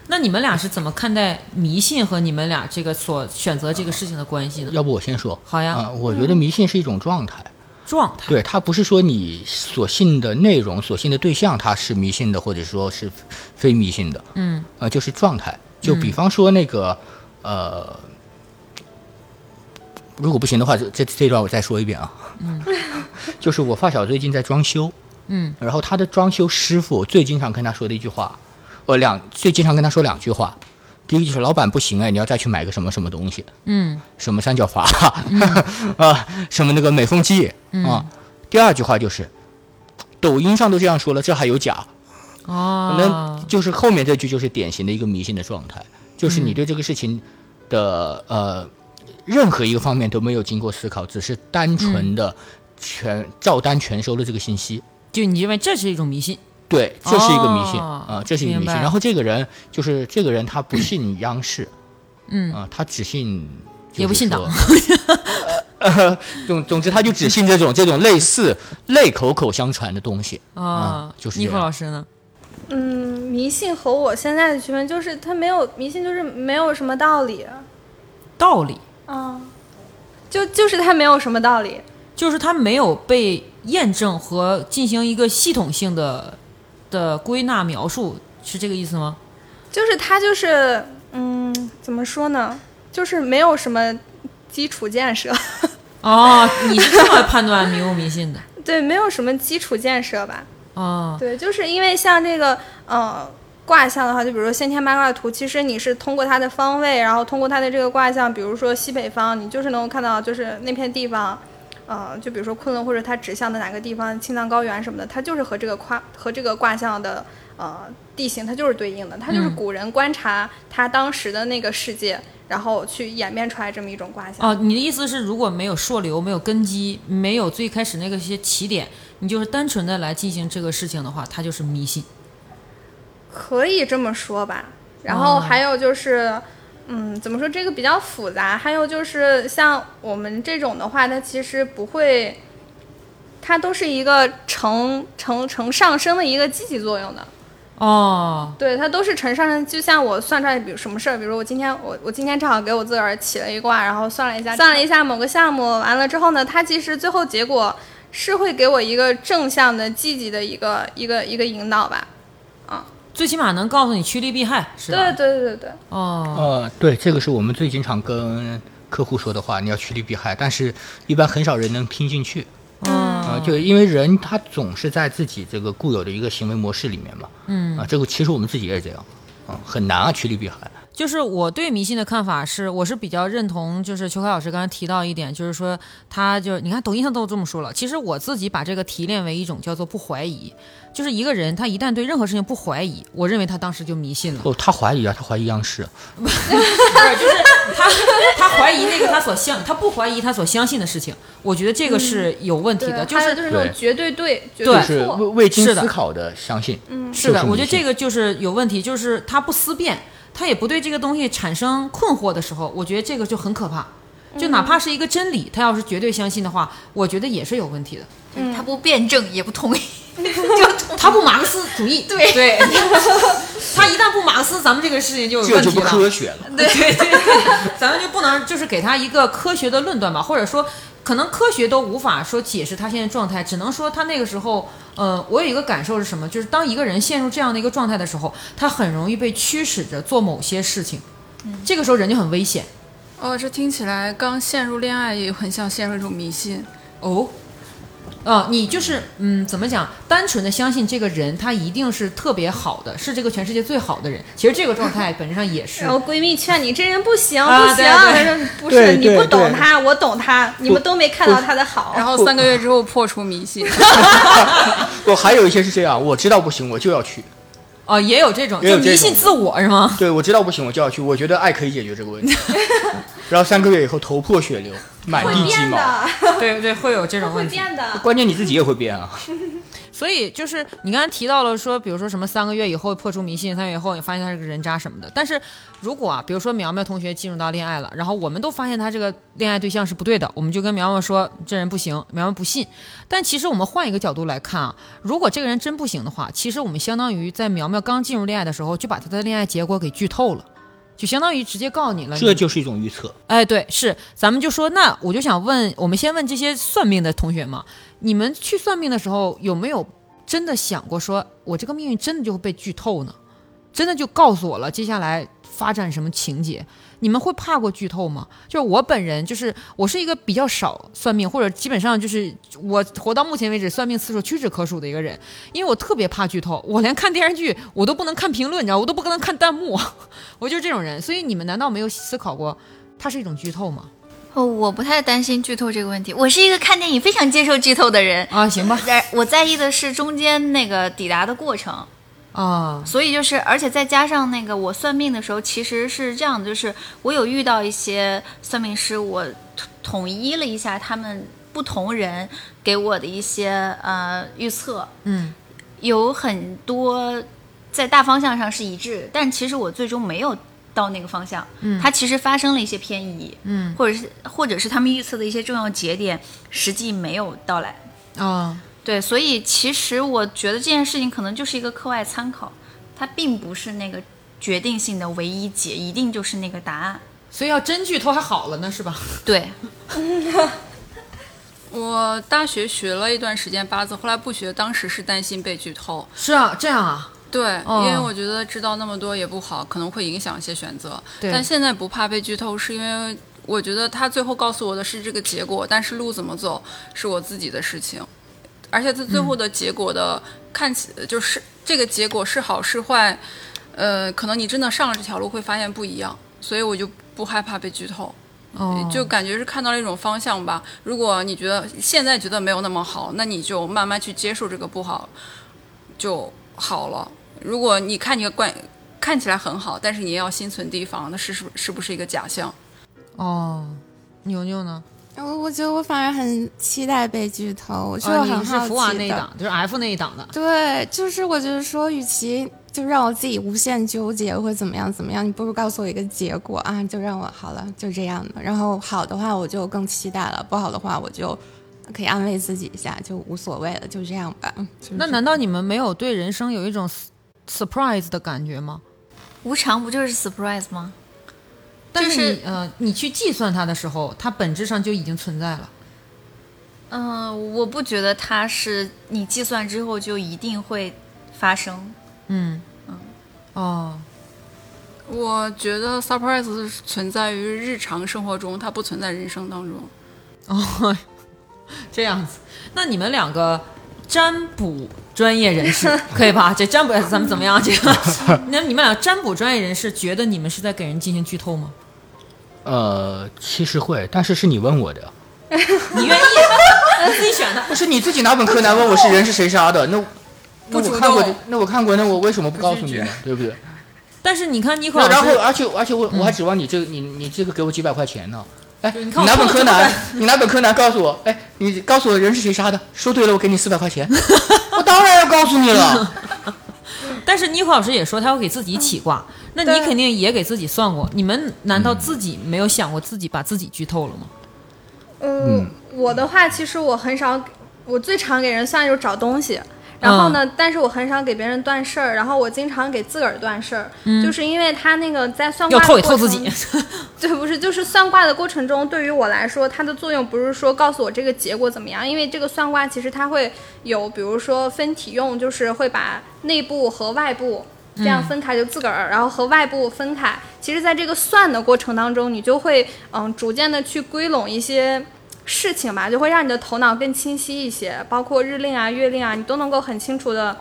[SPEAKER 6] 那你们俩是怎么看待迷信和你们俩这个所选择这个事情的关系呢？
[SPEAKER 7] 要不我先说。
[SPEAKER 6] 好呀
[SPEAKER 7] 啊、我觉得迷信是一种状态，
[SPEAKER 6] 状态，
[SPEAKER 7] 对，它不是说你所信的内容、所信的对象，它是迷信的，或者说是非迷信的。
[SPEAKER 6] 嗯，
[SPEAKER 7] 呃，就是状态。就比方说那个，呃，如果不行的话，就这这段我再说一遍啊。嗯， *laughs* 就是我发小最近在装修，
[SPEAKER 6] 嗯，
[SPEAKER 7] 然后他的装修师傅最经常跟他说的一句话，我两最经常跟他说两句话，第一句是老板不行哎，你要再去买个什么什么东西，
[SPEAKER 6] 嗯，
[SPEAKER 7] 什么三角筏 *laughs* 啊，什么那个美缝剂啊。第二句话就是，抖音上都这样说了，这还有假？那
[SPEAKER 6] 哦，
[SPEAKER 7] 就是后面这句就是典型的一个迷信的状态，就是你对这个事情的、呃任何一个方面都没有经过思考，只是单纯的全、照单全收了这个信息。
[SPEAKER 6] 就你认为这是一种迷信？
[SPEAKER 7] 对，这是一个迷信
[SPEAKER 6] 哦
[SPEAKER 7] 啊、这是一个迷
[SPEAKER 6] 明
[SPEAKER 7] 信。
[SPEAKER 6] 白
[SPEAKER 7] 然后这个人就是这个人，他不信央视，
[SPEAKER 6] 嗯
[SPEAKER 7] 啊、他只信就是
[SPEAKER 6] 也不信
[SPEAKER 7] 说
[SPEAKER 6] 党
[SPEAKER 7] 呃 *laughs* 呃总总之，他就只信这种这种类似类口口相传的东西啊、
[SPEAKER 6] 啊，
[SPEAKER 7] 就是
[SPEAKER 6] 尼
[SPEAKER 7] 这
[SPEAKER 6] 克
[SPEAKER 7] 样
[SPEAKER 6] 老师呢？
[SPEAKER 8] 嗯，迷信和我现在的区分就是，它没有迷信，就是没有什么道理，
[SPEAKER 6] 道理
[SPEAKER 8] 嗯，就就是它没有什么道理，
[SPEAKER 6] 就是它没有被验证和进行一个系统性的的归纳描述，是这个意思吗？
[SPEAKER 8] 就是它就是，嗯，怎么说呢，就是没有什么基础建设， *laughs*
[SPEAKER 6] 哦，你是这么判断迷不迷信的？ *laughs*
[SPEAKER 8] 对，没有什么基础建设吧，
[SPEAKER 6] 哦，
[SPEAKER 8] 对，就是因为像这个，呃。卦象的话，就比如说先天八卦图，其实你是通过它的方位，然后通过它的这个卦象，比如说西北方，你就是能够看到就是那片地方，呃，就比如说昆仑或者它指向的哪个地方，青藏高原什么的，它就是和这个卦和这个卦象的呃地形，它就是对应的，它就是古人观察他当时的那个世界，然后去演变出来这么一种卦象。
[SPEAKER 6] 哦，你的意思是，如果没有溯流、没有根基、没有最开始那个些起点，你就是单纯的来进行这个事情的话，它就是迷信。
[SPEAKER 8] 可以这么说吧。然后
[SPEAKER 6] 哦
[SPEAKER 8] 还有就是，嗯，怎么说这个比较复杂。还有就是像我们这种的话，它其实不会，它都是一个呈呈呈上升的一个积极作用的。
[SPEAKER 6] 哦，
[SPEAKER 8] 对，它都是呈上升。就像我算出来，比如什么事儿，比如我今天我我今天正好给我自个儿起了一卦，然后算了一下，算了一下某个项目，完了之后呢，它其实最后结果是会给我一个正向的、积极的一个一个一个引导吧。
[SPEAKER 6] 最起码能告诉你趋利避害，是吧？
[SPEAKER 8] 对对对对。
[SPEAKER 6] 哦，
[SPEAKER 7] 呃，对，这个是我们最经常跟客户说的话，你要趋利避害，但是一般很少人能听进去。
[SPEAKER 6] 嗯哦
[SPEAKER 7] 啊、就因为人他总是在自己这个固有的一个行为模式里面嘛。嗯。啊、这个其实我们自己也是这样，啊、很难啊，趋利避害。
[SPEAKER 6] 就是我对迷信的看法是，我是比较认同，就是邱凯老师刚才提到一点，就是说他就你看抖音上都这么说了，其实我自己把这个提炼为一种叫做不怀疑，就是一个人他一旦对任何事情不怀疑，我认为他当时就迷信了。
[SPEAKER 7] 哦，他怀疑啊，他怀疑央视。
[SPEAKER 6] 他他怀疑那个他所相，他不怀疑他所相信的事情，我觉得这个是有问题
[SPEAKER 8] 对
[SPEAKER 6] 的，就
[SPEAKER 8] 还有
[SPEAKER 6] 是。
[SPEAKER 8] 就是那
[SPEAKER 7] 对
[SPEAKER 8] 种绝对对、绝
[SPEAKER 6] 对
[SPEAKER 7] 就是
[SPEAKER 8] 错，
[SPEAKER 7] 未未经
[SPEAKER 6] 是的
[SPEAKER 7] 思考的相信。嗯，
[SPEAKER 6] 是的，我觉得这
[SPEAKER 7] 个
[SPEAKER 6] 个就是有问题，就是他不思辨，他也不对这个东西产生困惑的时候，我觉得这个就很可怕。就哪怕是一个真理，他要是绝对相信的话，我觉得也是有问题的。
[SPEAKER 5] 嗯他不辩证也不同意，就同
[SPEAKER 6] 他不马克思主义，对对， *laughs* 他一旦不马克思，咱们这个事情就有
[SPEAKER 7] 这
[SPEAKER 6] 问
[SPEAKER 7] 就
[SPEAKER 6] 题
[SPEAKER 7] 不
[SPEAKER 6] 了。
[SPEAKER 7] 科学
[SPEAKER 6] *laughs*
[SPEAKER 7] 了。
[SPEAKER 6] 对对对，咱们就不能就是给他一个科学的论断吧，或者说可能科学都无法说解释他现在状态，只能说他那个时候，呃，我有一个感受是什么？就是当一个人陷入这样的一个状态的时候，他很容易被驱使着做某些事情。这个时候人就很危险
[SPEAKER 9] 哦，这听起来刚陷入恋爱也很像陷入一种迷信。
[SPEAKER 6] 哦。啊，你就是嗯，怎么讲？单纯的相信这个人，他一定是特别好的，是这个全世界最好的人。其实这个状态本质上也是
[SPEAKER 8] *laughs*
[SPEAKER 10] 然
[SPEAKER 8] 哦
[SPEAKER 10] 后闺蜜劝你这人不行
[SPEAKER 6] 啊
[SPEAKER 10] 不行，
[SPEAKER 6] 对对
[SPEAKER 10] 说不
[SPEAKER 7] 对
[SPEAKER 10] 是你
[SPEAKER 7] 对
[SPEAKER 10] 不懂
[SPEAKER 7] 对
[SPEAKER 10] 他，我懂他，你们都没看到他的好。
[SPEAKER 9] 然后三个月之后破除迷信，
[SPEAKER 7] 我还有一些是这样，我知道不行，我就要去。
[SPEAKER 6] 啊，也有这种，
[SPEAKER 7] 也有
[SPEAKER 6] 就
[SPEAKER 7] 这
[SPEAKER 6] 迷信
[SPEAKER 7] 种
[SPEAKER 6] 自我是
[SPEAKER 7] *laughs*
[SPEAKER 6] 吗？
[SPEAKER 7] 对，我知道不行，我就要去。我觉得爱可以解决这
[SPEAKER 6] *laughs*
[SPEAKER 7] 个问题。然后三个月以后，头破血流，满
[SPEAKER 10] 会
[SPEAKER 7] 地鸡
[SPEAKER 10] 变
[SPEAKER 7] 毛。
[SPEAKER 10] 的，
[SPEAKER 6] 对对，会有这种
[SPEAKER 10] 会
[SPEAKER 6] 问题。
[SPEAKER 10] 变的。
[SPEAKER 7] 关键你自己也会变啊。
[SPEAKER 6] 所以就是你刚才提到了说，比如说什么三个月以后破除迷信，三个月以后你发现他是个人渣什么的。但是如果啊，比如说苗苗同学进入到恋爱了，然后我们都发现他这个恋爱对象是不对的，我们就跟苗苗说这人不行，苗苗不信。但其实我们换一个角度来看啊，如果这个人真不行的话，其实我们相当于在苗苗刚进入恋爱的时候就把他的恋爱结果给剧透了。就相当于直接告诉你了，
[SPEAKER 7] 这就是一种预测。
[SPEAKER 6] 哎，对，是，咱们就说，那我就想问，我们先问这些算命的同学嘛，你们去算命的时候有没有真的想过说，我这个命运真的就会被剧透呢？真的就告诉我了接下来发展什么情节？你们会怕过剧透吗？就是我本人，就是我是一个比较少算命，或者基本上就是我活到目前为止算命次数屈指可数的一个人，因为我特别怕剧透，我连看电视剧我都不能看评论，你知道，我都不能看弹幕，我就是这种人。所以你们难道没有思考过它是一种剧透吗？
[SPEAKER 5] 哦，我不太担心剧透这个问题，我是一个看电影非常接受剧透的人。
[SPEAKER 6] 啊，行吧，
[SPEAKER 5] 在我在意的是中间那个抵达的过程，
[SPEAKER 6] 啊，
[SPEAKER 5] 所以就是，而且再加上那个我算命的时候，其实是这样的，就是我有遇到一些算命师，我统统一了一下他们不同人给我的一些呃预测，
[SPEAKER 6] 嗯，
[SPEAKER 5] 有很多在大方向上是一致，但其实我最终没有到那个方向，嗯，它其实发生了一些偏移，
[SPEAKER 6] 嗯，
[SPEAKER 5] 或者是或者是他们预测的一些重要节点实际没有到来，
[SPEAKER 6] 啊，
[SPEAKER 5] 对，所以其实我觉得这件事情可能就是一个课外参考，它并不是那个决定性的唯一解，一定就是那个答案。
[SPEAKER 6] 所以要真剧透还好了呢，是吧？
[SPEAKER 5] 对，
[SPEAKER 9] 我大学学了一段时间八字，后来不学，当时是担心被剧透。
[SPEAKER 6] 是啊，这样啊，
[SPEAKER 9] 对，
[SPEAKER 6] 哦
[SPEAKER 9] 因为我觉得知道那么多也不好，可能会影响一些选择。
[SPEAKER 6] 对
[SPEAKER 9] 但现在不怕被剧透，是因为我觉得他最后告诉我的是这个结果，但是路怎么走是我自己的事情，而且他最后的结果的、看起就是这个结果是好是坏，呃，可能你真的上了这条路会发现不一样，所以我就不害怕被剧透。
[SPEAKER 6] 哦
[SPEAKER 9] 就感觉是看到了一种方向吧。如果你觉得现在觉得没有那么好，那你就慢慢去接受这个不好，就好了。如果你看你的怪看起来很好，但是你也要心存提防，那是是是不是一个假象？
[SPEAKER 6] 哦，牛牛呢？
[SPEAKER 2] 我我觉得我反而很期待被剧透，我是
[SPEAKER 6] 啊，
[SPEAKER 2] 很
[SPEAKER 6] 你是
[SPEAKER 2] 好奇
[SPEAKER 6] 福
[SPEAKER 2] 的。
[SPEAKER 6] 娃那一档，就是 F 那一档的。
[SPEAKER 2] 对，就是我觉得说，与其就让我自己无限纠结会怎么样怎么样，你不如告诉我一个结果啊，就让我好了，就这样的。然后好的话我就更期待了，不好的话我就可以安慰自己一下，就无所谓了，就这样吧。嗯就是
[SPEAKER 6] 那难道你们没有对人生有一种 s- surprise 的感觉吗？
[SPEAKER 5] 无常不就是 surprise 吗？
[SPEAKER 6] 但
[SPEAKER 5] 就是
[SPEAKER 6] 你呃，你去计算它的时候，它本质上就已经存在了。
[SPEAKER 5] 嗯、我不觉得它是你计算之后就一定会发 *laughs* 生。
[SPEAKER 6] 嗯哦
[SPEAKER 9] 我觉得 surprise 是存在于日常生活中，它不存在人生当中。
[SPEAKER 6] 哦， *laughs* 这样子。那你们两个占卜专业人
[SPEAKER 7] *laughs*
[SPEAKER 6] 士可以吧？这占卜哎咱们怎么样？这个， *laughs* 那你们俩占卜专业人士觉得你们是在给人进行剧透吗？
[SPEAKER 7] 呃，其实会，但是是你问我的，
[SPEAKER 6] 你愿意？你自己选的。
[SPEAKER 7] 不是你自己拿本柯南问我是人是谁杀的，那那
[SPEAKER 6] 主
[SPEAKER 7] 我看过
[SPEAKER 6] 动
[SPEAKER 7] 的，那我看过，那我为什么不告诉你呢？对不对？
[SPEAKER 6] 但是你看尼克
[SPEAKER 7] 那
[SPEAKER 6] 老
[SPEAKER 7] 然后，
[SPEAKER 6] 师，嗯
[SPEAKER 7] 而且而且我我还指望你这个你你这个给我几百块钱呢。哎，
[SPEAKER 6] 对
[SPEAKER 7] 你
[SPEAKER 6] 你看我
[SPEAKER 7] 拿本
[SPEAKER 6] 看
[SPEAKER 7] 柯
[SPEAKER 6] 我
[SPEAKER 7] 南，你拿本柯南告诉我，哎，你告诉我人是谁杀的？说对了，我给你四百块钱。我当然要告诉你了。
[SPEAKER 6] *laughs* 但是尼克老师也说他要给自己起卦，那你肯定也给自己算过。你们难道自己没有想过自己把自己剧透了吗？
[SPEAKER 7] 嗯
[SPEAKER 8] 嗯，我的话，其实我很少，我最常给人算就是找东西。然后
[SPEAKER 6] 嗯
[SPEAKER 8] 呢？但是我很少给别人断事儿，然后我经常给自个儿断事儿，就是因为他那个在算卦
[SPEAKER 6] 嗯要
[SPEAKER 8] 的
[SPEAKER 6] 透也透
[SPEAKER 8] 过
[SPEAKER 6] 自
[SPEAKER 8] 程
[SPEAKER 6] 己， *laughs*
[SPEAKER 8] 对，不是，就是算卦的过程中，对于我来说，它的作用不是说告诉我这个结果怎么样，因为这个算卦其实它会有，比如说分体用，就是会把内部和外部这样分开，就自个儿，然后和外部分开。其实在这个算的过程当中，你就会嗯逐渐的去归拢一些事情吧，就会让你的头脑更清晰一些，包括日令啊、月令啊，你都能够很清楚的，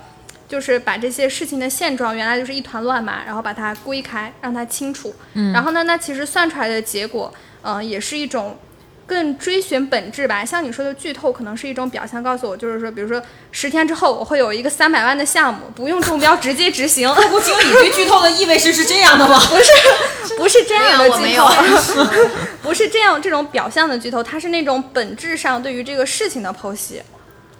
[SPEAKER 8] 就是把这些事情的现状，原来就是一团乱麻，然后把它归开，让它清楚。嗯，然后呢，那其实算出来的结果，嗯、也是一种更追寻本质吧。像你说的剧透，可能是一种表象，告诉我就是说，比如说十天之后我会有一个三百万的项目，不用中标直接执
[SPEAKER 5] *laughs*
[SPEAKER 8] 行，
[SPEAKER 3] 不经理对剧透的意味是是这样的吗？不是，
[SPEAKER 8] 不是这样的
[SPEAKER 5] 没
[SPEAKER 8] 剧
[SPEAKER 5] 有 *laughs*
[SPEAKER 8] 透，不是这样这种表象的剧透，它是那种本质上对于这个事情的剖析。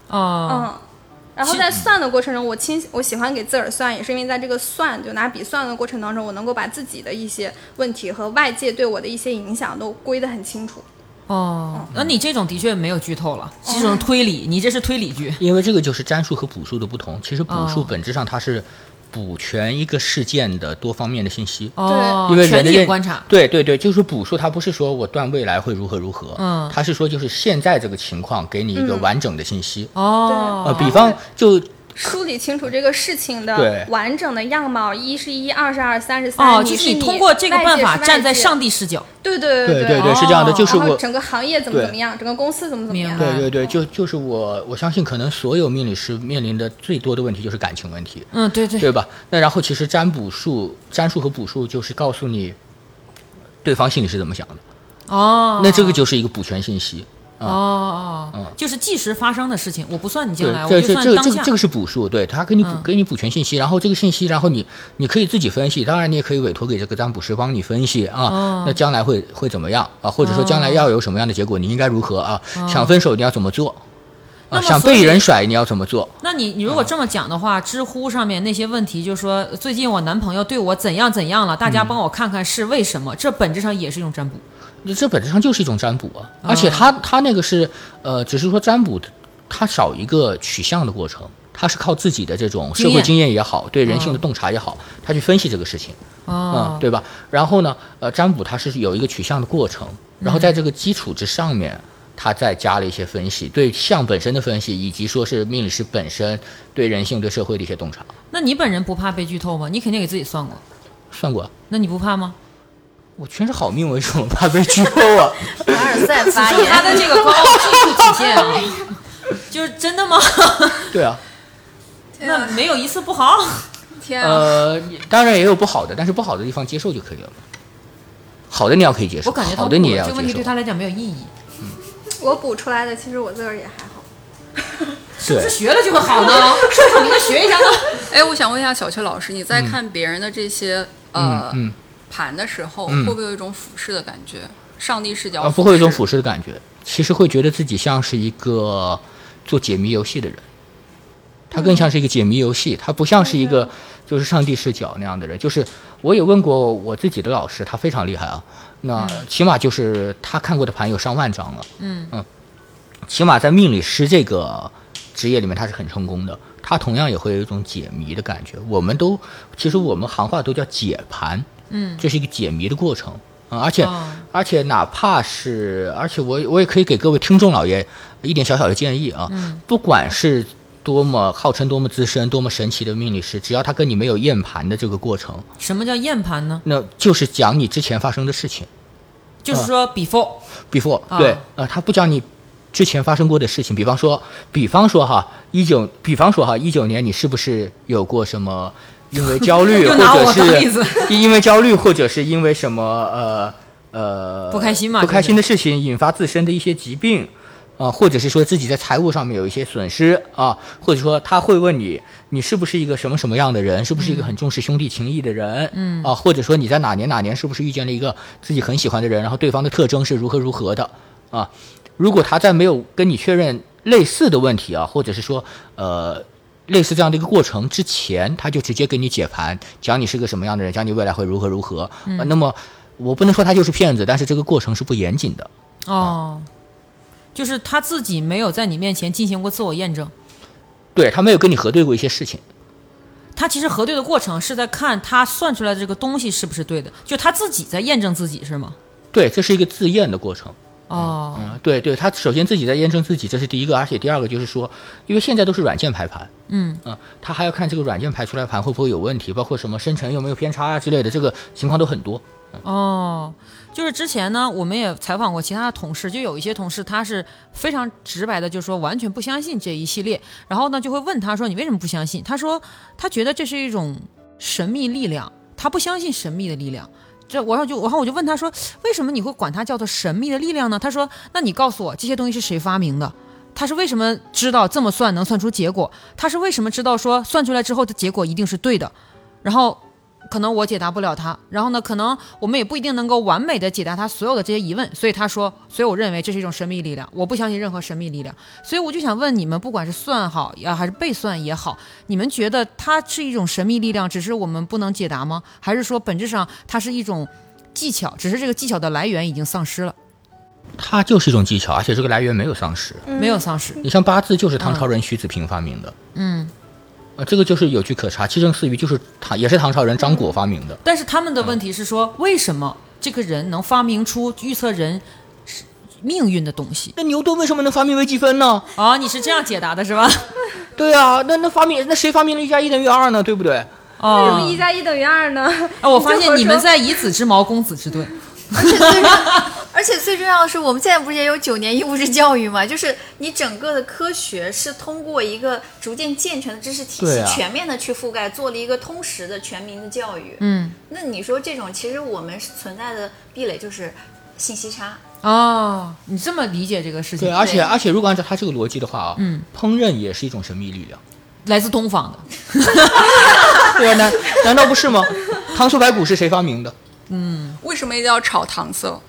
[SPEAKER 6] 哦，
[SPEAKER 8] 嗯，然后在算的过程中，我亲我喜欢给自个儿算，也是因为在这个算就拿笔算的过程当中，我能够把自己的一些问题和外界对我的一些影响都归得很清楚。嗯
[SPEAKER 6] 哦，那你这种的确没有剧透了，
[SPEAKER 8] 哦
[SPEAKER 6] 这种推理，你这是推理剧。
[SPEAKER 7] 因为这个就是占数和补数的不同。其实补数
[SPEAKER 6] 哦
[SPEAKER 7] 本质上它是补全一个事件的多方面的信息。
[SPEAKER 6] 哦，
[SPEAKER 7] 因为
[SPEAKER 6] 全
[SPEAKER 7] 人的
[SPEAKER 6] 体
[SPEAKER 7] 认
[SPEAKER 6] 观察。
[SPEAKER 7] 对对对，就是补数，它不是说我断未来会如何如何，
[SPEAKER 6] 嗯
[SPEAKER 7] 它是说就是现在这个情况给你一个完整的信息。
[SPEAKER 6] 哦，
[SPEAKER 7] 呃，比方就
[SPEAKER 8] 梳理清楚这个事情的
[SPEAKER 7] 对
[SPEAKER 8] 完整的样貌，一是一，二是二，三是三。
[SPEAKER 6] 哦，
[SPEAKER 8] 哎你
[SPEAKER 6] 就是
[SPEAKER 8] 是
[SPEAKER 6] 通过这个办法站在上
[SPEAKER 8] 帝，
[SPEAKER 6] 帝视角。
[SPEAKER 8] 对对
[SPEAKER 7] 对
[SPEAKER 8] 对
[SPEAKER 7] 对对，是这样的，
[SPEAKER 6] 哦
[SPEAKER 7] 就是
[SPEAKER 8] 然后
[SPEAKER 7] 我。
[SPEAKER 8] 整个行业怎么
[SPEAKER 7] 对
[SPEAKER 8] 怎么样，整个公司怎么怎么
[SPEAKER 6] 明
[SPEAKER 8] 样
[SPEAKER 6] 白。
[SPEAKER 7] 对对对，就就是我，我相信可能所有命理师面临的最多的问题就是感情问题。
[SPEAKER 6] 嗯，对对，
[SPEAKER 7] 对吧？那然后其实占卜术、占术和卜术就是告诉你对方心里是怎么想的，
[SPEAKER 6] 哦，
[SPEAKER 7] 那这个就是一个补全信息。
[SPEAKER 6] 哦哦
[SPEAKER 7] 嗯，
[SPEAKER 6] 就是即时发生的事情，我不算你将
[SPEAKER 7] 对
[SPEAKER 6] 来，，我
[SPEAKER 7] 这
[SPEAKER 6] 就
[SPEAKER 7] 这
[SPEAKER 6] 算
[SPEAKER 7] 这个
[SPEAKER 6] 当
[SPEAKER 7] 这个
[SPEAKER 6] 下。嗯
[SPEAKER 7] 这个是补术，对他给你补、给你补全信息，然后这个信息，然后你你可以自己分析，当然你也可以委托给这个占卜师帮你分析啊，
[SPEAKER 6] 哦
[SPEAKER 7] 那将来会会怎么样啊？或者说将来要有什么样的结果，你应该如何啊？想分手你要怎么做？
[SPEAKER 6] 哦那
[SPEAKER 7] 啊，
[SPEAKER 6] 么
[SPEAKER 7] 想
[SPEAKER 6] 所以
[SPEAKER 7] 被人甩你要怎么做？
[SPEAKER 6] 那你你如果这么讲的话，知乎上面那些问题，就说呃最近我男朋友对我怎样怎样了，大
[SPEAKER 7] 嗯
[SPEAKER 6] 家帮我看看是为什么？这本质上也是一种占卜。
[SPEAKER 7] 这本质上就是一种占卜啊，而且它它那个是呃，只是说占卜它少一个取向的过程，它是靠自己的这种社
[SPEAKER 6] 经
[SPEAKER 7] 会
[SPEAKER 6] 验嗯
[SPEAKER 7] 经验也好，对人性的洞察也好，他去分析这个事情，
[SPEAKER 6] 哦
[SPEAKER 7] 嗯，，对吧？然后呢，呃，占卜它是有一个取向的过程，
[SPEAKER 6] 嗯
[SPEAKER 7] 然后在这个基础之上面，它再加了一些分析，对象本身的分析，以及说是命理师本身对人性、对社会的一些洞察，
[SPEAKER 6] 那你本人不怕被剧透吗？你肯定给自己算过，
[SPEAKER 7] 算过啊。
[SPEAKER 6] 那你不怕吗？
[SPEAKER 7] 我全是好命，为什么怕被 *laughs* 剧透啊？
[SPEAKER 5] 凡尔赛发 *laughs*
[SPEAKER 6] 就是他
[SPEAKER 5] 言，
[SPEAKER 6] 的这个高傲技术体现啊，就是真的吗？
[SPEAKER 7] 对啊，
[SPEAKER 6] *laughs* 那没有一次不好。
[SPEAKER 9] 天啊！
[SPEAKER 7] *laughs* 呃，当然也有不好的，但是不好的地方接受就可以了嘛。好的你要可以接受，
[SPEAKER 6] 我感觉他
[SPEAKER 7] 好的你也
[SPEAKER 6] 不
[SPEAKER 7] 要
[SPEAKER 6] 这个问
[SPEAKER 7] 接
[SPEAKER 6] 题对
[SPEAKER 7] 受。
[SPEAKER 6] 他来讲没有意义，
[SPEAKER 8] 我补出来的，其实我自个儿也还好。
[SPEAKER 6] 是不是学了就会好
[SPEAKER 7] *laughs*
[SPEAKER 6] 呢？是不是你应该学一下呢？
[SPEAKER 9] 哎，我想问一下小邱老师，你在看别人的这些、
[SPEAKER 7] 嗯
[SPEAKER 9] 呃、
[SPEAKER 7] 嗯，
[SPEAKER 9] 盘的时候，
[SPEAKER 7] 嗯
[SPEAKER 9] 会不会有一种俯视的感觉？上帝视角、
[SPEAKER 7] 啊，不会有一种俯视的感觉，其实会觉得自己像是一个做解谜游戏的人，他更像是一个解谜游戏，他不像是一个就是上帝视角那样的人。就是我也问过我自己的老师，他非常厉害啊，那起码就是他看过的盘有上万张了，嗯嗯，起码在命理师这个职业里面他是很成功的，他同样也会有一种解谜的感觉。我们都其实我们行话都叫解盘，嗯，这是一个解谜的过程。啊，而且、
[SPEAKER 6] 哦
[SPEAKER 7] 而且哪怕是，而且我我也可以给各位听众老爷一点小小的建议啊，
[SPEAKER 6] 嗯
[SPEAKER 7] 不管是多么号称多么资深、多么神奇的命理师，只要他跟你没有验盘的这个过程，
[SPEAKER 6] 什么叫验盘呢？
[SPEAKER 7] 那就是讲你之前发生的事情啊
[SPEAKER 6] 就是说 before，
[SPEAKER 7] before，、
[SPEAKER 6] 啊
[SPEAKER 7] 对，呃，他不讲你。之前发生过的事情，比方说，比方说哈，一九，比方说哈，一九年你是不是有过什么，因为焦虑，
[SPEAKER 6] *laughs* 又
[SPEAKER 7] 或
[SPEAKER 6] 拿我
[SPEAKER 7] 者
[SPEAKER 6] 当例子
[SPEAKER 7] 是 *laughs* 因为焦虑，或者是因为什么呃呃
[SPEAKER 6] 不开心嘛
[SPEAKER 7] 不开
[SPEAKER 6] 就是
[SPEAKER 7] 心的事情引发自身的一些疾病，啊、或者是说自己在财务上面有一些损失啊，或者说他会问你，你是不是一个什么什么样的人，是不是一个很重视兄弟情谊的人，嗯，啊，或者说你在哪年哪年是不是遇见了一个自己很喜欢的人，然后对方的特征是如何如何的啊，如果他在没有跟你确认类似的问题啊，或者是说呃。类似这样的一个过程之前，他就直接给你解盘，讲你是个什么样的人，讲你未来会如何如何。呃那么我不能说他就是骗子，但是这个过程是不严谨的。
[SPEAKER 6] 哦，就是他自己没有在你面前进行过自我验证。
[SPEAKER 7] 对他没有跟你核对过一些事情，
[SPEAKER 6] 他其实核对的过程是在看他算出来的这个东西是不是对的，就他自己在验证自己是吗？
[SPEAKER 7] 对，这是一个自验的过程。
[SPEAKER 6] 哦，
[SPEAKER 7] 嗯，对对，他首先自己在验证自己，这是第一个，而且第二个就是说，因为现在都是软件排盘，
[SPEAKER 6] 嗯
[SPEAKER 7] 嗯，他还要看这个软件排出来盘会不会有问题，包括什么生成有没有偏差啊之类的，这个情况都很多。
[SPEAKER 6] 哦，就是之前呢，我们也采访过其他的同事，就有一些同事他是非常直白的，就说完全不相信这一系列，然后呢就会问他说你为什么不相信？他说他觉得这是一种神秘力量，他不相信神秘的力量。这我说就，然后我就问他说，为什么你会管它叫做神秘的力量呢？他说，那你告诉我这些东西是谁发明的？他是为什么知道这么算能算出结果？他是为什么知道说算出来之后的结果一定是对的？然后可能我解答不了他，然后呢，可能我们也不一定能够完美的解答他所有的这些疑问，所以他说，所以我认为这是一种神秘力量，我不相信任何神秘力量，所以我就想问你们，不管是算好也还是背算也好，你们觉得它是一种神秘力量，只是我们不能解答吗？还是说本质上它是一种技巧，只是这个技巧的来源已经丧失了，
[SPEAKER 7] 它就是一种技巧，而且这个来源没有丧失。
[SPEAKER 6] 没有丧失？
[SPEAKER 7] 你像八字就是唐朝人徐子平发明的，
[SPEAKER 6] 嗯，
[SPEAKER 7] 呃，这个就是有据可查。七政四余就是唐也是唐朝人张果发明的，
[SPEAKER 6] 但是他们的问题是说，为什么这个人能发明出预测人是命运的东西
[SPEAKER 7] 那牛顿为什么能发明微积分呢？
[SPEAKER 6] 啊？你是这样解答的是吧？
[SPEAKER 7] 对啊，那那发明那谁发明了一加一等于二呢？对不对？
[SPEAKER 8] 为什
[SPEAKER 6] 哦
[SPEAKER 8] 么，一加一等于二呢？
[SPEAKER 6] 啊，我发现你们
[SPEAKER 8] 在。
[SPEAKER 6] 在以子之矛攻子之
[SPEAKER 7] *laughs*
[SPEAKER 6] 盾。
[SPEAKER 5] 而且最重要的是，我们现在不是也有九年义务制教育嘛？就是你整个的科学是通过一个逐渐健全的知识体
[SPEAKER 7] 对
[SPEAKER 5] 系，
[SPEAKER 7] 啊
[SPEAKER 5] 全面的去覆盖，做了一个通识的全民的教育。
[SPEAKER 6] 嗯，
[SPEAKER 5] 那你说这种，其实我们存在的壁垒就是信息差。
[SPEAKER 6] 哦，你这么理解这个事情
[SPEAKER 7] 对，，而且而且如果按照他这个逻辑的话啊，嗯，烹饪也是一种神秘力量，
[SPEAKER 6] 来自东方的，
[SPEAKER 7] 对啊，难难道不是吗？糖醋排骨是谁发明的？
[SPEAKER 9] 为什么一定要炒糖色？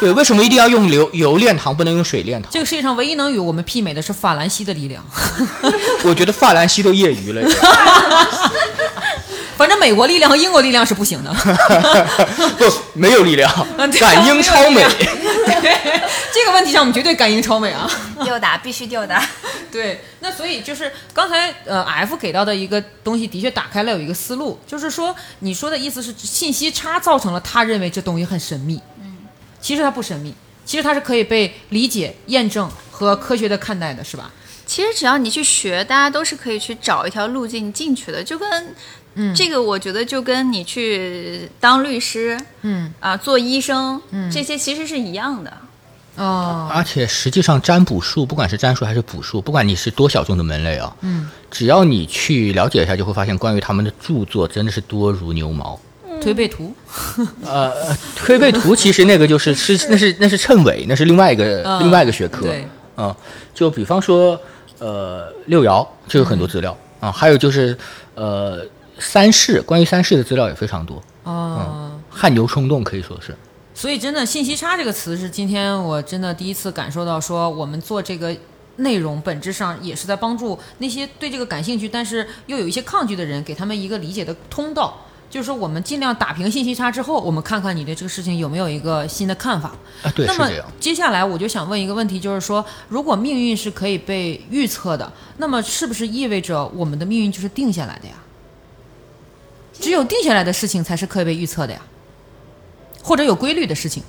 [SPEAKER 7] 对，为什么一定要用油油炼糖，不能用水炼糖？
[SPEAKER 6] 这个世界上唯一能与我们媲美的是法兰西的力量。 *laughs*
[SPEAKER 7] 我觉得法兰西都业余了。 *laughs*
[SPEAKER 6] 反正美国力量和英国力量是不行的，
[SPEAKER 7] 不，没有力量，
[SPEAKER 6] *laughs* 对啊
[SPEAKER 7] 感应超
[SPEAKER 6] 没
[SPEAKER 7] 美
[SPEAKER 6] 有。力量 *laughs* 对这个问题上我们绝对赶赢超美啊。
[SPEAKER 5] 吊打必须吊打，
[SPEAKER 6] 对，那所以就是刚才呃 F 给到的一个东西，的确打开了有一个思路，就是说你说的意思是信息差造成了他认为这东西很神秘，嗯，其实它不神秘，其实它是可以被理解、验证和科学的看待的，是吧？
[SPEAKER 5] *laughs* 其实只要你去学，大家都是可以去找一条路径进去的，就跟。嗯，这个我觉得就跟你去当律师，
[SPEAKER 6] 嗯
[SPEAKER 5] 啊，做医生，嗯，这些其实是一样的。
[SPEAKER 6] 哦，
[SPEAKER 7] 而且实际上，占卜术，不管是占术还是卜术，不管你是多小众的门类啊，嗯，只要你去了解一下，就会发现关于他们的著作真的是多如牛毛。
[SPEAKER 6] 推背图，
[SPEAKER 7] 呃，呃推背图其实那个就是是那是那是谶纬，那是另外一个、
[SPEAKER 6] 嗯
[SPEAKER 7] 另外一个学科。
[SPEAKER 6] 对
[SPEAKER 7] 嗯，就比方说，呃，六爻就有
[SPEAKER 6] 嗯
[SPEAKER 7] 很多资料啊、还有就是，呃，三世关于三世的资料也非常多，
[SPEAKER 6] 哦。
[SPEAKER 7] 汗牛充栋可以说是。
[SPEAKER 6] 所以，真的“信息差”这个词是今天我真的第一次感受到，说我们做这个内容本质上也是在帮助那些对这个感兴趣，但是又有一些抗拒的人，给他们一个理解的通道。就是说，我们尽量打平信息差之后，我们看看你对这个事情有没有一个新的看法。
[SPEAKER 7] 啊，对，
[SPEAKER 6] 那
[SPEAKER 7] 是
[SPEAKER 6] 么
[SPEAKER 7] 这样。
[SPEAKER 6] 接下来我就想问一个问题，就是说，如果命运是可以被预测的，那么是不是意味着我们的命运就是定下来的呀？只有定下来的事情才是可以被预测的呀，或者有规律的事情。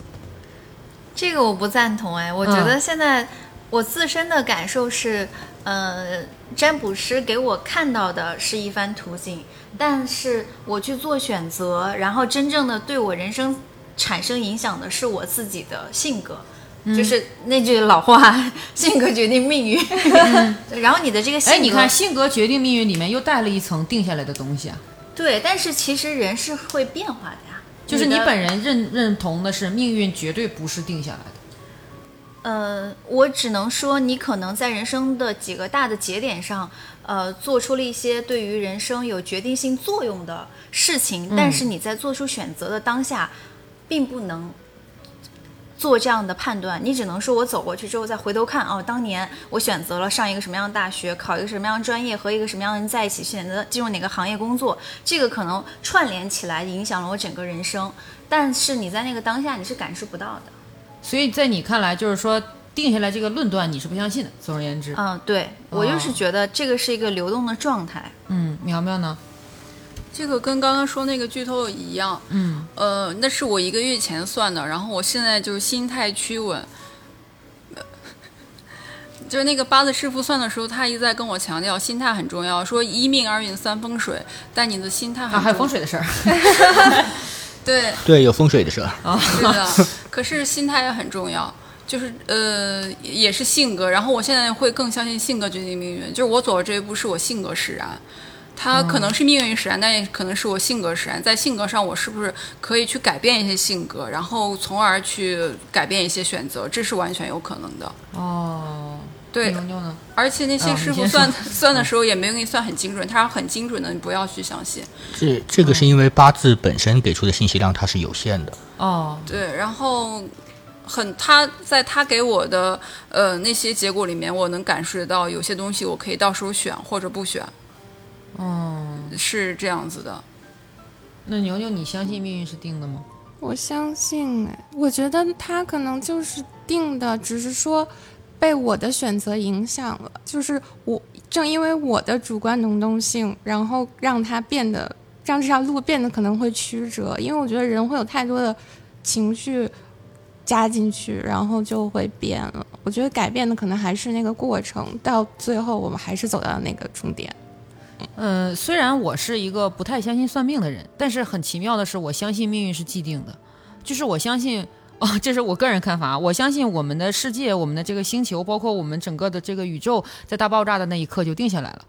[SPEAKER 5] 这个我不赞同哎，我觉
[SPEAKER 6] 嗯
[SPEAKER 5] 得现在我自身的感受是，呃，占卜师给我看到的是一番途径，但是我去做选择，然后真正的对我人生产生影响的是我自己的性格。
[SPEAKER 6] 嗯
[SPEAKER 5] 就是那句老话， *laughs* 性格决定命运。 *laughs* 然后你的这个性
[SPEAKER 6] 嗯
[SPEAKER 5] 格，
[SPEAKER 6] 哎，你看，性格决定命运里面又带了一层定下来的东西啊，
[SPEAKER 5] 对，但是其实人是会变化的呀。
[SPEAKER 6] 就是你
[SPEAKER 5] 的
[SPEAKER 6] 本人认认同的是命运绝对不是定下来的。
[SPEAKER 5] 呃，我只能说，你可能在人生的几个大的节点上，呃，做出了一些对于人生有决定性作用的事情，但是你在做出选择的当下，并不能做这样的判断，你只能说我走过去之后再回头看，哦，当年我选择了上一个什么样的大学，考一个什么样的专业，和一个什么样的人在一起，选择进入哪个行业工作，这个可能串联起来影响了我整个人生，但是你在那个当下你是感受不到的。
[SPEAKER 6] 所以在你看来，就是说定下来这个论断你是不相信的。总而言之，
[SPEAKER 5] 嗯，对我就是觉得这个是一个流动的状态。
[SPEAKER 6] 嗯，苗苗呢？
[SPEAKER 9] 这个跟刚刚说那个剧透一样，
[SPEAKER 6] 嗯，
[SPEAKER 9] 呃，那是我一个月前算的，然后我现在就是心态趋稳， *laughs* 就是那个八字师傅算的时候，他一直在跟我强调心态很重要，说一命二运三风水，但你的心态很重
[SPEAKER 6] 啊，
[SPEAKER 9] 要
[SPEAKER 6] 还有风水的事儿，
[SPEAKER 9] 对，
[SPEAKER 7] 对，有风水的事儿。
[SPEAKER 6] 哦 *laughs*
[SPEAKER 9] 是的，可是心态也很重要，就是呃，也是性格。然后我现在会更相信性格决定命运，就是我走的这一步是我性格使然，它
[SPEAKER 6] 哦
[SPEAKER 9] 可能是命运使然，但也可能是我性格使然。在性格上，我是不是可以去改变一些性格，然后从而去改变一些选择，这是完全有可能的。
[SPEAKER 6] 哦，
[SPEAKER 9] 对，
[SPEAKER 6] 牛牛呢？
[SPEAKER 9] 而且那些
[SPEAKER 6] 啊
[SPEAKER 9] 师
[SPEAKER 6] 你
[SPEAKER 9] 傅
[SPEAKER 6] 先
[SPEAKER 9] 算、算的时候也没有给你算很精准，他说很精准的，你不要去相信。
[SPEAKER 7] 这这个是因为八字本身给出的信息量它是有限的。
[SPEAKER 6] 哦，
[SPEAKER 9] 对，然后很他在他给我的呃那些结果里面，我能感受到有些东西我可以到时候选或者不选，
[SPEAKER 6] 嗯，
[SPEAKER 9] 是这样子的。
[SPEAKER 6] 那牛牛，你相信命运是定的吗？
[SPEAKER 2] 我相信，哎，我觉得他可能就是定的，只是说被我的选择影响了。就是我正因为我的主观能动性，然后让它变得让这条路变得可能会曲折，因为我觉得人会有太多的情绪加进去，然后就会变了。我觉得改变的可能还是那个过程，到最后我们还是走到那个终点。
[SPEAKER 6] 嗯，虽然我是一个不太相信算命的人，但是很奇妙的是，我相信命运是既定的，就是我相信。哦，这是我个人看法啊。我相信我们的世界、我们的这个星球，包括我们整个的这个宇宙，在大爆炸的那一刻就定下来了。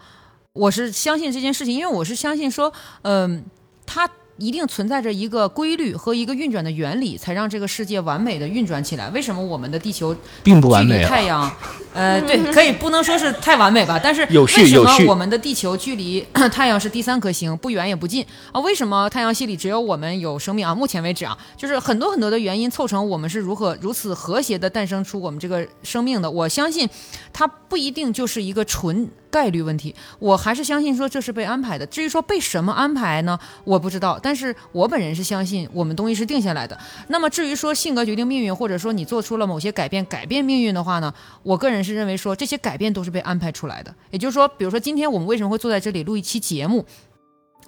[SPEAKER 6] 我是相信这件事情，因为我是相信说，嗯、它一定存在着一个规律和一个运转的原理，才让这个世界完美的运转起来。为什么我们的地球
[SPEAKER 7] 并不完美
[SPEAKER 6] 距离
[SPEAKER 7] 啊
[SPEAKER 6] 太阳，呃，对，可以不能说是太完美吧，但是
[SPEAKER 7] 有序
[SPEAKER 6] 为什
[SPEAKER 7] 有
[SPEAKER 6] 么
[SPEAKER 7] 序
[SPEAKER 6] 我们的地球距离 *clears throat* 太阳是第三颗星，不远也不近啊？为什么太阳系里只有我们有生命啊？目前为止啊，就是很多很多的原因凑成我们是如何如此和谐的诞生出我们这个生命的。我相信它不一定就是一个纯概率问题，我还是相信说这是被安排的。至于说被什么安排呢，我不知道，但是我本人是相信我们东西是定下来的。那么至于说性格决定命运，或者说你做出了某些改变改变命运的话呢，我个人是认为说这些改变都是被安排出来的。也就是说，比如说今天我们为什么会坐在这里录一期节目？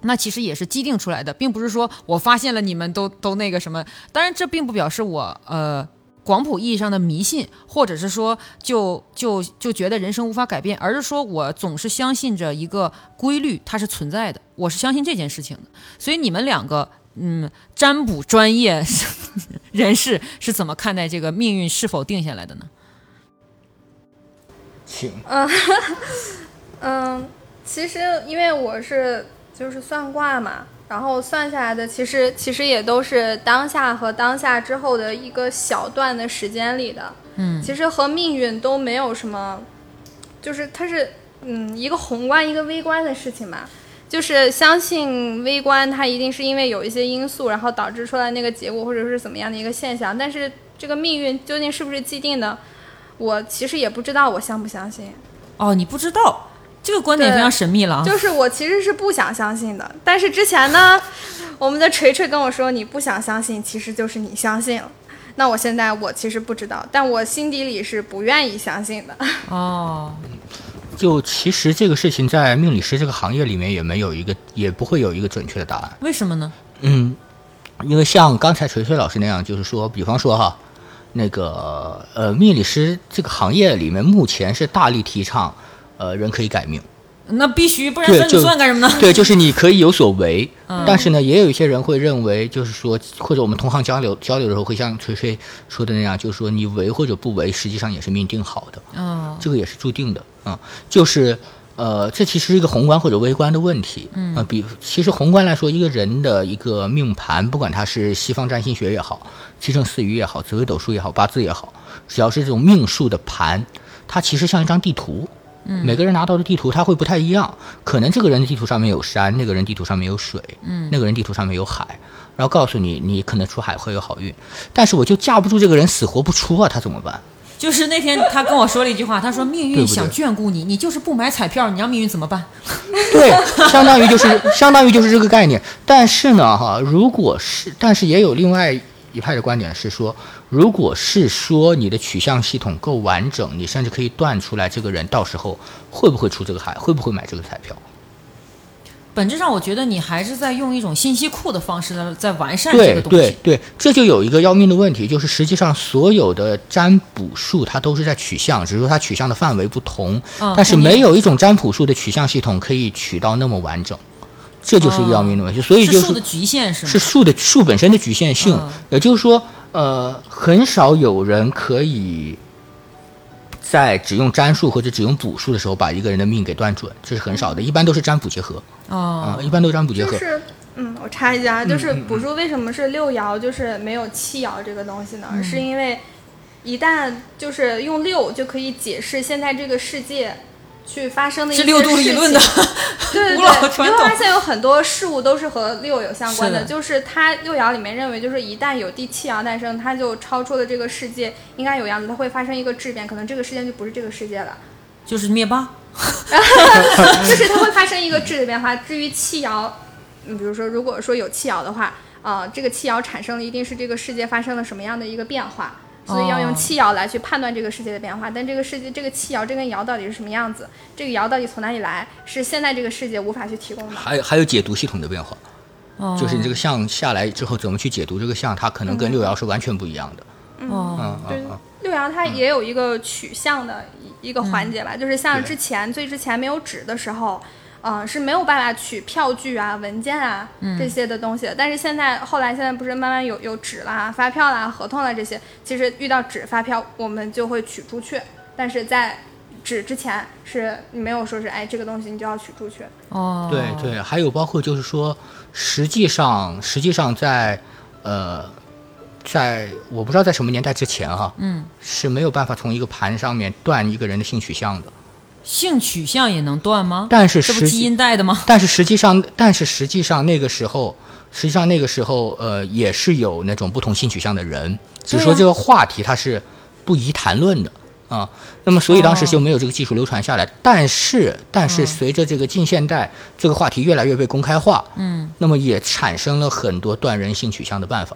[SPEAKER 6] 那其实也是既定出来的，并不是说我发现了你们都都那个什么。当然，这并不表示我呃广谱意义上的迷信，或者是说就就就觉得人生无法改变，而是说我总是相信着一个规律，它是存在的，我是相信这件事情的。所以你们两个，嗯，占卜专业 *laughs* 人士是怎么看待这个命运是否定下来的呢？
[SPEAKER 7] 请
[SPEAKER 8] 嗯，其实因为我是就是算卦嘛，然后算下来的其实其实也都是当下和当下之后的一个小段的时间里的，嗯，其实和命运都没有什么，就是它是嗯一个宏观一个微观的事情吧。就是相信微观，它一定是因为有一些因素，然后导致出来那个结果，或者是怎么样的一个现象。但是这个命运究竟是不是既定的，我其实也不知道，我相不相信。
[SPEAKER 6] 哦，你不知道，这个观点
[SPEAKER 8] 对
[SPEAKER 6] 非常神秘了啊。
[SPEAKER 8] 就是我其实是不想相信的，但是之前呢，我们的锤锤跟我说你不想相信，其实就是你相信了。那我现在我其实不知道，但我心底里是不愿意相信的。
[SPEAKER 6] 哦，
[SPEAKER 7] 就其实这个事情在命理师这个行业里面也没有一个，也不会有一个准确的答案。
[SPEAKER 6] 为什么呢？
[SPEAKER 7] 嗯，因为像刚才锤锤老师那样，就是说，比方说哈，那个呃，命理师这个行业里面目前是大力提倡，呃，人可以改命。
[SPEAKER 6] 那必须，不然
[SPEAKER 7] 对，
[SPEAKER 6] 算
[SPEAKER 7] 就
[SPEAKER 6] 你算干什么呢？
[SPEAKER 7] 对，就是你可以有所为，但是呢，也有一些人会认为，就是说，或者我们同行交流交流的时候，会像锤锤说的那样，就是说你为或者不为，实际上也是命定好的，
[SPEAKER 6] 哦，
[SPEAKER 7] 这个也是注定的啊、就是。呃，这其实是一个宏观或者微观的问题。嗯，呃、比其实宏观来说，一个人的一个命盘，不管它是西方占星学也好，七乘四余也好，紫微斗数也好，八字也好，只要是这种命数的盘，它其实像一张地图。每个人拿到的地图它会不太一样，可能这个人的地图上面有山，那个人地图上面有水，嗯，那个人地图上面有海，然后告诉你你可能出海会有好运，但是我就架不住这个人死活不出啊，他怎么办？
[SPEAKER 6] 就是那天他跟我说了一句话，他说命
[SPEAKER 7] 对
[SPEAKER 6] 运
[SPEAKER 7] 不对
[SPEAKER 6] 想眷顾你，你就是不买彩票，你让命运怎么办？
[SPEAKER 7] *laughs* 对，相当于就是相当于就是这个概念。但是呢，哈，如果是，但是也有另外一派的观点是说，如果是说你的取向系统够完整，你甚至可以断出来这个人到时候会不会出这个海，会不会买这个彩票。
[SPEAKER 6] 本质上我觉得你还是在用一种信息库的方式呢，在完善这
[SPEAKER 7] 对
[SPEAKER 6] 个东
[SPEAKER 7] 对
[SPEAKER 6] 西。
[SPEAKER 7] 对，这就有一个要命的问题，就是实际上所有的占卜术它都是在取向，只是说它取向的范围不同，
[SPEAKER 6] 嗯
[SPEAKER 7] 但是
[SPEAKER 6] 肯定
[SPEAKER 7] 没有一种占卜术的取向系统可以取到那么完整，这就是一个要命的问题。所以就是
[SPEAKER 6] 树的局限是吗？
[SPEAKER 7] 是树的树本身的局限性，
[SPEAKER 6] 嗯
[SPEAKER 7] 也就是说，呃，很少有人可以在只用占术或者只用卜术的时候把一个人的命给断准，这是很少的，一般都是占卜结合
[SPEAKER 6] 嗯
[SPEAKER 7] 啊、
[SPEAKER 6] 哦，
[SPEAKER 7] 一般都是占卜结
[SPEAKER 8] 就
[SPEAKER 7] 合。
[SPEAKER 8] 是，嗯，我插一下，就是
[SPEAKER 6] 嗯
[SPEAKER 8] 补助为什么是六爻，就是没有七爻这个东西呢？
[SPEAKER 6] 嗯
[SPEAKER 8] 是因为一旦就是用六就可以解释现在这个世界去发生的一
[SPEAKER 6] 是
[SPEAKER 8] 些
[SPEAKER 6] 六度理论的
[SPEAKER 8] 事情对对
[SPEAKER 6] *laughs* 古老
[SPEAKER 8] 对，
[SPEAKER 6] 传
[SPEAKER 8] 你
[SPEAKER 6] 统
[SPEAKER 8] 会发现有很多事物都是和六有相关的，
[SPEAKER 6] 是的
[SPEAKER 8] 就是它六爻里面认为，就是一旦有第七爻诞生，它就超出了这个世界应该有样子，它会发生一个质变，可能这个世界就不是这个世界
[SPEAKER 6] *laughs*
[SPEAKER 8] 了。
[SPEAKER 6] 就是灭霸。
[SPEAKER 8] 就是它会发生一个质的变化。至于气爻，嗯，比如说如果说有气爻的话，啊、这个气爻产生了一定是这个世界发生了什么样的一个变化，所以要
[SPEAKER 6] 哦
[SPEAKER 8] 用气爻来去判断这个世界的变化。但这个世界这个气爻这根爻到底是什么样子，这个爻到底从哪里来，是现在这个世界无法去提供的。
[SPEAKER 7] 还有还有解读系统的变化，
[SPEAKER 6] 哦、嗯
[SPEAKER 7] 就是你这个象下来之后怎么去解读这个象，它可能跟六爻是完全不一样的。
[SPEAKER 6] 哦，
[SPEAKER 7] 嗯
[SPEAKER 8] 对
[SPEAKER 7] 嗯嗯，
[SPEAKER 8] 六爻它也有一个取向的一一个环节吧，就是像之前最之前没有纸的时候，呃，是没有办法取票据啊、文件啊、这些的东西的。但是现在后来现在不是慢慢有有纸啦、发票啦、合同啦这些，其实遇到纸发票我们就会取出去，但是在纸之前是没有说是哎这个东西你就要取出去。
[SPEAKER 6] 哦，
[SPEAKER 7] 对对，还有包括就是说，实际上实际上在呃，在我不知道在什么年代之前哈、
[SPEAKER 6] 嗯，
[SPEAKER 7] 是没有办法从一个盘上面断一个人的性取向的。
[SPEAKER 6] 性取向也能断吗？
[SPEAKER 7] 但是
[SPEAKER 6] 这不
[SPEAKER 7] 实
[SPEAKER 6] 基
[SPEAKER 7] 际
[SPEAKER 6] 因带的吗？
[SPEAKER 7] 但是实际上，但是实际上那个时候，实际上那个时候，呃，也是有那种不同性取向的人，
[SPEAKER 6] 啊
[SPEAKER 7] 只是说这个话题它是不宜谈论的啊。那么，所以当时就没有这个技术流传下
[SPEAKER 6] 哦
[SPEAKER 7] 来。但是，但
[SPEAKER 6] 嗯
[SPEAKER 7] 是随着这个近现代，这个话题越来越被公开化，
[SPEAKER 6] 嗯，
[SPEAKER 7] 那么也产生了很多断人性取向的办法。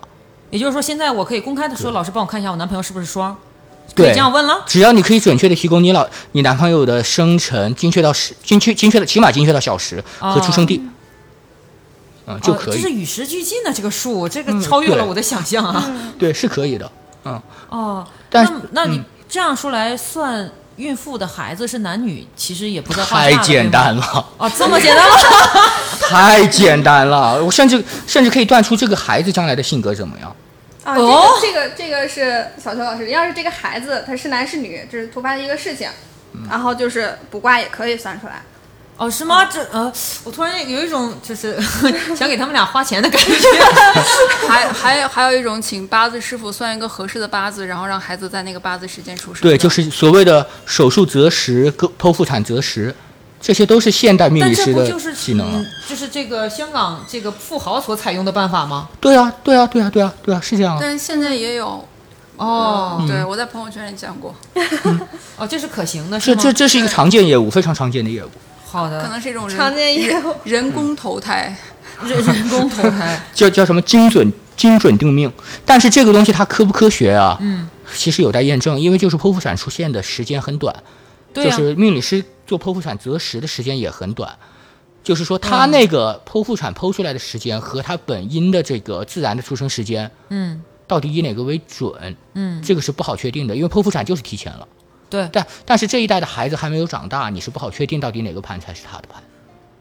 [SPEAKER 6] 也就是说，现在我可以公开的说，老师帮我看一下我男朋友是不是双，可以
[SPEAKER 7] 对，
[SPEAKER 6] 这样问了。
[SPEAKER 7] 只要你可以准确的提供你老你男朋友的生辰，精确到时，精确精确的起码精确到小时和出生地，嗯、就
[SPEAKER 6] 哦
[SPEAKER 7] 可
[SPEAKER 6] 这
[SPEAKER 7] 以。嗯
[SPEAKER 6] 是与时俱进的这个数，这个超越了
[SPEAKER 7] 对
[SPEAKER 6] 我的想象啊！
[SPEAKER 9] 嗯
[SPEAKER 7] 对，是可以的。
[SPEAKER 6] 哦，
[SPEAKER 7] 但嗯
[SPEAKER 6] 那那你这样说来，算孕妇的孩子是男女，其实也不在话下
[SPEAKER 7] 太
[SPEAKER 6] 了
[SPEAKER 7] 简单
[SPEAKER 6] 对吗
[SPEAKER 7] 了， *laughs*
[SPEAKER 6] 哦，这么简单吗？ *laughs*
[SPEAKER 7] 太简单了！我甚至甚至可以断出这个孩子将来的性格怎么样。
[SPEAKER 8] 啊，
[SPEAKER 6] 哦
[SPEAKER 8] 这个这个这个是小邱老师，要是这个孩子他是男是女，这是突发的一个事情，然后就是卜卦也可以算出来。
[SPEAKER 6] 哦，是吗？这呃，我突然有一种就是 *laughs* 想给他们俩花钱的感
[SPEAKER 7] *laughs*
[SPEAKER 6] 觉。
[SPEAKER 9] 还还有还有一种，请八字师傅算一个合适的八字，然后让孩子在那个八字时间出生。
[SPEAKER 7] 对，就是所谓的手术择时、割剖腹产择时，这些都是现代命
[SPEAKER 6] 但
[SPEAKER 7] 理
[SPEAKER 6] 这
[SPEAKER 7] 师
[SPEAKER 6] 不
[SPEAKER 7] 的
[SPEAKER 6] 就是
[SPEAKER 7] 技能啊
[SPEAKER 6] 嗯。就是这个香港这个富豪所采用的办法吗？
[SPEAKER 7] 对啊，对啊，对啊，对啊，对啊，是这样啊。
[SPEAKER 9] 但现在也有，
[SPEAKER 6] 哦、
[SPEAKER 7] 嗯
[SPEAKER 9] 对我在朋友圈里见过，
[SPEAKER 6] 哦，这是可行的，
[SPEAKER 7] 这
[SPEAKER 6] 吗？
[SPEAKER 7] 这这是一个常见业务，非常常见的业务。
[SPEAKER 6] 好
[SPEAKER 9] 可
[SPEAKER 6] 的，
[SPEAKER 9] 能是一种
[SPEAKER 8] 嗯常
[SPEAKER 9] 人
[SPEAKER 8] 见业务。
[SPEAKER 9] 人工投胎。
[SPEAKER 6] 人人工投胎。
[SPEAKER 7] 叫叫什么精准精准定命。但是这个东西它科不科学啊？
[SPEAKER 6] 嗯，
[SPEAKER 7] 其实有待验证，因为就是剖腹产出现的时间很短，
[SPEAKER 6] 对
[SPEAKER 7] *laughs* 就
[SPEAKER 6] 啊
[SPEAKER 7] 是命理师做剖腹产择时的时间也很短。就是说，
[SPEAKER 6] 嗯
[SPEAKER 7] 他那个剖腹产剖出来的时间和他本因的这个自然的出生时间，
[SPEAKER 6] 嗯
[SPEAKER 7] 到底以哪个为准？
[SPEAKER 6] 嗯，
[SPEAKER 7] 这个是不好确定的，因为剖腹产就是提前了。
[SPEAKER 6] 对
[SPEAKER 7] 但但是这一代的孩子还没有长大，你是不好确定到底哪个盘才是他的盘。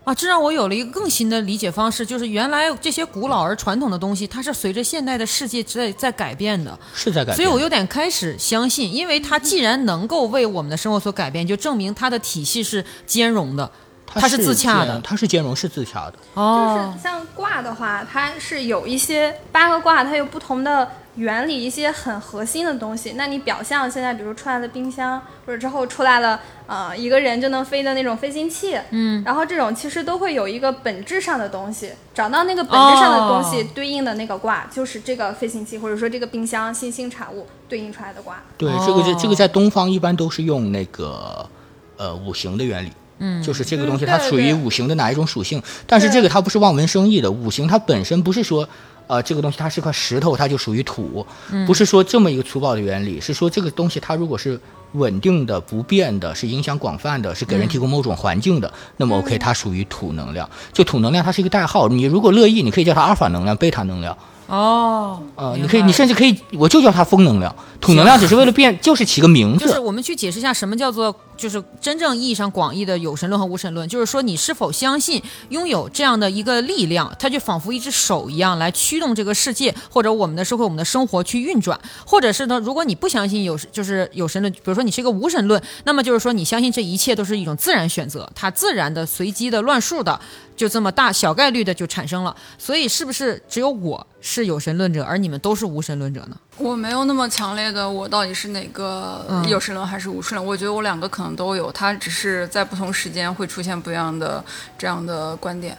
[SPEAKER 6] 啊，这让我有了一个更新的理解方式，就是原来这些古老而传统的东西，它是随着现代的世界在在改变的。
[SPEAKER 7] 是在改变的。
[SPEAKER 6] 所以我有点开始相信，因为它既然能够为我们的生活所改变，就证明它的体系是兼容的，它
[SPEAKER 7] 它
[SPEAKER 6] 是自洽的
[SPEAKER 7] 兼它是兼容，是自洽的。
[SPEAKER 6] 哦
[SPEAKER 8] 就是像卦的话，它是有一些八个卦，它有不同的原理，一些很核心的东西。那你表象现在，比如出来了冰箱，或者之后出来了呃一个人就能飞的那种飞行器，嗯，然后这种其实都会有一个本质上的东西，找到那个本质上的东西
[SPEAKER 6] 哦
[SPEAKER 8] 对应的那个卦，就是这个飞行器或者说这个冰箱新兴产物对应出来的卦。
[SPEAKER 7] 对，这个
[SPEAKER 6] 哦
[SPEAKER 7] 这这个在东方一般都是用那个呃五行的原理，嗯，就是这个东西
[SPEAKER 8] 嗯
[SPEAKER 7] 它
[SPEAKER 8] 对
[SPEAKER 7] 属于
[SPEAKER 8] 对
[SPEAKER 7] 五行的哪一种属性，但是
[SPEAKER 8] 对
[SPEAKER 7] 这个它不是望文生义的，五行它本身不是说。呃，这个东西它
[SPEAKER 8] 嗯
[SPEAKER 7] 是块石头，它就属于土，不是说这么一个粗暴的原理，是说这个东西它如果是稳定的、不变的，是影响广泛的，是给
[SPEAKER 8] 嗯
[SPEAKER 7] 人提供某种环境的，那么 OK，它属于土能量。就土能量，它是一个代号，你如果乐意，你可以叫它阿尔法能量、贝塔能量。
[SPEAKER 6] 哦，
[SPEAKER 7] 呃，
[SPEAKER 6] 明
[SPEAKER 7] 你可以，
[SPEAKER 6] 白
[SPEAKER 7] 你甚至可以，我就叫它风能量。土能量只是为了变，就是起个名
[SPEAKER 6] 就是
[SPEAKER 7] 字。
[SPEAKER 6] 我们去解释一下什么叫做就是真正意义上广义的有神论和无神论，就是说你是否相信拥有这样的一个力量，它就仿佛一只手一样来驱动这个世界或者我们的社会、我们的生活去运转，或者是呢，如果你不相信有就是有神论，比如说你是一个无神论，那么就是说你相信这一切都是一种自然选择，它自然的、随机的、乱数的，就这么大小概率的就产生了。所以是不是只有我是有神论者，而你们都是无神论者呢？
[SPEAKER 9] 我没有那么强烈的，我到底是哪个
[SPEAKER 8] 嗯
[SPEAKER 9] 有神论还是无神论？我觉得我两个可能都有，它只是在不同时间会出现不一样的这样的观点。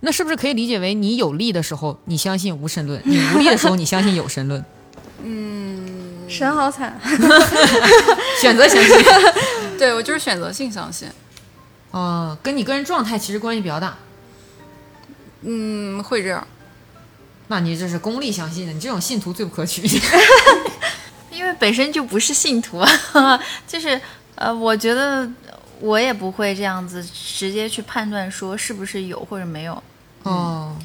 [SPEAKER 6] 那是不是可以理解为你有力的时候你相信无神论，你无力的时候你相信有神论？ *laughs*
[SPEAKER 8] 神好惨，
[SPEAKER 6] 选择
[SPEAKER 5] *laughs*
[SPEAKER 6] 相信
[SPEAKER 9] 对我就是选择性相信，
[SPEAKER 6] 哦，跟你个人状态其实关系比较大。
[SPEAKER 9] 嗯，会这样。
[SPEAKER 6] 那你这是功利相信的，你这种信徒最不可
[SPEAKER 5] *laughs*
[SPEAKER 6] 取。
[SPEAKER 5] 因为本身就不是信徒啊， *laughs* 就是呃，我觉得我也不会这样子直接去判断说是不是有或者没有。
[SPEAKER 6] 哦，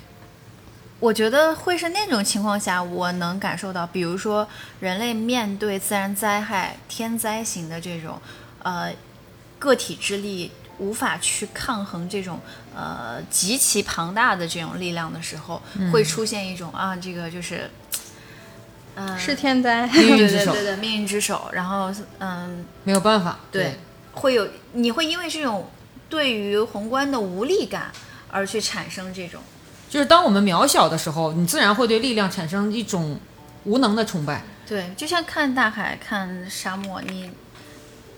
[SPEAKER 5] 我觉得会是那种情况下，我能感受到，比如说人类面对自然灾害、天灾型的这种，呃，个体之力无法去抗衡这种呃极其庞大的这种力量的时候，
[SPEAKER 6] 嗯
[SPEAKER 5] 会出现一种啊，这个就是，嗯、
[SPEAKER 8] 是天灾。
[SPEAKER 6] 命运
[SPEAKER 5] 对
[SPEAKER 6] 之
[SPEAKER 5] 对
[SPEAKER 6] 手
[SPEAKER 5] 对对，命运之手，然后嗯，
[SPEAKER 6] 没有办法。
[SPEAKER 5] 对，会有你会因为这种对于宏观的无力感而去产生这种。
[SPEAKER 6] 就是当我们渺小的时候，你自然会对力量产生一种无能的崇拜。
[SPEAKER 5] 对，就像看大海、看沙漠，你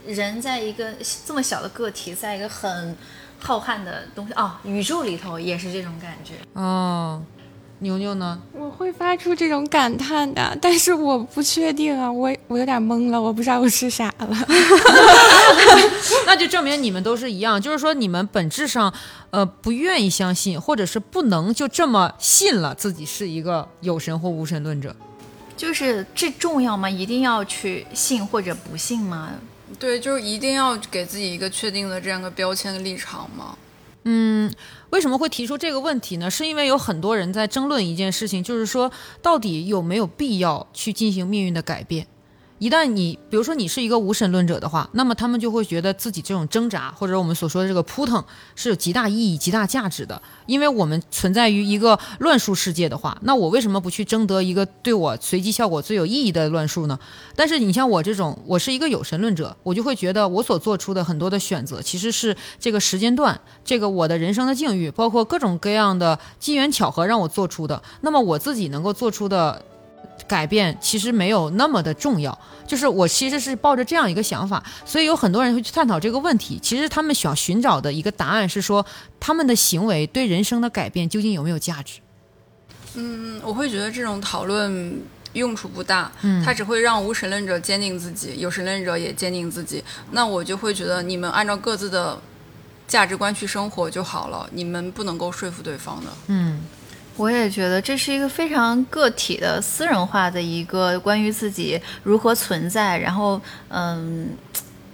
[SPEAKER 5] 人在一个这么小的个体，在一个很浩瀚的东西哦，宇宙里头也是这种感觉。
[SPEAKER 6] 哦，牛牛呢？
[SPEAKER 2] 我会发出这种感叹的，但是我不确定啊，我我有点懵了，我不知道我是啥了。
[SPEAKER 6] 那就证明你们都是一样，就是说你们本质上，呃，不愿意相信，或者是不能就这么信了自己是一个有神或无神论者。
[SPEAKER 5] 就是这重要吗？一定要去信或者不信吗？
[SPEAKER 9] 对，就是一定要给自己一个确定的这样一个标签的立场嘛。
[SPEAKER 6] 为什么会提出这个问题呢？是因为有很多人在争论一件事情，就是说到底有没有必要去进行命运的改变。一旦你，比如说你是一个无神论者的话，那么他们就会觉得自己这种挣扎，或者我们所说的这个扑腾，是有极大意义、极大价值的。因为我们存在于一个乱数世界的话，那我为什么不去争得一个对我随机效果最有意义的乱数呢？但是你像我这种，我是一个有神论者，我就会觉得我所做出的很多的选择，其实是这个时间段、这个我的人生的境遇，包括各种各样的机缘巧合让我做出的。那么我自己能够做出的改变，其实没有那么的重要。就是我其实是抱着这样一个想法，所以有很多人会去探讨这个问题。其实他们想寻找的一个答案是说，他们的行为对人生的改变究竟有没有价值？
[SPEAKER 9] 嗯，我会觉得这种讨论用处不大，嗯，它只会让无神论者坚定自己，有神论者也坚定自己。那我就会觉得你们按照各自的价值观去生活就好了，你们不能够说服对方的。
[SPEAKER 6] 嗯，
[SPEAKER 5] 我也觉得这是一个非常个体的、私人化的一个关于自己如何存在，然后嗯，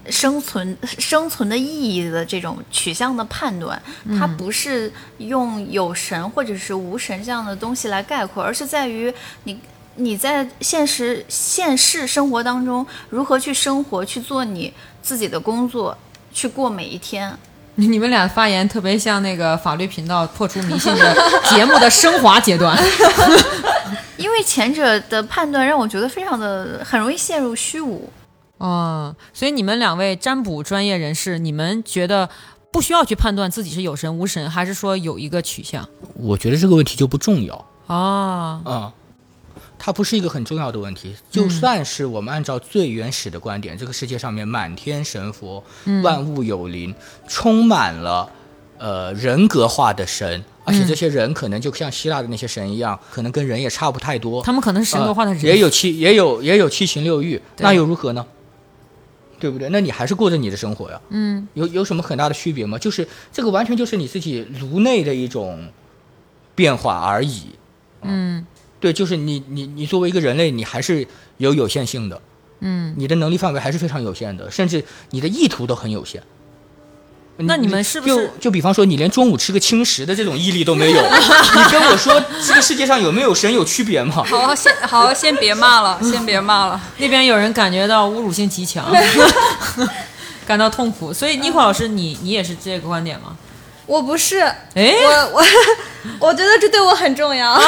[SPEAKER 5] 生存生存的意义的这种取向的判断。它不是用有神或者是无神这样的东西来概括，而是在于你。你在现实现实生活当中如何去生活，去做你自己的工作，去过每一天，
[SPEAKER 6] 你们俩发言特别像那个法律频道破除迷信的节目的升华阶段。
[SPEAKER 5] 因为前者的判断让我觉得非常的很容易陷入虚无。
[SPEAKER 6] 哦，所以你们两位占卜专业人士，你们觉得不需要去判断自己是有神无神，还是说有一个取向？
[SPEAKER 7] 我觉得这个问题就不重要。
[SPEAKER 6] 哦，
[SPEAKER 7] 啊、嗯它不是一个很重要的问题。就算是我们按照最原始的观点，这个世界上面满天神佛，万物有灵，充满了呃人格化的神，而且这些人可能就像希腊的那些神一样，可能跟人也差不太多。
[SPEAKER 6] 他们可能是神格化的人，
[SPEAKER 7] 呃也有七也有也有七情六欲，那又如何呢？对不对？那你还是过着你的生活呀。嗯，有有什么很大的区别吗？就是这个完全就是你自己颅内的一种变化而已。啊嗯，对，就是你你你作为一个人类，你还是有有限性的。嗯，你的能力范围还是非常有限的，甚至你的意图都很有限。
[SPEAKER 6] 那你们是不
[SPEAKER 7] 就是就比方说，你连中午吃个轻食的这种毅力都没
[SPEAKER 6] *laughs*
[SPEAKER 7] 有，你跟我说这个世界上有没有神有区别吗？
[SPEAKER 9] 好，先好，先别骂了，先别骂 *laughs* 了。
[SPEAKER 6] 那边有人感觉到侮辱性极
[SPEAKER 7] *laughs*
[SPEAKER 6] 强，感到痛苦。所以尼克老师，你你也是这个观点吗？
[SPEAKER 8] 我不是，
[SPEAKER 6] 哎，
[SPEAKER 8] 我 *laughs* 我我觉得这对我很重要，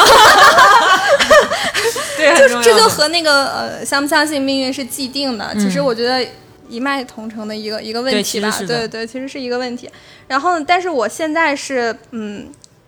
[SPEAKER 6] 对，很
[SPEAKER 8] 就
[SPEAKER 6] 重
[SPEAKER 8] 是这
[SPEAKER 6] 要
[SPEAKER 8] 就
[SPEAKER 6] 的嗯
[SPEAKER 8] 和那个呃相不相信命运是既定的，其实我觉得一脉同承的一个一个
[SPEAKER 6] 对
[SPEAKER 8] 问题
[SPEAKER 6] 其实
[SPEAKER 8] 吧，
[SPEAKER 6] 是
[SPEAKER 8] 对
[SPEAKER 6] 的
[SPEAKER 8] 对其实是一个问题。然后，但是我现在是嗯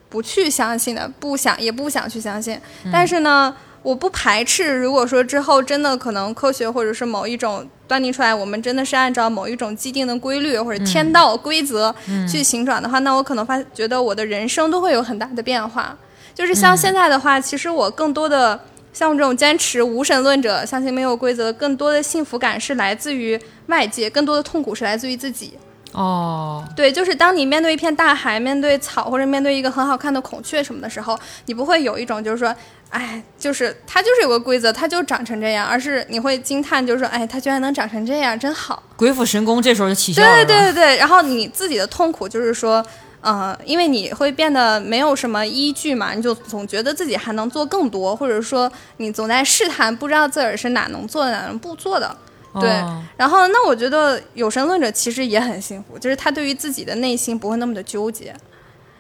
[SPEAKER 8] 不去相信的，不想也不想去相信，
[SPEAKER 6] 嗯
[SPEAKER 8] 但是呢。我不排斥，如果说之后真的可能科学或者是某一种断定出来，我们真的是按照某一种既定的规律或者
[SPEAKER 6] 嗯
[SPEAKER 8] 天道规则去行转的话，那我可能发觉得我的人生都会有很大的变化。就是像现在的话，其实我更多的像我这种坚持无神论者，相信没有规则，更多的幸福感是来自于外界，更多的痛苦是来自于自己。
[SPEAKER 6] 哦，
[SPEAKER 8] 对，就是当你面对一片大海、面对草或者面对一个很好看的孔雀什么的时候，你不会有一种就是说，哎，就是它就是有个规则，它就长成这样，而是你会惊叹，就是说，哎，它居然能长成这样，真好。
[SPEAKER 6] 鬼斧神工这时候就起效了。
[SPEAKER 8] 对
[SPEAKER 6] 是吧
[SPEAKER 8] 对对，然后你自己的痛苦就是说，呃，因为你会变得没有什么依据嘛，你就总觉得自己还能做更多，或者说你总在试探，不知道自个儿是哪能做的哪能不做的。对，
[SPEAKER 6] 哦
[SPEAKER 8] 然后那我觉得有神论者其实也很幸福，就是他对于自己的内心不会那么的纠结，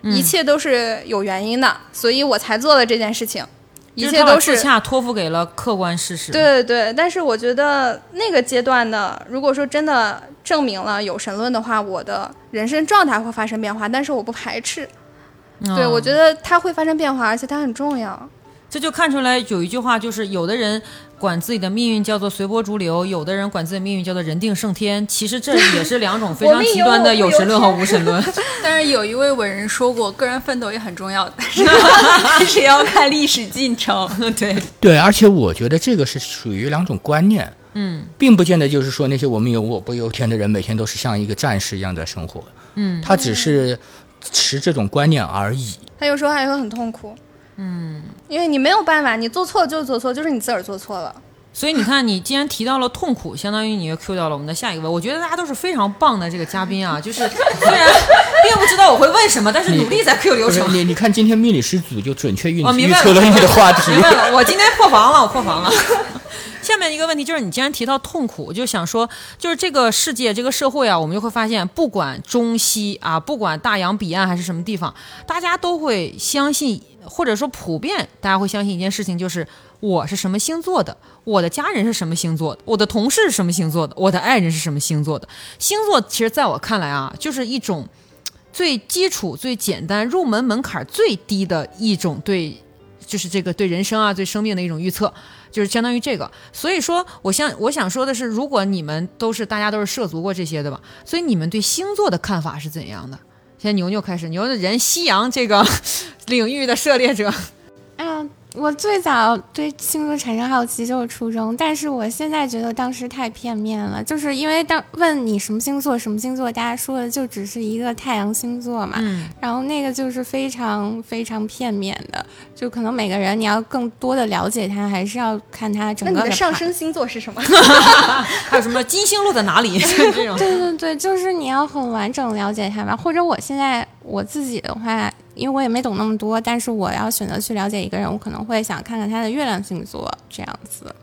[SPEAKER 6] 嗯
[SPEAKER 8] 一切都是有原因的，所以我才做了这件事情，一
[SPEAKER 6] 就是
[SPEAKER 8] 切
[SPEAKER 6] 他把
[SPEAKER 8] 都是
[SPEAKER 6] 自洽托付给了客观事 *laughs* 实。
[SPEAKER 8] 对对，但是我觉得那个阶段的，如果说真的证明了有神论的话，我的人生状态会发生变化，但是我不排斥。
[SPEAKER 6] 嗯，
[SPEAKER 8] 对，我觉得它会发生变化，而且它很重要。
[SPEAKER 6] 这就看出来有一句话，就是有的人管自己的命运叫做随波逐流，有的人管自己的命运叫做人定胜天。其实这也是两种非
[SPEAKER 8] 我
[SPEAKER 6] 常
[SPEAKER 8] 命由
[SPEAKER 6] 极端的
[SPEAKER 8] 我
[SPEAKER 6] 有
[SPEAKER 8] 不由
[SPEAKER 6] 神论和无神论。
[SPEAKER 9] 但是有一位伟人说过，个人奋斗也很重要，但是但是要看历史进程。
[SPEAKER 6] 对，
[SPEAKER 7] 对，而且我觉得这个是属于两种观念，嗯，并不见得就是说那些我们有我不由天的人，每天都是像一个战士一样在生活，嗯，他只是持这种观念而已。
[SPEAKER 8] 它有时候还会很痛苦。嗯，因为你没有办法，你做错就是做错，就是你自个儿做错了。
[SPEAKER 6] 所以你看，你既然提到了痛苦，相当于你又 Q 到了我们的下一个问。我觉得大家都是非常棒的这个嘉宾啊，就是虽然并不知道我会问什么，但是努力在 Q 流
[SPEAKER 7] 不是
[SPEAKER 6] 程。
[SPEAKER 7] 你，你看今天命理师组就准确预、
[SPEAKER 6] 哦明
[SPEAKER 7] 预
[SPEAKER 6] 白了
[SPEAKER 7] 测了你的话题
[SPEAKER 6] 明。白了，我今天破防了，我破防了。 *laughs* 下面一个问题就是，你既然提到痛苦，我就想说，就是这个世界、这个社会啊，我们就会发现，不管中西啊，不管大洋彼岸还是什么地方，大家都会相信，或者说普遍大家会相信一件事情，就是我是什么星座的，我的家人是什么星座的，我的同事是什么星座的，我的爱人是什么星座的。星座其实在我看来啊，就是一种最基础、最简单、入门门槛最低的一种对，就是这个对人生啊、对生命的一种预测，就是相当于这个。所以说，我想我想说的是，如果你们都是大家都是涉足过这些的吧，所以你们对星座的看法是怎样的？现在牛牛开始，牛牛人西洋这个 *laughs* 领域的涉猎者，
[SPEAKER 2] 嗯，我最早对星座产生好奇就是初中，但是我现在觉得当时太片面了，就是因为当问你什么星座什么星座，大家说的就只是一个太阳星座嘛，
[SPEAKER 6] 嗯，
[SPEAKER 2] 然后那个就是非常非常片面的，就可能每个人你要更多的了解他，还是要看他整
[SPEAKER 8] 那
[SPEAKER 2] 个
[SPEAKER 8] 你的
[SPEAKER 2] 盘
[SPEAKER 8] 上升星座是什么？
[SPEAKER 6] 还有什么金星落在 *laughs* 哪里这种。
[SPEAKER 2] 对对对，就是你要很完整了解它吧。或者我现在我自己的话，因为我也没懂那么多，但是我要选择去了解一个人，我可能会想看看他的月亮星座这样子。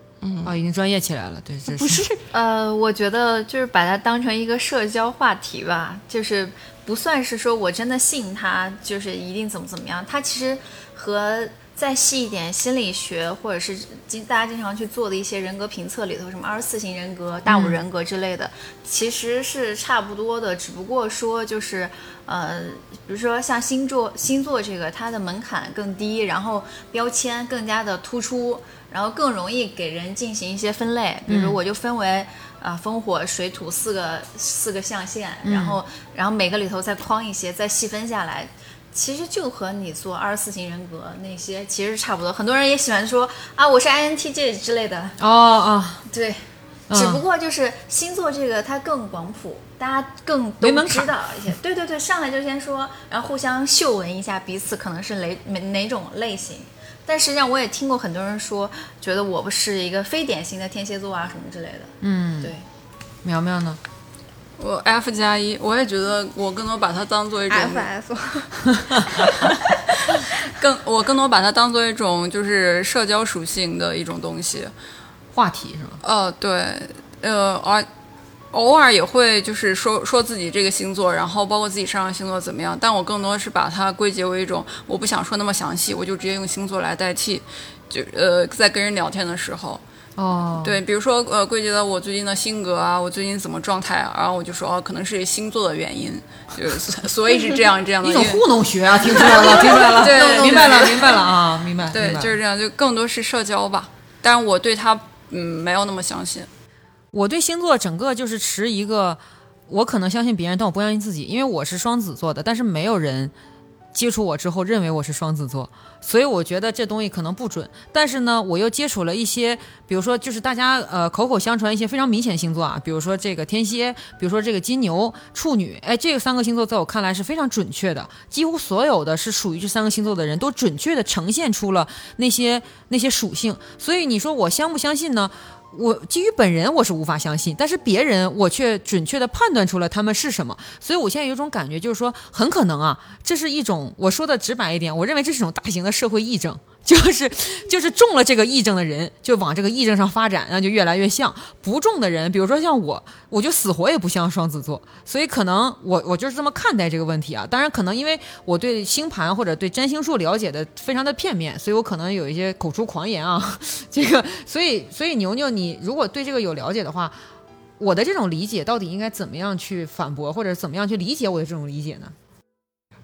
[SPEAKER 6] 啊、已经专业起来了，对，这不是
[SPEAKER 5] 呃，我觉得就是把它当成一个社交话题吧，就是不算是说我真的信他，就是一定怎么怎么样。他其实和再细一点心理学，或者是经大家经常去做的一些人格评测里头，什么二十四型人格、大五人格之类的，其实是差不多的，只不过说就是呃，比如说像星座星座这个，它的门槛更低，然后标签更加的突出，然后更容易给人进行一些分类。比如我就分为啊、呃风火水土四个四个象限，然后然后每个里头再框一些，再细分下来。其实就和你做二十四型人格那些其实差不多，很多人也喜欢说啊，我是 INTJ 之类的，
[SPEAKER 6] 哦哦，
[SPEAKER 5] 对，
[SPEAKER 6] 嗯
[SPEAKER 5] 只不过就是星座这个它更广谱，大家更都知道一些。对对对，上来就先说，然后互相嗅闻一下彼此可能是哪哪哪种类型。但实际上我也听过很多人说，觉得我是一个非典型的天蝎座啊什么之类的。
[SPEAKER 6] 嗯，
[SPEAKER 5] 对，
[SPEAKER 6] 苗苗呢？
[SPEAKER 9] 我 F 加一，我也觉得我更多把它当做一种
[SPEAKER 8] FF，
[SPEAKER 9] 更我更多把它当做一种就是社交属性的一种东西。
[SPEAKER 6] 话题是吗？
[SPEAKER 9] 呃，对，呃，而偶尔也会就是说说自己这个星座，然后包括自己上升星座怎么样，但我更多是把它归结为一种我不想说那么详细，我就直接用星座来代替，就呃在跟人聊天的时候，
[SPEAKER 6] 哦，
[SPEAKER 9] 对，比如说呃，归结到我最近的性格啊，我最近怎么状态啊，然后我就说哦，可能是星座的原因，就是所所以是这样这样的
[SPEAKER 6] 一种
[SPEAKER 9] 因为
[SPEAKER 6] 糊弄学啊，听出来了，听出来了， *laughs*
[SPEAKER 9] 对
[SPEAKER 6] 弄弄
[SPEAKER 9] 对
[SPEAKER 6] 明白了，明白了啊，明白。
[SPEAKER 9] 对
[SPEAKER 6] 明，白
[SPEAKER 9] 就是这样，就更多是社交吧。但是我对他嗯没有那么相信。
[SPEAKER 6] 我对星座整个就是持一个，我可能相信别人，但我不相信自己，因为我是双子座的，但是没有人接触我之后认为我是双子座，所以我觉得这东西可能不准。但是呢，我又接触了一些，比如说就是大家呃口口相传一些非常明显的星座啊，比如说这个天蝎，比如说这个金牛、处女，哎，这三个星座在我看来是非常准确的，几乎所有的是属于这三个星座的人都准确的呈现出了那些那些属性。所以你说我相不相信呢？我基于本人我是无法相信，但是别人我却准确的判断出了他们是什么，所以我现在有一种感觉，就是说很可能啊，这是一种我说的直白一点，我认为这是一种大型的社会癔症， *laughs* 就是就是中了这个癔症的人就往这个癔症上发展，那就越来越像；不中的人，比如说像我，我就死活也不像双子座，所以可能我我就是这么看待这个问题啊。当然，可能因为我对星盘或者对占星术了解的非常的片面，所以我可能有一些口出狂言啊。 *laughs* 这个，所以所以牛牛，你如果对这个有了解的话，我的这种理解到底应该怎么样去反驳，或者怎么样去理解我的这种理解呢？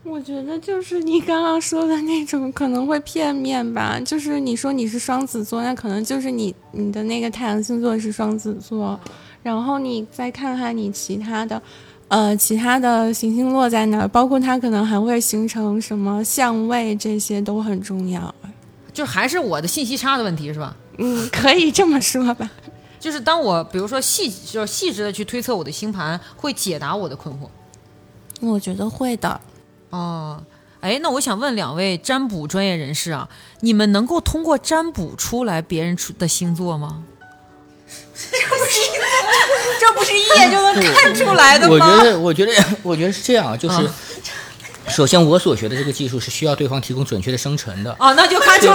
[SPEAKER 2] 我觉得就是你刚刚说的那种可能会片面吧，就是你说你是双子座，那可能就是你你的那个太阳星座是双子座，然后你再看看你其他的，呃，其他的行星落在哪儿，包括它可能还会形成什么相位，这些都很重要。
[SPEAKER 6] 就还是我的信息差的问题是吧？
[SPEAKER 2] 嗯， *laughs* 可以这么说吧。
[SPEAKER 6] 就是当我比如说细就是细致的去推测我的星盘，会解答我的困惑。
[SPEAKER 2] 我觉得会的。
[SPEAKER 6] 哦，哎，那我想问两位占卜专业人士啊，你们能够通过占卜出来别人出的星座吗？ *laughs*
[SPEAKER 5] 这不是一眼就能看出来
[SPEAKER 7] 我觉得，我觉得，我觉得是这样，啊
[SPEAKER 6] 嗯
[SPEAKER 7] 就是。首先，我所学的这个技术是需要对方提供准确的生辰的，
[SPEAKER 6] 哦，那就看出来
[SPEAKER 7] *laughs*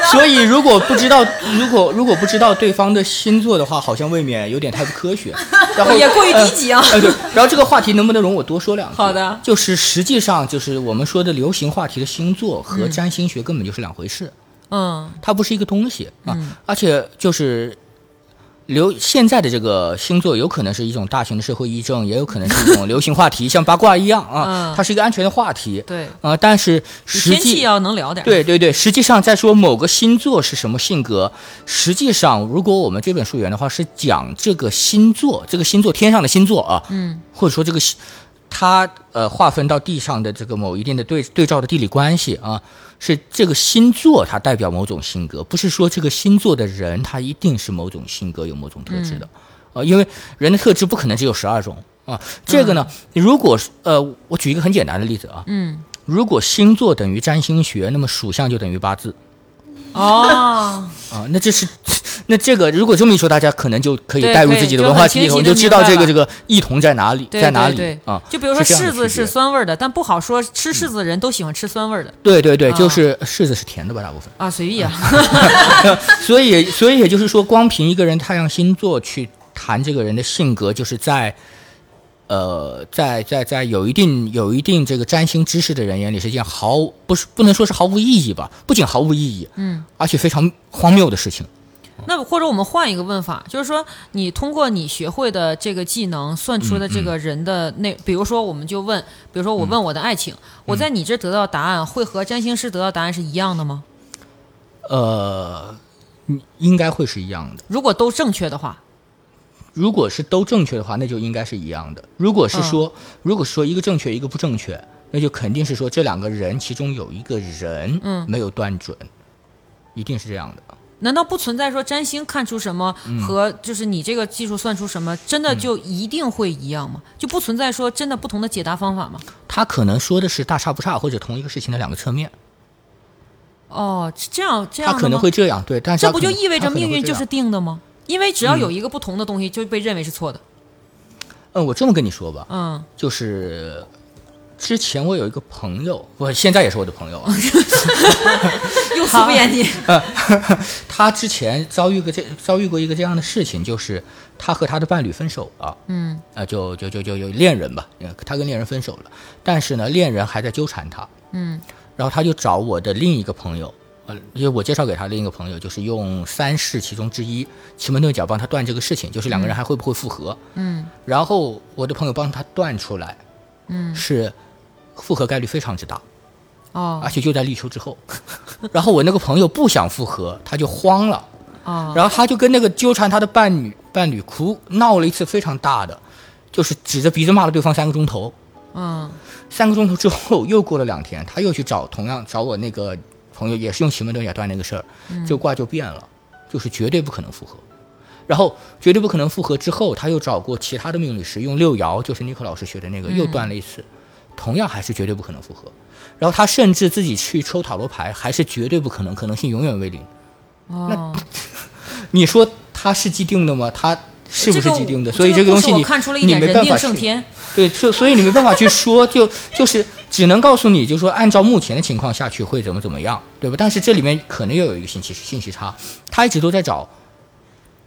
[SPEAKER 6] 了。
[SPEAKER 7] 所以如果不知道，如果如果不知道对方的星座的话，好像未免有点太不科学，然后
[SPEAKER 6] 也过于低级啊
[SPEAKER 7] *laughs* 呃呃对，然后这个话题能不能容我多说两句？
[SPEAKER 6] 好的
[SPEAKER 7] 就是实际上就是我们说的流行话题的星座和占星学根本就是两回事。
[SPEAKER 6] 嗯
[SPEAKER 7] 它不是一个东西啊，而且就是流现在的这个星座有可能是一种大型的社会议政，也有可能是一种流行话题，像八卦一样啊，
[SPEAKER 6] *laughs* 嗯
[SPEAKER 7] 它是一个安全的话题。
[SPEAKER 6] 对
[SPEAKER 7] 啊、但是
[SPEAKER 6] 比
[SPEAKER 7] 实
[SPEAKER 6] 天气
[SPEAKER 7] 际
[SPEAKER 6] 要能聊点儿。
[SPEAKER 7] 对对对，实际上在说某个星座是什么性格，实际上如果我们这本书源的话是讲这个星座，这个星座天上的星座啊，嗯，或者说这个星它呃划分到地上的这个某一定的对对照的地理关系啊，是这个星座它代表某种性格，不是说这个星座的人他一定是某种性格有某种特质
[SPEAKER 6] 嗯
[SPEAKER 7] 的，呃，因为人的特质不可能只有十二种啊。这个呢，如果是呃，我举一个很简单的例子啊，
[SPEAKER 6] 嗯，
[SPEAKER 7] 如果星座等于占星学，那么属相就等于八字 *laughs*
[SPEAKER 6] 哦，
[SPEAKER 7] 啊。那这是，那这个如果这么一说，大家可能就可以
[SPEAKER 6] 对
[SPEAKER 7] 带入
[SPEAKER 6] 可以
[SPEAKER 7] 自己的
[SPEAKER 6] 就
[SPEAKER 7] 文化
[SPEAKER 6] 很
[SPEAKER 7] 体
[SPEAKER 6] 清
[SPEAKER 7] 系统，
[SPEAKER 6] 晰
[SPEAKER 7] 就
[SPEAKER 6] 地
[SPEAKER 7] 知
[SPEAKER 6] 明
[SPEAKER 7] 道
[SPEAKER 6] 白
[SPEAKER 7] 这个
[SPEAKER 6] 了
[SPEAKER 7] 这个异同在哪里，
[SPEAKER 6] 对
[SPEAKER 7] 在哪里
[SPEAKER 6] 对对
[SPEAKER 7] 啊？
[SPEAKER 6] 就比如说
[SPEAKER 7] 这样的
[SPEAKER 6] 柿子
[SPEAKER 7] 区别嗯
[SPEAKER 6] 是酸味儿的，但不好说吃柿子的人都喜欢吃酸味儿的
[SPEAKER 7] 对对对，
[SPEAKER 6] 啊
[SPEAKER 7] 就是柿子是甜的吧，大部分。
[SPEAKER 6] 啊，随意啊。
[SPEAKER 7] 所以，所以也就是说，光凭一个人太阳星座去谈这个人的性格，就是在，呃，在在在有一定有一定这个占星知识的人眼里，是一件毫不是不能说是毫无意义吧，不仅毫无意义，嗯，而且非常荒谬的事情。
[SPEAKER 6] 那或者我们换一个问法，就是说你通过你学会的这个技能算
[SPEAKER 7] 嗯
[SPEAKER 6] 出的这个人的那，比如说我们就问，比如说我问我的爱情，
[SPEAKER 7] 嗯
[SPEAKER 6] 我在你这得到答案会和占星师得到答案是一样的吗？
[SPEAKER 7] 呃，嗯应该会是一样的。
[SPEAKER 6] 如果都正确的话，
[SPEAKER 7] 如果是都正确的话，那就应该是一样的。如果是说，
[SPEAKER 6] 嗯
[SPEAKER 7] 如果说一个正确一个不正确，那就肯定是说这两个人其中有一个人
[SPEAKER 6] 嗯
[SPEAKER 7] 没有断准，一定是这样的。
[SPEAKER 6] 难道不存在说占星看出什么
[SPEAKER 7] 嗯
[SPEAKER 6] 和就是你这个技术算出什么，真的就一定会一样吗？就不存在说真的不同的解答方法吗？
[SPEAKER 7] 他可能说的是大差不差，或者同一个事情的两个侧面，
[SPEAKER 6] 哦，是这样这样
[SPEAKER 7] 他
[SPEAKER 6] 的
[SPEAKER 7] 可能
[SPEAKER 6] 吗
[SPEAKER 7] 会这样，对，但是
[SPEAKER 6] 这
[SPEAKER 7] 他
[SPEAKER 6] 不
[SPEAKER 7] 可
[SPEAKER 6] 就
[SPEAKER 7] 能
[SPEAKER 6] 意味
[SPEAKER 7] 他
[SPEAKER 6] 着
[SPEAKER 7] 可能
[SPEAKER 6] 命
[SPEAKER 7] 会
[SPEAKER 6] 运
[SPEAKER 7] 这
[SPEAKER 6] 就
[SPEAKER 7] 样
[SPEAKER 6] 是定的吗？因为只要有一个不同的东西，就被认为是错的。
[SPEAKER 7] 嗯，我这么跟你说吧，
[SPEAKER 6] 嗯，
[SPEAKER 7] 就是之前我有一个朋友，我现在也是我的朋友啊，
[SPEAKER 6] 又敷衍
[SPEAKER 7] *laughs*
[SPEAKER 6] 你。
[SPEAKER 7] 他之前遭遇过这遭遇过一个这样的事情，就是他和他的伴侣分手了，嗯，呃，就就就就有恋人吧，呃他跟恋人分手了，但是呢，恋人还在纠缠他，嗯，然后他就找我的另一个朋友，呃，因为我介绍给他另一个朋友，就是用三世其中之一奇门遁甲帮他断这个事情，就是两个人还会不会复合，嗯，然后我的朋友帮他断出来，嗯，是复合概率非常之大，
[SPEAKER 6] 哦
[SPEAKER 7] 而且就在立秋之后。然后我那个朋友不想复合，他就慌了，
[SPEAKER 6] 哦，
[SPEAKER 7] 然后他就跟那个纠缠他的伴侣伴侣哭闹了一次非常大的，就是指着鼻子骂了对方三个钟头。
[SPEAKER 6] 嗯
[SPEAKER 7] 三个钟头之后，又过了两天，他又去找同样找我那个朋友，也是用奇门遁甲断那个事儿，
[SPEAKER 6] 嗯
[SPEAKER 7] 就卦就变了，就是绝对不可能复合。然后绝对不可能复合之后，他又找过其他的命理师，用六爻，就是尼克老师学的那个，又断了一次，
[SPEAKER 6] 嗯
[SPEAKER 7] 同样还是绝对不可能复合。然后他甚至自己去抽塔罗牌，还是绝对不可能，可能性永远为零。
[SPEAKER 6] 哦，
[SPEAKER 7] 你说他是既定的吗？他是不是既定的？
[SPEAKER 6] 这个
[SPEAKER 7] 所以这个东西
[SPEAKER 6] 故事
[SPEAKER 7] 你
[SPEAKER 6] 我看出了一
[SPEAKER 7] 你
[SPEAKER 6] 点
[SPEAKER 7] 没
[SPEAKER 6] 人
[SPEAKER 7] 办
[SPEAKER 6] 定
[SPEAKER 7] 法
[SPEAKER 6] 胜
[SPEAKER 7] 去
[SPEAKER 6] 天。
[SPEAKER 7] 对，所所以你没办法去说，就就是只能告诉你，就说按照目前的情况下去会怎么怎么样，对吧？但是这里面可能又有一个信息信息差，他一直都在找，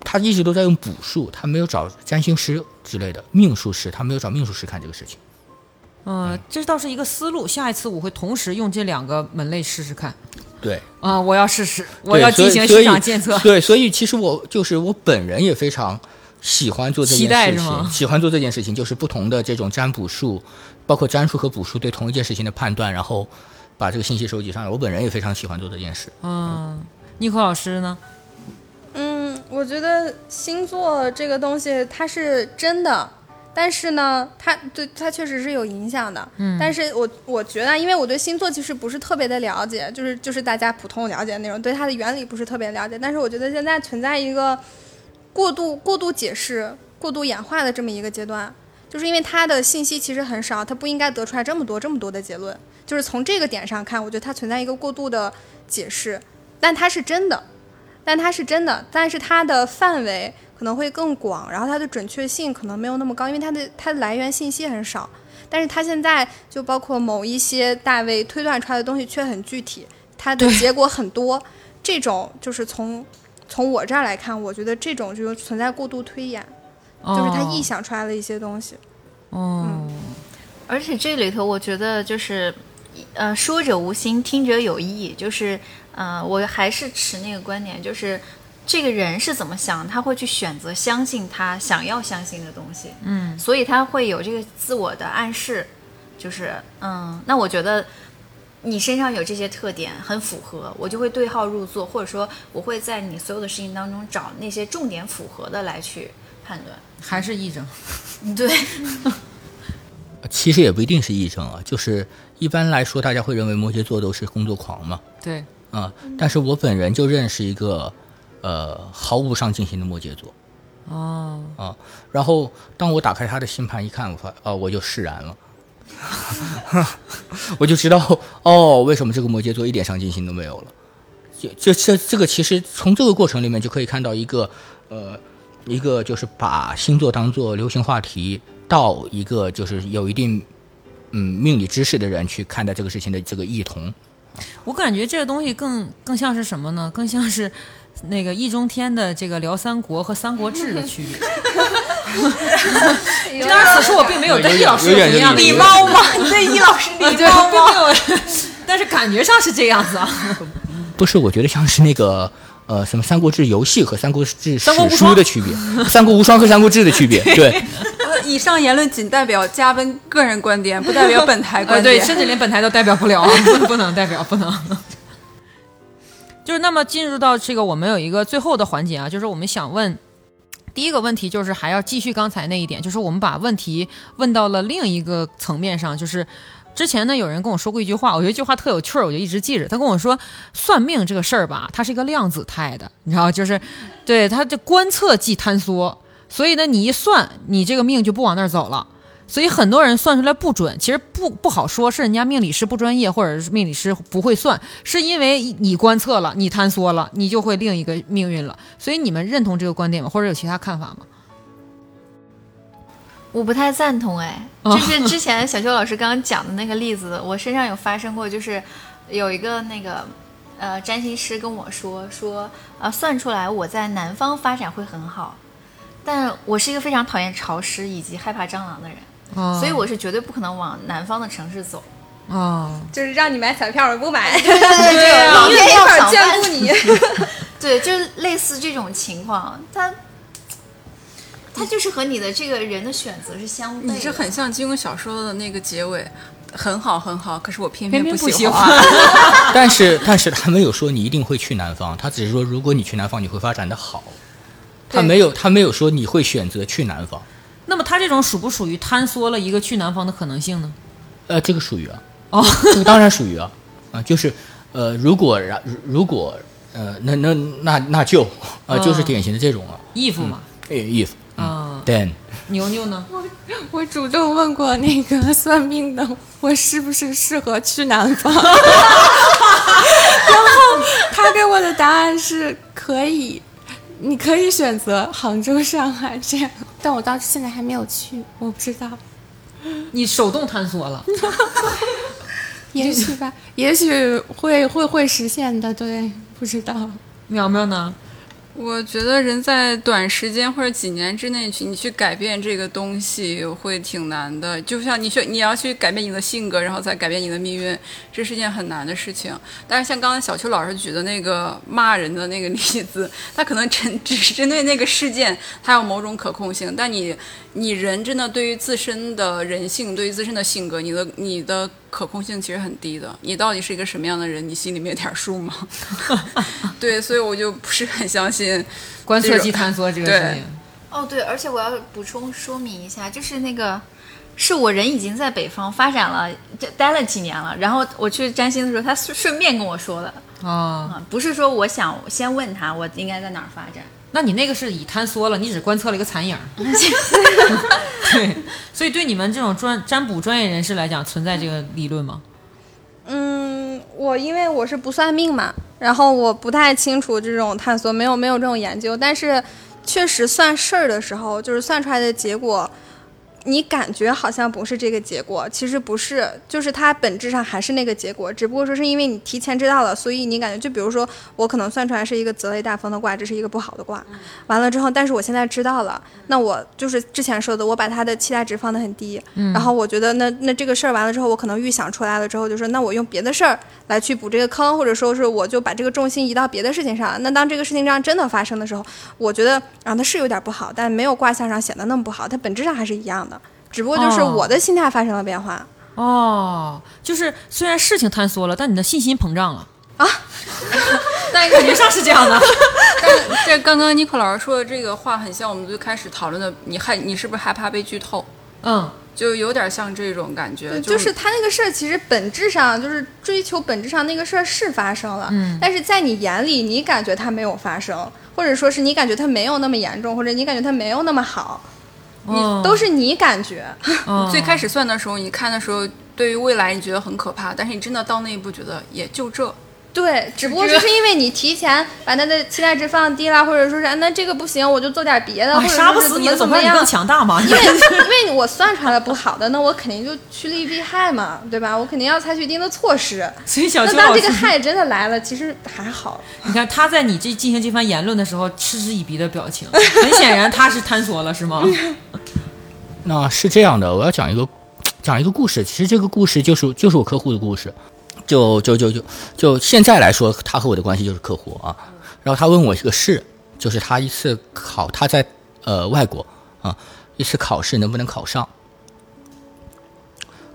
[SPEAKER 7] 他一直都在用卜术，他没有找占星师之类的命数师，他没有找命数师看这个事情。
[SPEAKER 6] 嗯，这倒是一个思路。下一次我会同时用这两个门类试试看。
[SPEAKER 7] 对，
[SPEAKER 6] 啊、我要试试，我
[SPEAKER 7] 对
[SPEAKER 6] 要
[SPEAKER 7] 所
[SPEAKER 6] 进
[SPEAKER 7] 以
[SPEAKER 6] 行
[SPEAKER 7] 所
[SPEAKER 6] 市
[SPEAKER 7] 以
[SPEAKER 6] 场监测。
[SPEAKER 7] 对，所以其实我就是我本人也非常喜欢做这
[SPEAKER 6] 期
[SPEAKER 7] 件
[SPEAKER 6] 待
[SPEAKER 7] 事
[SPEAKER 6] 是吗
[SPEAKER 7] 情，喜欢做这件事情，就是不同的这种占卜术，包括占术和卜术对同一件事情的判断，然后把这个信息收集上来。我本人也非常喜欢做这件事。
[SPEAKER 6] 嗯，尼克老师呢？
[SPEAKER 8] 嗯，我觉得星座这个东西它是真的，但是呢，它对它确实是有影响的。嗯，但是我我觉得，因为我对星座其实不是特别的了解，就是就是大家普通了解的那种，对它的原理不是特别了解。但是我觉得现在存在一个过度过度解释、过度演化的这么一个阶段，就是因为它的信息其实很少，它不应该得出来这么多这么多的结论。就是从这个点上看，我觉得它存在一个过度的解释，但它是真的。但它是真的，但是它的范围可能会更广，然后它的准确性可能没有那么高，因为它的它的来源信息很少。但是它现在就包括某一些大 V 推断出来的东西却很具体，它的结果很多，这种就是从从我这儿来看，我觉得这种就是存在过度推演，就是他
[SPEAKER 6] 哦
[SPEAKER 8] 臆想出来的一些东西。
[SPEAKER 6] 哦，
[SPEAKER 5] 而且这里头，我觉得就是，呃，说者无心，听者有意。就是，呃，我还是持那个观点，就是这个人是怎么想，他会去选择相信他想要相信的东西。嗯，所以他会有这个自我的暗示，就是，嗯，那我觉得你身上有这些特点，很符合，我就会对号入座，或者说我会在你所有的事情当中找那些重点符合的来去判断。
[SPEAKER 6] 还是癔症。
[SPEAKER 5] 对，
[SPEAKER 7] 其实也不一定是癔症啊，就是一般来说大家会认为摩羯座都是工作狂嘛，
[SPEAKER 6] 对，
[SPEAKER 7] 啊、但是我本人就认识一个，呃，毫无上进心的摩羯座。
[SPEAKER 6] 哦，
[SPEAKER 7] 啊。然后当我打开他的星盘一看，我发啊，我就释然了， *laughs* 我就知道哦，为什么这个摩羯座一点上进心都没有了。这这这这个其实从这个过程里面就可以看到一个呃一个就是把星座当做流行话题，到一个就是有一定嗯命理知识的人去看待这个事情的这个异同。
[SPEAKER 6] 我感觉这个东西更更像是什么呢？更像是那个易中天的这个《聊三国》和《三国志》的区 *laughs* 别。当然，此处我并没有对易老师有什么样的
[SPEAKER 7] 有点有点有点
[SPEAKER 6] 吗？你 *laughs* 对易老师礼貌吗？并没有， *laughs* 但是感觉上是这样子啊。
[SPEAKER 7] 不是，我觉得像是那个呃什么《三国志》游戏和《三国志》
[SPEAKER 6] 三国无
[SPEAKER 7] 史
[SPEAKER 6] 双
[SPEAKER 7] 书的区别，《三国无双》和《三国志》的区别。对，
[SPEAKER 9] 呃，以上言论仅代表嘉宾个人观点，不代表本 *laughs* 台
[SPEAKER 6] 呃，
[SPEAKER 9] 观
[SPEAKER 6] 对，
[SPEAKER 9] 点。
[SPEAKER 6] 甚至连本台都代表不了，啊不 *laughs* 不能代表，不能。就是那么进入到这个，我们有一个最后的环节啊，就是我们想问第一个问题，就是还要继续刚才那一点，就是我们把问题问到了另一个层面上，就是之前呢，有人跟我说过一句话，我觉得这句话特有趣儿，我就一直记着。他跟我说，算命这个事儿吧，它是一个量子态的，你知道，就是对它这观测即坍缩，所以呢，你一算，你这个命就不往那儿走了。所以很多人算出来不准，其实不不好说，是人家命理师不专业，或者是命理师不会算，是因为你观测了，你坍缩了，你就会另一个命运了。所以你们认同这个观点吗？或者有其他看法吗？
[SPEAKER 5] 我不太赞同哎，
[SPEAKER 6] 哦
[SPEAKER 5] 就是之前小邱老师刚刚讲的那个例子，我身上有发生过，就是有一个那个呃占星师跟我说说呃算出来我在南方发展会很好，但我是一个非常讨厌潮湿以及害怕蟑螂的人，
[SPEAKER 6] 哦
[SPEAKER 5] 所以我是绝对不可能往南方的城市走。
[SPEAKER 6] 哦，
[SPEAKER 8] 就是让你买彩票，我不买，
[SPEAKER 5] *laughs* 对啊老
[SPEAKER 8] 老天
[SPEAKER 5] 天
[SPEAKER 8] 一
[SPEAKER 5] 要
[SPEAKER 8] 会儿
[SPEAKER 5] 赏
[SPEAKER 8] 眷
[SPEAKER 5] 饭
[SPEAKER 8] 顾你。
[SPEAKER 5] 对，就是类似这种情况，它它就是和你的这个人的选择是相悖的。
[SPEAKER 9] 你这很像金庸小说的那个结尾，很好很好，可是我偏
[SPEAKER 6] 偏偏
[SPEAKER 9] 不
[SPEAKER 6] 不喜
[SPEAKER 9] 欢。
[SPEAKER 7] *laughs* 但是但是他没有说你一定会去南方，他只是说如果你去南方，你会发展的好。他没有他没有说你会选择去南方，
[SPEAKER 6] 那么他这种属不属于坍缩了一个去南方的可能性呢？
[SPEAKER 7] 呃，这个属于啊，
[SPEAKER 6] 哦，
[SPEAKER 7] 这个当然属于啊，啊、就是呃，如果然如果呃，那那那那就啊、呃就是
[SPEAKER 6] 嗯
[SPEAKER 7] 典型的这种啊
[SPEAKER 6] 义父嘛，
[SPEAKER 7] ，if 嗯
[SPEAKER 6] 啊，
[SPEAKER 7] then
[SPEAKER 6] 牛牛呢？
[SPEAKER 2] 我主动问过那个算命的，我是不是适合去南 *laughs* 方？然后他给我的答案是可以，你可以选择杭州、上海这样，但我到现在还没有去，我不知道，
[SPEAKER 6] 你手动坍缩了，
[SPEAKER 2] 也许吧，也许会会会实现的，对，不知道。
[SPEAKER 6] 苗苗呢？
[SPEAKER 9] 我觉得人在短时间或者几年之内去你去改变这个东西会挺难的，就像你去你要去改变你的性格，然后再改变你的命运，这是件很难的事情。但是像刚才小邱老师举的那个骂人的那个例子，他可能针只是针对那个事件，它有某种可控性，但你你人真的对于自身的人性，对于自身的性格，你的你的可控性其实很低的。你到底是一个什么样的人，你心里面有点数吗？ *laughs* 对，所以我就不是很相信。
[SPEAKER 6] 观测
[SPEAKER 9] 这
[SPEAKER 6] 即
[SPEAKER 9] 种
[SPEAKER 6] 坍缩这个
[SPEAKER 9] 对
[SPEAKER 6] 事情，
[SPEAKER 5] 哦，对，而且我要补充说明一下，就是那个，是我人已经在北方发展了，这待了几年了。然后我去占星的时候，他顺顺便跟我说的
[SPEAKER 6] 哦，
[SPEAKER 5] 啊，不是说我想先问他我应该在哪儿发展。
[SPEAKER 6] 那你那个是已坍缩了，你只观测了一个残影 *laughs* 儿。对，所以对你们这种专占卜专业人士来讲，存在这个理论吗？
[SPEAKER 8] 嗯，我因为我是不算命嘛，然后我不太清楚这种探索，没有没有这种研究，但是确实算事儿的时候，就是算出来的结果，你感觉好像不是这个结果，其实不是，就是它本质上还是那个结果，只不过说是因为你提前知道了，所以你感觉就比如说我可能算出来是一个泽雷大风的卦，这是一个不好的卦，完了之后，但是我现在知道了，那我就是之前说的，我把它的期待值放得很低，然后我觉得那那这个事儿完了之后，我可能预想出来了之后，就说那我用别的事儿来去补这个坑，或者说是我就把这个重心移到别的事情上。那当这个事情上真的发生的时候，我觉得啊，它是有点不好，但没有卦象上显得那么不好，它本质上还是一样的，只不过就是
[SPEAKER 6] 哦
[SPEAKER 8] 我的心态发生了变化。
[SPEAKER 6] 哦，就是虽然事情坍缩了，但你的信心膨胀了，
[SPEAKER 9] 但
[SPEAKER 6] 感觉上是这样的。
[SPEAKER 9] 但这刚刚尼克老师说的这个话，很像我们最开始讨论的，你害你是不是害怕被剧透？
[SPEAKER 6] 嗯，
[SPEAKER 9] 就有点像这种感觉，
[SPEAKER 8] 对，就是他那个事儿，其实本质上就是追求本质上那个事儿是发生了，
[SPEAKER 6] 嗯
[SPEAKER 8] 但是在你眼里，你感觉它没有发生，或者说是你感觉它没有那么严重，或者你感觉它没有那么好，
[SPEAKER 6] 哦
[SPEAKER 8] 你都是你感觉，
[SPEAKER 6] 哦
[SPEAKER 9] 最开始算的时候，你看的时候，对于未来你觉得很可怕，但是你真的到那一步，觉得也就这。
[SPEAKER 8] 对，只不过就是因为你提前把它的期待值放低了，或者说是啊那这个不行，我就做点别的，
[SPEAKER 6] 哎
[SPEAKER 8] 或者
[SPEAKER 6] 杀不
[SPEAKER 8] 说是
[SPEAKER 6] 死
[SPEAKER 8] 怎
[SPEAKER 6] 你
[SPEAKER 8] 么
[SPEAKER 6] 的，
[SPEAKER 8] 怎
[SPEAKER 6] 总
[SPEAKER 8] 么
[SPEAKER 6] 让你
[SPEAKER 8] 样
[SPEAKER 6] 更。强大嘛。
[SPEAKER 8] 因为因为我算出来了不好的，那我肯定就趋利避害嘛，对吧？我肯定要采取一定的措施。
[SPEAKER 6] *laughs* 所以小
[SPEAKER 8] 那
[SPEAKER 6] 邱
[SPEAKER 8] 当
[SPEAKER 6] 老
[SPEAKER 8] 这个
[SPEAKER 6] 师，
[SPEAKER 8] 害真的来了，其实还好。
[SPEAKER 6] 你看他在你这进行这番言论的时候，嗤之以鼻的表情，很显然他是坍缩了，是吗？
[SPEAKER 7] 那是这样的，我要讲一个讲一个故事。其实这个故事就是就是我客户的故事，就就就就就现在来说，他和我的关系就是客户啊。然后他问我一个事，就是他一次考他在呃外国啊一次考试能不能考上。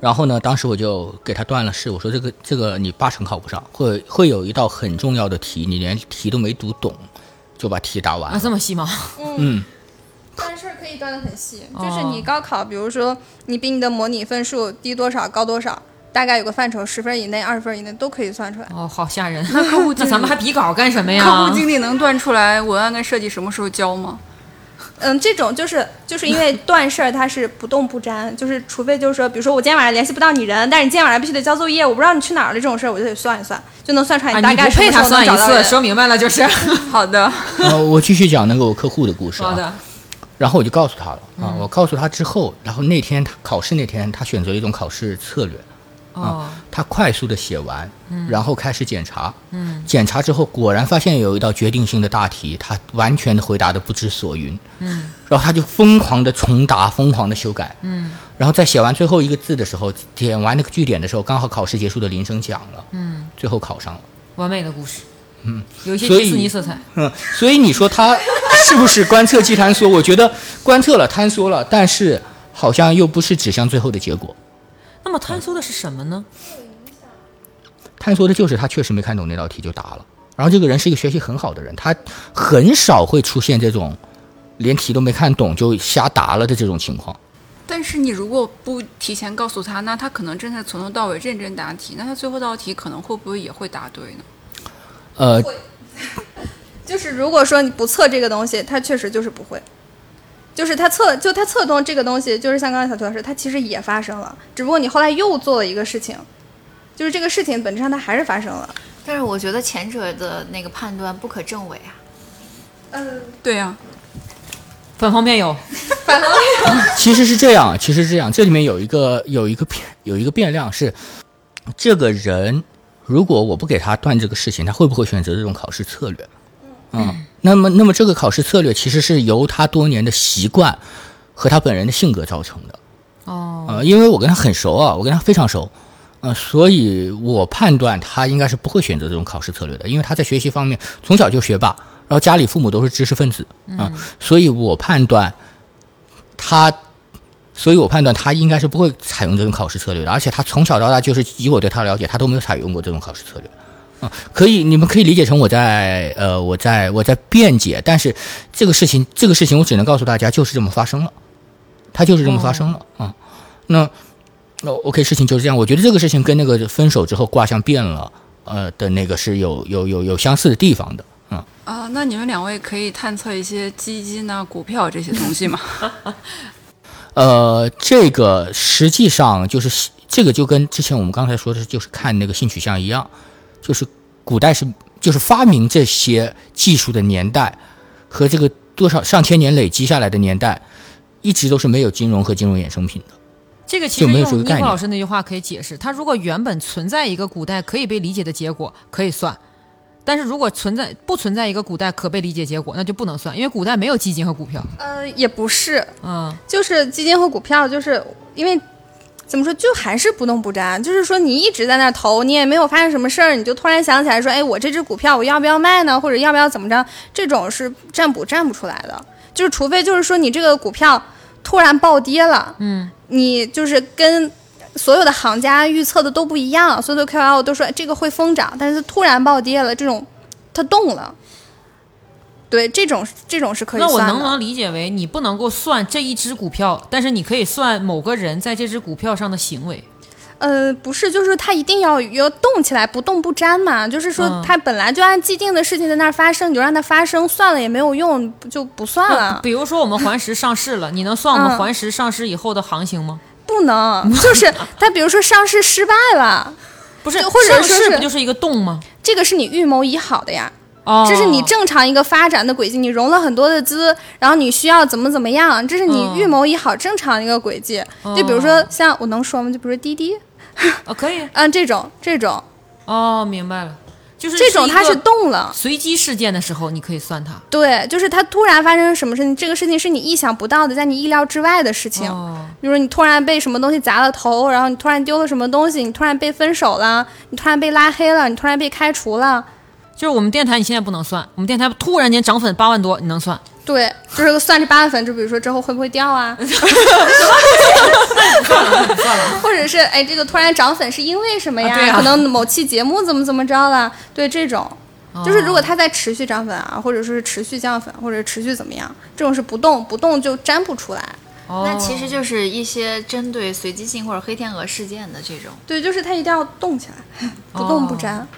[SPEAKER 7] 然后呢，当时我就给他断了事，我说这个这个你八成考不上，会会有一道很重要的题，你连题都没读懂，就把题答
[SPEAKER 6] *laughs* *laughs*
[SPEAKER 7] 完
[SPEAKER 6] 啊，
[SPEAKER 7] 了。
[SPEAKER 6] 这么细吗？
[SPEAKER 7] 嗯，
[SPEAKER 8] 但是可以断得很细，
[SPEAKER 6] 哦
[SPEAKER 8] 就是你高考，比如说你比你的模拟分数低多少，高多少，大概有个范畴，十分以内、二十分以内都可以算出来。
[SPEAKER 6] 哦，好吓人！那客户，那咱们还比稿干什么呀？
[SPEAKER 9] 客户经理能断出来文案跟设计什么时候交吗？
[SPEAKER 8] 嗯，这种就是就是因为断事儿，它是不动不沾，就是除非就是说，比如说我今天晚上联系不到你人，但是你今天晚上必须得交作业，我不知道你去哪儿了这种事儿，我就得算一算，就能算出来
[SPEAKER 6] 啊，
[SPEAKER 8] 哎大
[SPEAKER 6] 你
[SPEAKER 8] 概
[SPEAKER 6] 不
[SPEAKER 8] 什
[SPEAKER 6] 配
[SPEAKER 8] 么时
[SPEAKER 6] 他
[SPEAKER 8] 候能
[SPEAKER 6] 算
[SPEAKER 8] 找
[SPEAKER 6] 一
[SPEAKER 8] 到人。
[SPEAKER 6] 次，说明白了就是。 *laughs*
[SPEAKER 9] 好的，
[SPEAKER 7] 呃，我继续讲那个我客户的故事啊。
[SPEAKER 6] 好的，
[SPEAKER 7] 然后我就告诉他了啊，我告诉他之后，然后那天他考试那天，他选择一种考试策略，
[SPEAKER 6] 哦，
[SPEAKER 8] 啊
[SPEAKER 7] 他快速的写完，然后开始检查，检查之后果然发现有一道决定性的大题，他完全的回答的不知所云，嗯，然后他就疯狂的重答，疯狂的修改，嗯，然后在写完最后一个字的时候，点完那个句点的时候，刚好考试结束的铃声响了，嗯，最后考上了。
[SPEAKER 6] 完美的故事，嗯，有一些
[SPEAKER 7] 所
[SPEAKER 6] 迪
[SPEAKER 7] 以
[SPEAKER 6] 士尼色彩。
[SPEAKER 7] 嗯，所以你说他是不是观测即坍缩？我觉得观测了坍缩了，但是好像又不是指向最后的结果。
[SPEAKER 6] 那么坍缩的是什么呢？
[SPEAKER 8] 嗯
[SPEAKER 7] 坍缩的就是他确实没看懂那道题就答了。然后这个人是一个学习很好的人，他很少会出现这种连题都没看懂就瞎答了的这种情况。
[SPEAKER 9] 但是你如果不提前告诉他，那他可能真的从头到尾认真答题，那他最后道题可能会不会也会答对呢？
[SPEAKER 7] 呃，
[SPEAKER 8] 就是如果说你不测这个东西，他确实就是不会。就是他测，就他测动这个东西，就是像刚才小邱老师，他其实也发生了，只不过你后来又做了一个事情，就是这个事情本质上它还是发生了。
[SPEAKER 5] 但是我觉得前者的那个判断不可证伪啊。
[SPEAKER 9] 对啊呀、
[SPEAKER 6] 反方面有，
[SPEAKER 7] 其实是这样，啊其实是这样，这里面有一个有一个变有一个变量是，这个人如果我不给他断这个事情，他会不会选择这种考试策略？嗯，那么那么这个考试策略其实是由他多年的习惯和他本人的性格造成的。
[SPEAKER 6] 哦，
[SPEAKER 7] 呃，因为我跟他很熟啊，我跟他非常熟，呃，所以我判断他应该是不会选择这种考试策略的，因为他在学习方面从小就学霸，然后家里父母都是知识分子啊、所以我判断他，所以我判断他应该是不会采用这种考试策略的，而且他从小到大就是以我对他的了解，他都没有采用过这种考试策略。啊，可以，你们可以理解成我在呃，我在我在辩解，但是这个事情，这个事情我只能告诉大家，就是这么发生了，它就是这么发生了啊、那那哦 OK，事情就是这样。我觉得这个事情跟那个分手之后卦象变了，呃的那个是有有有有相似的地方的。嗯，
[SPEAKER 9] 啊、那你们两位可以探测一些基金啊、股票这些东西吗？
[SPEAKER 7] 呃，这个实际上就是这个就跟之前我们刚才说的，就是看那个性取向一样，就是古代是就是发明这些技术的年代和这个多少上千年累积下来的年代，一直都是没有金融和金融衍生品的。
[SPEAKER 6] 这个其
[SPEAKER 7] 就
[SPEAKER 6] 实
[SPEAKER 7] 没有这
[SPEAKER 6] 用
[SPEAKER 7] 个
[SPEAKER 6] 尼
[SPEAKER 7] 概
[SPEAKER 6] 克
[SPEAKER 7] 念
[SPEAKER 6] 老师那句话可以解释，它如果原本存在一个古代可以被理解的结果，可以算。但是如果存在不存在一个古代可被理解结果，那就不能算，因为古代没有基金和股票。
[SPEAKER 8] 呃，也不是，
[SPEAKER 6] 嗯，
[SPEAKER 8] 就是基金和股票，就是因为怎么说，就还是不动不沾。就是说，你一直在那儿投，你也没有发生什么事儿，你就突然想起来说，哎，我这只股票我要不要卖呢？或者要不要怎么着？这种是占卜占不出来的。就是除非就是说你这个股票突然暴跌了，嗯，你就是跟。所有的行家预测的都不一样，所有的 KOL 都说哎这个会疯涨，但是突然暴跌了，这种它动了，对，这种这种是可以
[SPEAKER 6] 那
[SPEAKER 8] 算的。
[SPEAKER 6] 我能不能理解为你不能够算这一只股票，但是你可以算某个人在这只股票上的行为？
[SPEAKER 8] 呃，不是，就是它一定要要动起来，不动不沾嘛。就是
[SPEAKER 6] 嗯
[SPEAKER 8] 说，它本来就按既定的事情在那儿发生，你就让它发生，算了也没有用，不就不算了。
[SPEAKER 6] 比如说我们环石上市了，你能算我们
[SPEAKER 8] 嗯
[SPEAKER 6] 环石上市以后的行情吗？
[SPEAKER 8] 不能，就是它，比如说上市失败了，
[SPEAKER 6] 不是，
[SPEAKER 8] 就或者
[SPEAKER 6] 上
[SPEAKER 8] 说
[SPEAKER 6] 市
[SPEAKER 8] 是
[SPEAKER 6] 不就是一个洞吗？
[SPEAKER 8] 这个是你预谋已好的呀，
[SPEAKER 6] 哦，
[SPEAKER 8] 这是你正常一个发展的轨迹，你融了很多的资，然后你需要怎么怎么样，这是你
[SPEAKER 6] 嗯
[SPEAKER 8] 预谋已好正常一个轨迹。就比如说像我能说吗？就比如说滴滴，
[SPEAKER 6] 哦可以
[SPEAKER 8] 嗯，这种这种
[SPEAKER 6] 哦，明白了，就是
[SPEAKER 8] 这种
[SPEAKER 6] 一
[SPEAKER 8] 它
[SPEAKER 6] 个
[SPEAKER 8] 是动了。
[SPEAKER 6] 随机事件的时候，你可以算它。
[SPEAKER 8] 对，就是它突然发生什么事情，这个事情是你意想不到的，在你意料之外的事情。
[SPEAKER 6] 哦，
[SPEAKER 8] 比如你突然被什么东西砸了头，然后你突然丢了什么东西，你突然被分手了，你突然被拉黑了，你突然被开除了，
[SPEAKER 6] 就是我们电台你现在不能算，我们电台突然间涨粉八万多，你能算？
[SPEAKER 8] 对，就是算这八万粉，就比如说之后会不会掉
[SPEAKER 6] *laughs*
[SPEAKER 8] 啊，或者是哎这个突然涨粉是因为什么呀？
[SPEAKER 6] 啊对啊
[SPEAKER 8] 可能某期节目怎么怎么着了，对这种。
[SPEAKER 6] 哦
[SPEAKER 8] 就是如果它在持续涨粉啊，或者说是持续降粉，或者持续怎么样，这种是不动不动就粘不出来。
[SPEAKER 6] 哦
[SPEAKER 5] 那其实就是一些针对随机性或者黑天鹅事件的这种。
[SPEAKER 8] 对，就是它一定要动起来，不动
[SPEAKER 6] 哦
[SPEAKER 8] 不粘。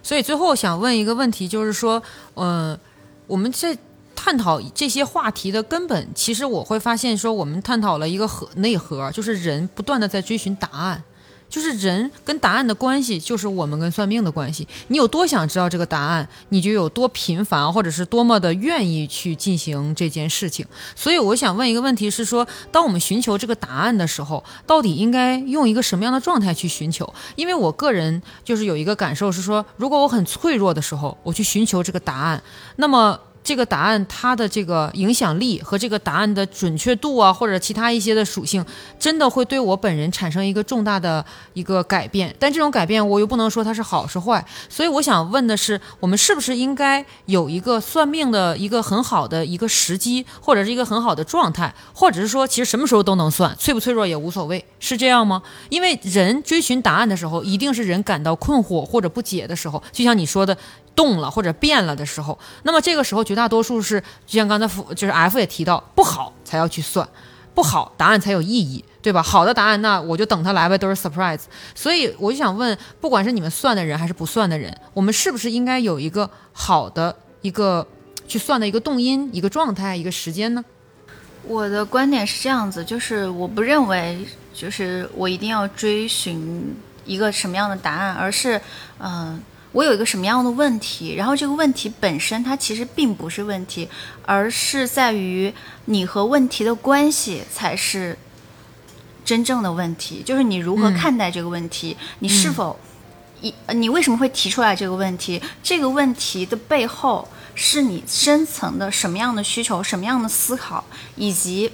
[SPEAKER 6] 所以最后想问一个问题，就是说，嗯、我们在探讨这些话题的根本，其实我会发现说，我们探讨了一个核内核，就是人不断的在追寻答案。就是人跟答案的关系，就是我们跟算命的关系。你有多想知道这个答案，你就有多频繁，或者是多么的愿意去进行这件事情。所以我想问一个问题是说，当我们寻求这个答案的时候，到底应该用一个什么样的状态去寻求？因为我个人就是有一个感受是说，如果我很脆弱的时候，我去寻求这个答案，那么。这个答案它的这个影响力和这个答案的准确度啊，或者其他一些的属性，真的会对我本人产生一个重大的一个改变。但这种改变我又不能说它是好是坏，所以我想问的是，我们是不是应该有一个算命的一个很好的一个时机，或者是一个很好的状态，或者是说其实什么时候都能算，脆不脆弱也无所谓，是这样吗？因为人追寻答案的时候，一定是人感到困惑或者不解的时候，就像你说的。动了或者变了的时候，那么这个时候绝大多数是，就像刚才 F- 就是 F 也提到，不好才要去算，不好答案才有意义，对吧？好的答案那我就等它来呗，都是 surprise。所以我就想问，不管是你们算的人还是不算的人，我们是不是应该有一个好的一个去算的一个动因、一个状态、一个时间呢？
[SPEAKER 5] 我的观点是这样子，就是我不认为就是我一定要追寻一个什么样的答案，而是嗯、呃我有一个什么样的问题，然后这个问题本身它其实并不是问题，而是在于你和问题的关系才是真正的问题，就是你如何看待这个问题，你是否一呃你为什么会提出来这个问题？这个问题的背后是你深层的什么样的需求、什么样的思考，以及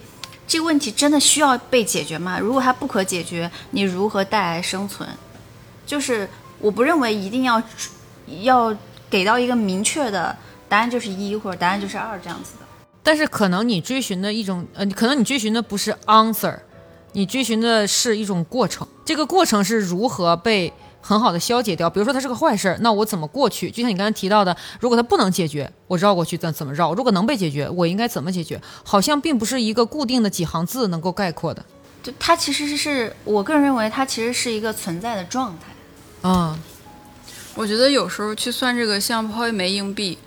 [SPEAKER 5] 这个问题真的需要被解决吗？如果它不可解决，你如何带来生存？就是我不认为一定要要给到一个明确的答案就是一或者答案就是二这样子的。
[SPEAKER 6] 但是可能你追寻的一种，呃，可能你追寻的不是 answer，你追寻的是一种过程。这个过程是如何被很好的消解掉？比如说它是个坏事儿，那我怎么过去？就像你刚才提到的，如果它不能解决，我绕过去怎怎么绕？如果能被解决，我应该怎么解决？好像并不是一个固定的几行字能够概括的。
[SPEAKER 5] 就它其实是我个人认为它其实是一个存在的状态。
[SPEAKER 6] 嗯，
[SPEAKER 9] 我觉得有时候去算这个像抛一枚硬币，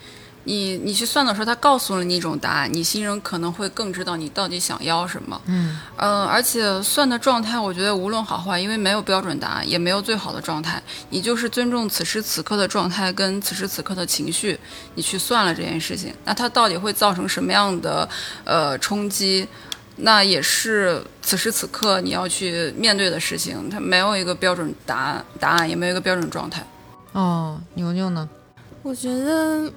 [SPEAKER 9] 你你去算的时候，他告诉了你一种答案，你心中可能会更知道你到底想要什么。嗯，呃，而且算的状态，我觉得无论好坏，因为没有标准答案，也没有最好的状态，你就是尊重此时此刻的状态跟此时此刻的情绪，你去算了这件事情，那它到底会造成什么样的呃冲击？那也是此时此刻你要去面对的事情，它没有一个标准答案，答案也没有一个标准状态。
[SPEAKER 6] 哦，牛牛呢？
[SPEAKER 2] 我觉得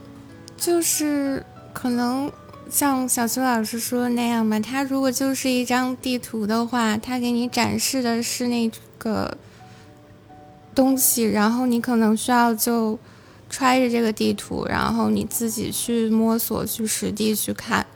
[SPEAKER 2] 就是可能像小邱老师说的那样吧，它如果就是一张地图的话，它给你展示的是那个东西，然后你可能需要就揣着这个地图，然后你自己去摸索、去实地去看，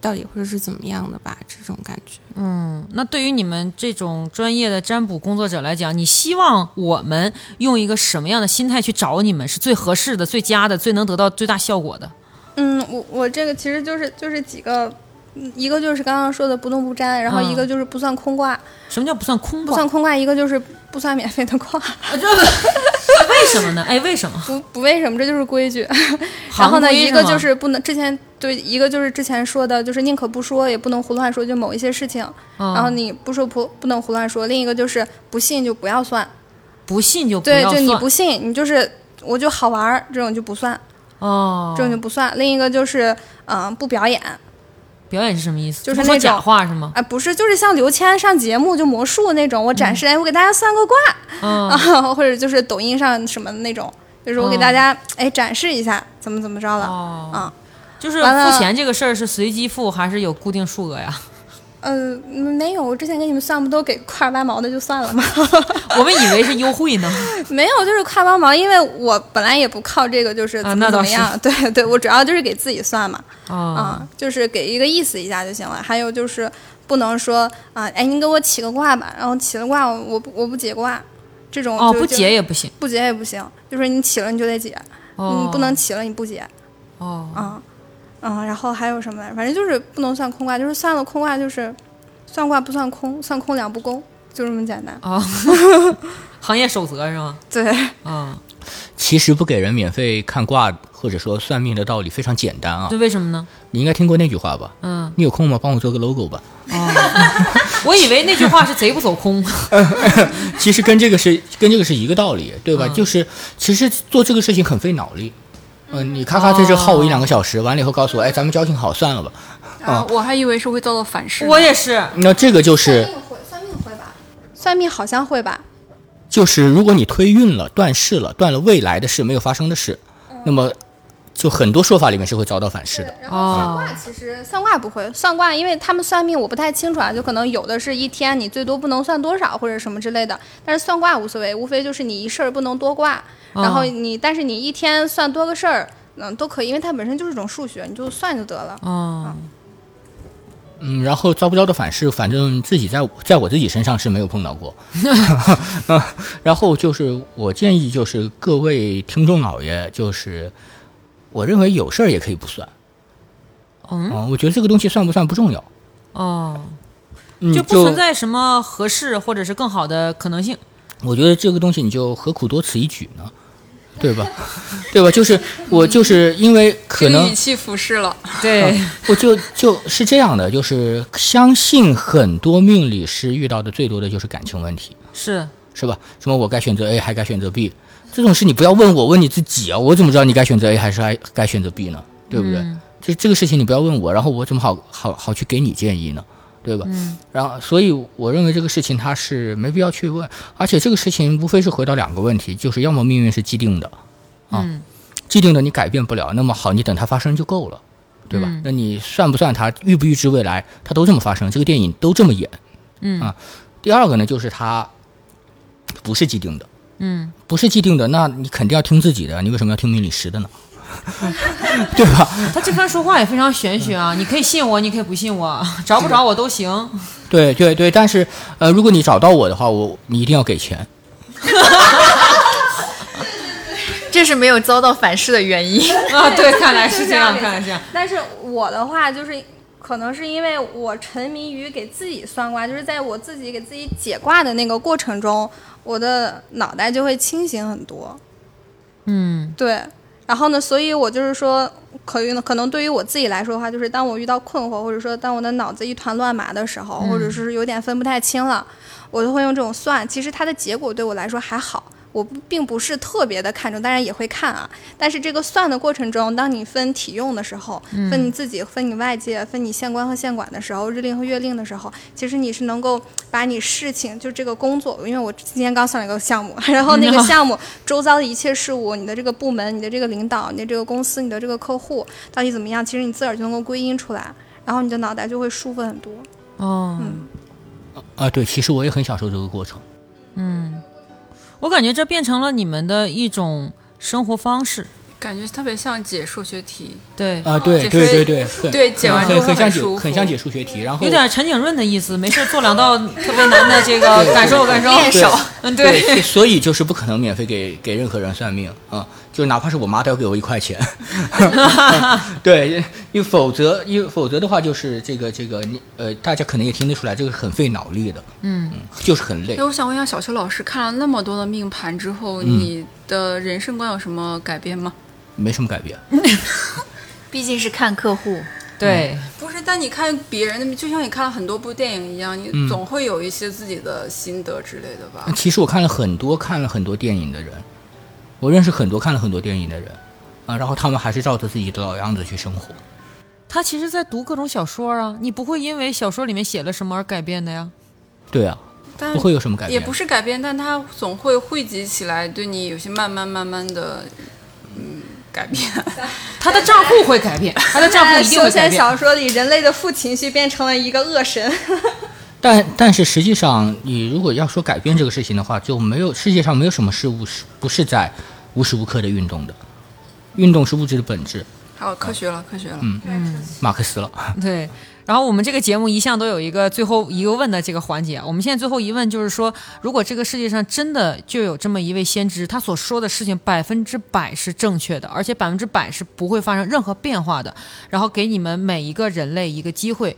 [SPEAKER 2] 到底会是怎么样的吧，这种感觉。
[SPEAKER 6] 嗯，那对于你们这种专业的占卜工作者来讲，你希望我们用一个什么样的心态去找你们是最合适的、最佳的、最能得到最大效果的？
[SPEAKER 8] 嗯，我我这个其实就是就是几个，嗯一个就是刚刚说的不动不粘，然后
[SPEAKER 6] 嗯
[SPEAKER 8] 一个就是不算空卦，
[SPEAKER 6] 什么叫不算空
[SPEAKER 8] 不
[SPEAKER 6] 卦？
[SPEAKER 8] 算空卦，一个就是不算免费的
[SPEAKER 6] *laughs*
[SPEAKER 8] 卦，
[SPEAKER 6] 为什么呢？哎，为什么？
[SPEAKER 8] 不不为什么，这就是规矩。然
[SPEAKER 6] 行
[SPEAKER 8] 后呢，
[SPEAKER 6] 规
[SPEAKER 8] 一个
[SPEAKER 6] 吗
[SPEAKER 8] 就是不能之前对一个就是之前说的，就是宁可不说也不能胡乱说，就某一些事情，
[SPEAKER 6] 嗯
[SPEAKER 8] 然后你不说不不能胡乱说。另一个就是不信就不要算，
[SPEAKER 6] 不信就不
[SPEAKER 8] 对，
[SPEAKER 6] 要
[SPEAKER 8] 就
[SPEAKER 6] 算
[SPEAKER 8] 你不信，你就是我就好玩儿这种就不算，
[SPEAKER 6] 哦
[SPEAKER 8] 这。种就不算。另一个就是嗯、呃不表演，
[SPEAKER 6] 表演是什么意思？
[SPEAKER 8] 就是
[SPEAKER 6] 不说
[SPEAKER 8] 那种
[SPEAKER 6] 假话是吗？
[SPEAKER 8] *laughs* 啊，不是，就是像刘谦上节目就魔术那种，我展示，哎，我给大家算个卦、
[SPEAKER 6] 嗯 *laughs*
[SPEAKER 8] 啊，或者就是抖音上什么的那种，就是我给
[SPEAKER 6] 哦
[SPEAKER 8] 大家、哎展示一下怎么怎么着了，
[SPEAKER 6] 哦
[SPEAKER 8] 啊，
[SPEAKER 6] 就是
[SPEAKER 8] 完了
[SPEAKER 6] 付钱这个事儿是随机付还是有固定数额呀？ *laughs*
[SPEAKER 8] 嗯、没有，我之前给你们算不都给块八毛的就算了吗？ *laughs*
[SPEAKER 6] 我们以为是优惠呢。
[SPEAKER 8] 没有，就是块八毛，因为我本来也不靠这个，就是
[SPEAKER 6] 啊
[SPEAKER 8] 怎么
[SPEAKER 6] 那
[SPEAKER 8] 怎
[SPEAKER 6] 倒
[SPEAKER 8] 么
[SPEAKER 6] 是
[SPEAKER 8] 样，对对，我主要就是给自己算嘛，
[SPEAKER 6] 哦，
[SPEAKER 8] 啊，就是给一个意思一下就行了。还有就是不能说啊，哎，您给我起个卦吧，然后起了卦我我不我不解卦，这种
[SPEAKER 6] 哦，
[SPEAKER 8] 嗯就
[SPEAKER 6] 不
[SPEAKER 8] 就
[SPEAKER 6] 结也不行。
[SPEAKER 8] 不解也不行，就是你起了你就得解，
[SPEAKER 6] 哦，
[SPEAKER 8] 你嗯不能。起了你不解，
[SPEAKER 6] 哦，
[SPEAKER 8] 嗯嗯，然后还有什么来着？反正就是不能算空卦，就是算了空卦就是算卦不算空，算空两不公，就这么简单。
[SPEAKER 6] 哦， *laughs* 行业守则是吗？
[SPEAKER 8] 对，
[SPEAKER 6] 啊，
[SPEAKER 7] 其实不给人免费看卦或者说算命的道理非常简单啊
[SPEAKER 6] 这，为什么呢？
[SPEAKER 7] 你应该听过那句话吧？
[SPEAKER 6] 嗯，
[SPEAKER 7] 你有空吗？帮我做个 logo 吧。
[SPEAKER 6] 我以为那句 *laughs* 话是贼不走空。
[SPEAKER 7] 其实跟这个是跟这个是一个道理，对吧？就是其实做这个事情很费脑力，嗯、你咔咔在这耗我一两个小时，完了以后告诉我，哎，咱们交情好，算了吧。
[SPEAKER 9] 啊，我还以为是会遭到反噬。
[SPEAKER 6] 我也是，
[SPEAKER 7] 那这个就是
[SPEAKER 8] 命会算命会吧？算命好像会吧？
[SPEAKER 7] 就是，如果你推运了、断事了、断了未来的事没有发生的事，那么就很多说法里面是会遭到反噬的。
[SPEAKER 8] 然后算卦其实算卦不会，算卦因为他们算命我不太清楚啊，就可能有的是一天你最多不能算多少或者什么之类的，但是算卦无所谓，无非就是你一事儿不能多卦，然后你但是你一天算多个事儿，嗯都可以，因为它本身就是一种数学，你就算就得了。
[SPEAKER 6] 哦，
[SPEAKER 7] 嗯，然后遭不遭到反噬，反正自己在我在我自己身上是没有碰
[SPEAKER 6] *laughs*
[SPEAKER 7] 到过。 *laughs* 然后就是我建议就是各位听众老爷，就是我认为有事儿也可以不算。
[SPEAKER 6] 嗯
[SPEAKER 7] 啊我觉得这个东西算不算不重要，嗯
[SPEAKER 6] 哦，
[SPEAKER 7] 你
[SPEAKER 6] 就不存在什么合适或者是更好的可能性。
[SPEAKER 7] 我觉得这个东西你就何苦多此一举呢？对吧？ *laughs* 对吧？就是我就是因为可
[SPEAKER 9] 这个
[SPEAKER 7] 能
[SPEAKER 9] 语气俯视了，
[SPEAKER 6] *laughs* 对，
[SPEAKER 7] 我就就是这样的，就是相信很多命理师遇到的最多的就是感情问题，
[SPEAKER 6] 是
[SPEAKER 7] 是吧？什么我该选择 A 还该选择 B，这种事你不要问我，问你自己啊！我怎么知道你该选择 A 还是该该选择 B 呢？对不对？就这个事情你不要问我，然后我怎么好好好去给你建议呢？对吧？嗯、然后，所以我认为这个事情它是没必要去问，而且这个事情无非是回到两个问题，就是要么命运是既定的，啊，既定的你改变不了，那么好，你等它发生就够了，对吧？那你算不算它，预不预知未来，它都这么发生，这个电影都这么演，嗯啊。第二个呢，就是它不是既定的，嗯，不是既定的，那你肯定要听自己的，你为什么要听命理师的
[SPEAKER 9] *laughs*
[SPEAKER 7] 呢？对吧？
[SPEAKER 6] 他这番说话也非常玄学啊！你可以信我，你可以不信我，找不着我都 *laughs* 行。啊
[SPEAKER 7] 对对对，但是呃，如果你找到我的话，我你一定要给钱。
[SPEAKER 2] 这是没有遭到反噬的原因。
[SPEAKER 6] 啊，对，看来是这样，
[SPEAKER 8] 就是
[SPEAKER 6] 看来是这样。
[SPEAKER 8] *laughs* 但是我的话就是，可能是因为我沉迷于给自己算卦，就是在我自己给自己解卦的那个过程中，我的脑袋就会清醒很多。
[SPEAKER 6] 嗯，
[SPEAKER 8] 对，然后呢，所以我就是说，可于可能对于我自己来说的话，就是当我遇到困惑，或者说当我的脑子一团乱麻的时候，
[SPEAKER 6] 嗯
[SPEAKER 8] 或者是有点分不太清了，我就会用这种算。其实它的结果对我来说还好。我不并不是特别的看重，当然也会看啊。但是这个算的过程中，当你分体用的时候，分你自己、分你外界、分你县官和县管的时候，日令和月令的时候，其实你是能够把你事情就这个工作，因为我今天刚算了一个项目， *laughs* 然后那个项目周遭的一切事物，你的这个部门、你的这个领导、你的这个公司、你的这个客户到底怎么样，其实你自个儿就能够归因出来，然后你的脑袋就会舒服很多。
[SPEAKER 6] 哦，
[SPEAKER 7] 啊，对，其实我也很享受这个过程。
[SPEAKER 6] 我感觉这变成了你们的一种生活方式。
[SPEAKER 9] 感觉特别像解数学题。
[SPEAKER 6] 对，
[SPEAKER 7] 啊，对
[SPEAKER 9] 解
[SPEAKER 7] 对
[SPEAKER 9] 说
[SPEAKER 7] 对对，很
[SPEAKER 9] 哦对解完之
[SPEAKER 7] 很
[SPEAKER 9] 后
[SPEAKER 7] 很像
[SPEAKER 9] 很
[SPEAKER 7] 解
[SPEAKER 9] 舒
[SPEAKER 7] 很像
[SPEAKER 9] 服
[SPEAKER 7] 解数学题，然后
[SPEAKER 6] 有点陈景润的意思，没事做两道特别难的这个感受感受。
[SPEAKER 2] 练手
[SPEAKER 6] 嗯，
[SPEAKER 7] 对
[SPEAKER 6] 对，
[SPEAKER 7] 所以就是不可能免费给给任何人算命啊，就哪怕是我妈都要给我一块钱。 *laughs* 对，因为否则因为否则的话，就是这个这个你呃，大家可能也听得出来，这个是很费脑力的，嗯，就是很累
[SPEAKER 9] 哎，。我想问一下小邱老师，看了那么多的命盘之后，
[SPEAKER 7] 嗯
[SPEAKER 9] 你的人生观有什么改变吗？
[SPEAKER 7] 没什么改变。
[SPEAKER 2] 毕竟是看客户，
[SPEAKER 6] *laughs* 对，
[SPEAKER 9] 不是，但你看别人的，就像你看了很多部电影一样，
[SPEAKER 7] 嗯
[SPEAKER 9] 你总会有一些自己的心得之类的吧？
[SPEAKER 7] 其实我看了很多看了很多电影的人，我认识很多看了很多电影的人啊，然后他们还是照着自己的老样子去生活。
[SPEAKER 6] 他其实在读各种小说啊，你不会因为小说里面写了什么而改变的呀。
[SPEAKER 7] 对啊，
[SPEAKER 9] 但
[SPEAKER 7] 不会有什么改变。
[SPEAKER 9] 也不是改变，但它总会汇集起来，对你有些慢慢慢慢的，嗯，改变。 *laughs*
[SPEAKER 6] 他的账户会改变，他的账户一定
[SPEAKER 8] 修
[SPEAKER 6] 会改
[SPEAKER 8] 仙
[SPEAKER 6] 变。
[SPEAKER 8] 小说里，人类的负情绪变成了一个恶神。
[SPEAKER 7] 但但是实际上，你如果要说改变这个事情的话，就没有世界上没有什么事物是不是在无时无刻的运动的。运动是物质的本质，
[SPEAKER 9] 好，科学了，科学了。
[SPEAKER 7] 嗯马克思了。 *laughs*
[SPEAKER 6] *laughs* 对，然后我们这个节目一向都有一个最后一个问的这个环节，我们现在最后一问就是说，如果这个世界上真的就有这么一位先知，他所说的事情百分之百是正确的，而且百分之百是不会发生任何变化的，然后给你们每一个人类一个机会。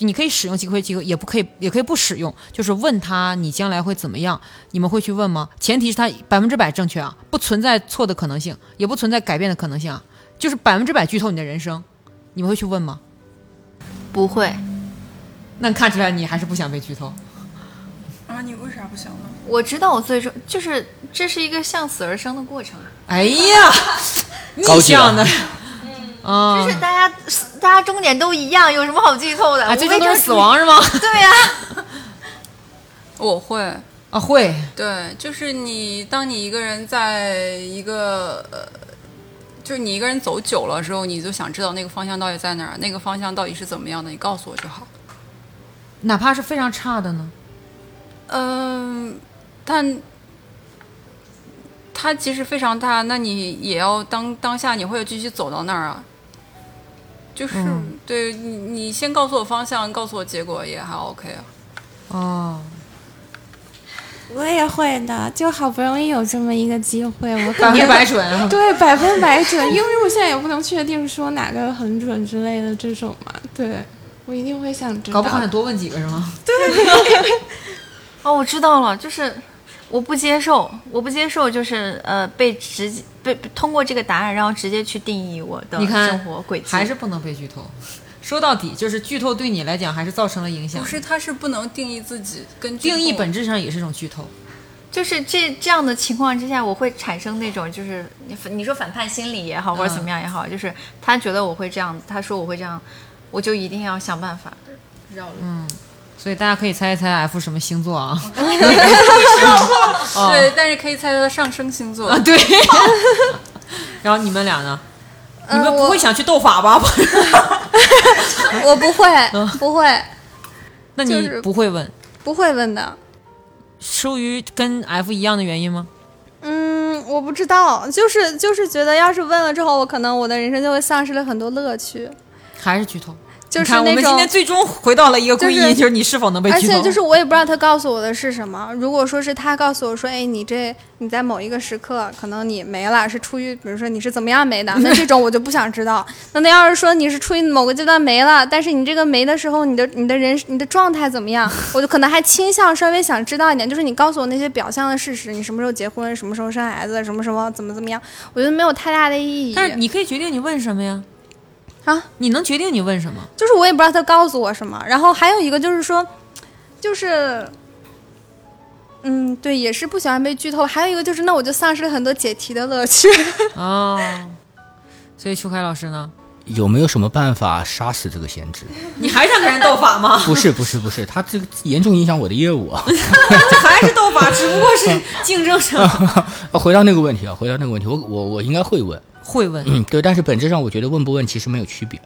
[SPEAKER 6] 你可以使用即可即可，也不可以，也可以不使用。就是问他你将来会怎么样，你们会去问吗？前提是他百分之百正确啊，不存在错的可能性，也不存在改变的可能性啊，就是百分之百剧透你的人生，你们会去问吗？
[SPEAKER 5] 不会，
[SPEAKER 6] 那看出来你还是不想被剧
[SPEAKER 7] *laughs*
[SPEAKER 6] 透。
[SPEAKER 9] 啊，你为啥不想呢？
[SPEAKER 5] 我知道我最终就是这是一个向死而生的过程啊。
[SPEAKER 6] 哎呀，
[SPEAKER 7] *laughs* 高
[SPEAKER 6] 逆
[SPEAKER 7] 级了
[SPEAKER 6] 向的，啊
[SPEAKER 5] 嗯就是大家大家终点都一样，有什么好剧透的？
[SPEAKER 6] 啊，最
[SPEAKER 5] 无
[SPEAKER 6] 终
[SPEAKER 5] 非
[SPEAKER 6] 都
[SPEAKER 5] 就是
[SPEAKER 6] 死。亡是吗？
[SPEAKER 5] 对啊呀、
[SPEAKER 9] 我会，
[SPEAKER 6] 啊，会，
[SPEAKER 9] 对，就是你，当你一个人在一个呃，就是你一个人走久了之后，你就想知道那个方向到底在哪儿，那个方向到底是怎么样的，你告诉我就好。
[SPEAKER 6] 哪怕是非常差的呢？
[SPEAKER 9] 嗯，但它即使非常大，那你也要当当下你会继续走到那儿啊。就是、对你，你先告诉我方向，告诉我结果也还 OK 啊。
[SPEAKER 5] *laughs*
[SPEAKER 6] 哦，
[SPEAKER 2] *laughs* 我也会的，就好不容易有这么一个机会，我
[SPEAKER 6] 百分
[SPEAKER 2] 肯 *laughs* 定
[SPEAKER 6] 之百准啊。
[SPEAKER 2] 对百分百准，因为我现在也不能确定说哪个很准之类的这种嘛。对，我一定会想知
[SPEAKER 6] *laughs* 搞
[SPEAKER 2] 道。
[SPEAKER 6] 不好想多问几个是吗？
[SPEAKER 5] 哦，我知道了，就是我不接受，我不接受，就是呃被直接被通过这个答案，然后直接去定义我的
[SPEAKER 6] 你看
[SPEAKER 5] 生活轨迹。
[SPEAKER 6] 还是不能被剧透。说到底，就是剧透对你来讲还是造成了影响
[SPEAKER 9] 不。是，它是不能定义自己，跟
[SPEAKER 6] 定义本质上也是一种剧透。
[SPEAKER 5] 就是这这样的情况之下，我会产生那种就是你你说反叛心理也好，或者怎
[SPEAKER 7] 嗯
[SPEAKER 5] 么样也好，就是他觉得我会这样，他说我会这样，我就一定要想办法。
[SPEAKER 6] 所以大家可以猜一猜 F 什么星座啊？哦
[SPEAKER 9] 对，但是可以猜它的上升星
[SPEAKER 5] 嗯
[SPEAKER 9] 座。
[SPEAKER 6] 啊，对。 *laughs* 然后你们俩呢？你
[SPEAKER 8] 嗯
[SPEAKER 5] 呃
[SPEAKER 6] 们不
[SPEAKER 8] 我
[SPEAKER 6] 会想去斗法吧？ *laughs*
[SPEAKER 8] 我不会，
[SPEAKER 6] 嗯
[SPEAKER 8] 不会，
[SPEAKER 6] 那你
[SPEAKER 8] 就是
[SPEAKER 6] 不会问，
[SPEAKER 8] 不会问的。
[SPEAKER 6] 出于跟 F 一样的原因吗？
[SPEAKER 8] 嗯，我不知道，就是就是觉得，要是问了之后，我可能我的人生就会丧失了很多乐趣，
[SPEAKER 6] 还是剧透？
[SPEAKER 8] 就
[SPEAKER 6] 你
[SPEAKER 8] 是
[SPEAKER 6] 看，我
[SPEAKER 8] 那
[SPEAKER 6] 们今
[SPEAKER 8] 种
[SPEAKER 6] 天。最终回到了一个归因，
[SPEAKER 8] 就是
[SPEAKER 6] 就是你是否能被
[SPEAKER 8] 而
[SPEAKER 6] 剧透。
[SPEAKER 8] 且就是我也不知道他告诉我的是什么。如果说是他告诉我说，哎，你这你在某一个时刻可能你没了，是出于比如说你是怎么样没的，那这种我就不想知
[SPEAKER 6] *laughs*
[SPEAKER 8] 道。那那要是说你是出于某个阶段没了，但是你这个没的时候，你的你的人你的状态怎么样，我就可能还倾向稍微想知道一点，就是你告诉我那些表象的事实，你什么时候结婚，什么时候生孩子，什么时候怎么怎么样，我觉得没有太大的意义。
[SPEAKER 6] 但是你可以决定你问什么呀？
[SPEAKER 8] 啊，
[SPEAKER 6] 你能决定你问什么？
[SPEAKER 8] 就是我也不知道他告诉我什么。然后还有一个就是说，就是，嗯，对，也是不喜欢被剧透。还有一个就是，那我就丧失了很多解题的乐趣。 *laughs*
[SPEAKER 6] 哦，所以邱凯老师呢？
[SPEAKER 7] 有没有什么办法杀死这个闲职？
[SPEAKER 6] 你还想跟人斗法吗？
[SPEAKER 8] *laughs*
[SPEAKER 7] 不是不是不是，他这个严重影响我的业务啊！ *laughs*
[SPEAKER 6] 还是斗法，只不过是竞争
[SPEAKER 7] 啊
[SPEAKER 6] 上
[SPEAKER 7] 回到那个问题啊，回到那个问题，我我我应该会问，
[SPEAKER 6] 会问。
[SPEAKER 7] 嗯，对，但是本质上我觉得问不问其实没有区别，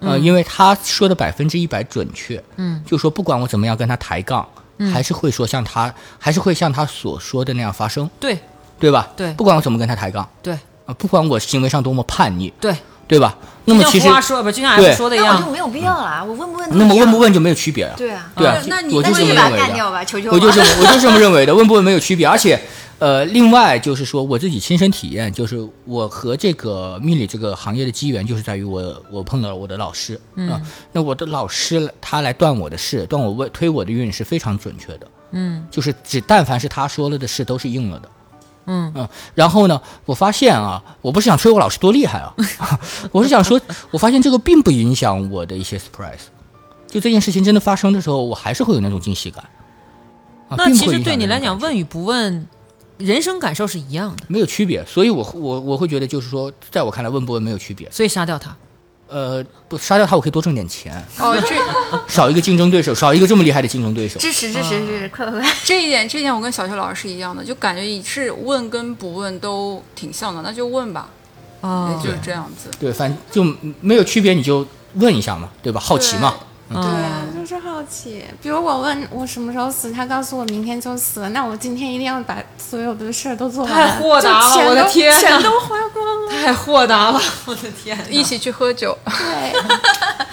[SPEAKER 7] 呃，因为他说的百分之一百准确，
[SPEAKER 6] 嗯，
[SPEAKER 7] 就说不管我怎么样跟他抬杠，还是会说像他，还是会像他所说的那样发生，
[SPEAKER 6] 对
[SPEAKER 7] 对吧？
[SPEAKER 6] 对
[SPEAKER 7] 不管我怎么跟他抬杠，
[SPEAKER 6] 对
[SPEAKER 7] 啊，不管我行为上多么叛逆，
[SPEAKER 6] 对，
[SPEAKER 7] 对吧？那
[SPEAKER 6] 就
[SPEAKER 7] 么
[SPEAKER 6] 像
[SPEAKER 7] 其实
[SPEAKER 6] 福，娃说吧，就像 F
[SPEAKER 7] 对
[SPEAKER 6] 说的一
[SPEAKER 5] 那我就
[SPEAKER 6] 样，
[SPEAKER 5] 没有必要啦，我问不问都
[SPEAKER 7] 嗯那么
[SPEAKER 5] 一样
[SPEAKER 7] 问不？问就没有区别啊，
[SPEAKER 5] 对啊，
[SPEAKER 7] 对啊，
[SPEAKER 9] 那那你
[SPEAKER 7] 我就
[SPEAKER 5] 那
[SPEAKER 7] 这
[SPEAKER 5] 就
[SPEAKER 7] 么
[SPEAKER 5] 把
[SPEAKER 7] 认
[SPEAKER 5] 它
[SPEAKER 7] 为
[SPEAKER 5] 干
[SPEAKER 7] 的。
[SPEAKER 5] 掉吧，求求
[SPEAKER 7] 啊我就这 *laughs* 么我就这么认为的，问不问没有区别。而且，呃，另外就是说我自己亲身体验，就是我和这个命理这个行业的机缘，就是在于我我碰到了我的老师，嗯、那我的老师他来断我的事，断我问推我的运是非常准确的，
[SPEAKER 6] 嗯，
[SPEAKER 7] 就是只但凡是他说了的事都是应了的。啊
[SPEAKER 6] 嗯
[SPEAKER 7] 然后呢，我发现啊，我不是想吹我老师多厉害 *laughs* 啊，我是想说，我发现这个并不影响我的一些 surprise。就这件事情真的发生的时候，我还是会有那种惊喜感。啊、
[SPEAKER 6] 那
[SPEAKER 7] 并不
[SPEAKER 6] 其
[SPEAKER 7] 会
[SPEAKER 6] 实
[SPEAKER 7] 影响
[SPEAKER 6] 对你
[SPEAKER 7] 那种
[SPEAKER 6] 来
[SPEAKER 7] 感
[SPEAKER 6] 讲，
[SPEAKER 7] 觉
[SPEAKER 6] 问与不问，人生感受是一样的，
[SPEAKER 7] 没有区别，所以我我我会觉得就是说，在我看来问不问没有区别。
[SPEAKER 6] 所以杀掉他。
[SPEAKER 7] 呃，不杀掉他，我可以多挣点钱， *laughs*
[SPEAKER 9] 哦，这
[SPEAKER 7] 少一个竞争对手，少一个这么厉嗯害的竞争对手。
[SPEAKER 5] 支持支持支持，快快快！
[SPEAKER 9] 这一点，这一点我跟小邱老师是一样的，就感觉是问跟不问都挺像的，那就问吧，
[SPEAKER 6] 哦
[SPEAKER 9] 也，就是这样子。
[SPEAKER 7] 对，反就没有区别，你就问一下嘛，对吧？好奇嘛，
[SPEAKER 6] 嗯
[SPEAKER 2] 对， *laughs* 就是好奇。比如我问我什么时候死，他告诉我明天就死了，那我今天一定要把所有的事儿都做完，
[SPEAKER 6] 太豁达了
[SPEAKER 2] 就钱
[SPEAKER 6] 我的
[SPEAKER 2] 都
[SPEAKER 6] 天呐 *laughs*
[SPEAKER 2] 钱都花光了。
[SPEAKER 6] 太豁达了，我的天呐！
[SPEAKER 9] 一起去喝酒， *laughs*
[SPEAKER 2] 对，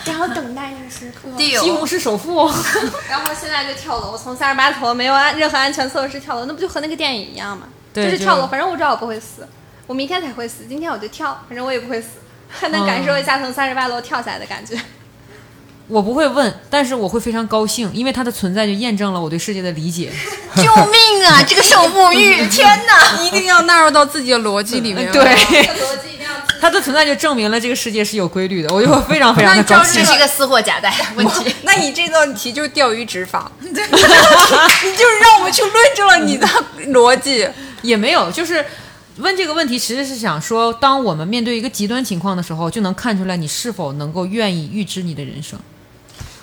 [SPEAKER 2] 然后等待那个时刻。
[SPEAKER 6] 西红柿首富， *laughs*
[SPEAKER 8] 然后现在就跳楼，从三十八层没有安任何安全措施跳楼，那不就和那个电影一样吗？
[SPEAKER 6] 对
[SPEAKER 8] 就是
[SPEAKER 6] 就
[SPEAKER 8] 跳楼，反正我知道我不会死，我明天才会死， *laughs* 今天我就跳，反正我也不会死，还能感受一下从三十八楼跳下来的感觉。
[SPEAKER 6] 我不会问，但是我会非常高兴，因为它的存在就验证了我对世界的理解。
[SPEAKER 5] 救命啊！这个手沐浴，天哪！
[SPEAKER 9] 一定要纳入到自己的逻辑里面。
[SPEAKER 6] 嗯对，它的存在就证明了这个世界是有规律的，我就
[SPEAKER 5] *laughs*
[SPEAKER 6] 会非常非常的高兴
[SPEAKER 5] 这。是一个私货夹带问题。
[SPEAKER 9] 那你这道题就是钓鱼执法， *laughs* 你就是让我们去论证了你的逻辑。
[SPEAKER 6] 也没有，就是问这个问题，其实是想说，当我们面对一个极端情况的时候，就能看出来你是否能够愿意预知你的人生。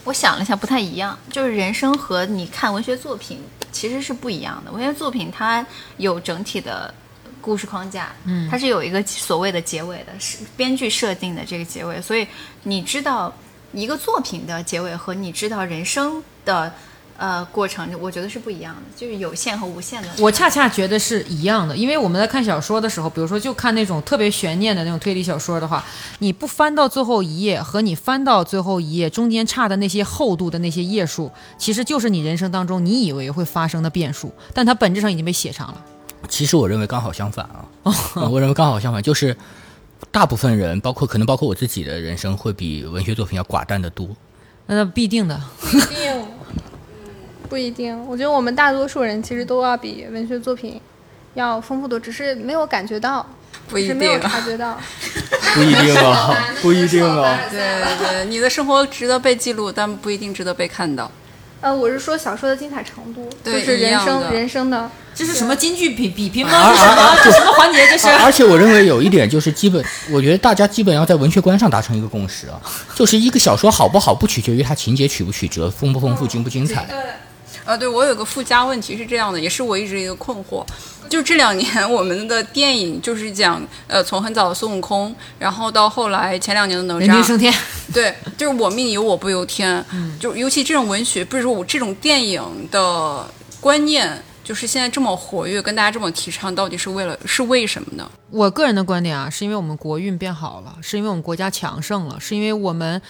[SPEAKER 5] 我想了一下，不太一样，就是人生和你看文学作品其实是不一样的。文学作品它有整体的故事框架，嗯，它是有一个所谓的结尾的，是编剧设定的这个结尾，所以你知道一个作品的结尾和你知道人生的呃过程，我觉得是不一样的，就是有限和无限的。
[SPEAKER 6] 我恰恰觉得是一样的，因为我们在看小说的时候，比如说就看那种特别悬念的那种推理小说的话，你不翻到最后一页和你翻到最后一页中间差的那些厚度的那些页数，其实就是你人生当中你以为会发生的变数，但它本质上已经被写上了。
[SPEAKER 7] 其实我认为刚好相反啊，
[SPEAKER 6] 哦
[SPEAKER 7] 嗯我认为刚好相反，就是大部分人，包括可能包括我自己的人生，会比文学作品要寡淡的多。
[SPEAKER 6] 那必定的，
[SPEAKER 8] 不一定，我觉得我们大多数人其实都要比文学作品要丰富多，只是没有感觉到，
[SPEAKER 9] 不
[SPEAKER 8] 只
[SPEAKER 9] 一
[SPEAKER 8] 是没有
[SPEAKER 9] 定，
[SPEAKER 8] 察觉到。
[SPEAKER 7] 不一定啊，不一定啊。
[SPEAKER 9] 对对，你的生活值得被记录，但不一定值得被看到。
[SPEAKER 8] 呃，我是说小说的精彩程度，就
[SPEAKER 9] 对
[SPEAKER 8] 是
[SPEAKER 9] 一
[SPEAKER 8] 人
[SPEAKER 9] 样
[SPEAKER 8] 生
[SPEAKER 9] 的
[SPEAKER 8] 人生的
[SPEAKER 6] 这是什么京剧比比拼
[SPEAKER 7] 啊
[SPEAKER 6] 吗？ *laughs* 这是什么？这什么环节？这是
[SPEAKER 7] 而而且我认为有一点就是基本，我觉得大家基本要在文学观上达成一个共识啊，就是一个小说好不好不取决于它情节曲不曲折、丰不丰富、精不精彩。
[SPEAKER 9] 啊，对我有个附加问题是这样的，也是我一直一个困惑。就这两年，我们的电影就是讲，呃，从很早的孙悟空，然后到后来前两年的哪
[SPEAKER 6] 人定胜
[SPEAKER 9] 吒，
[SPEAKER 6] 天。
[SPEAKER 9] 对，就是我命由我不由天。就尤其这种文学，不是说我这种电影的观念，就是现在这么活跃，跟大家这么提倡，到底是为了是为什么呢？
[SPEAKER 6] 我个人的观点啊，是因为我们国运变好了，是因为我们国家强盛了，是因为我们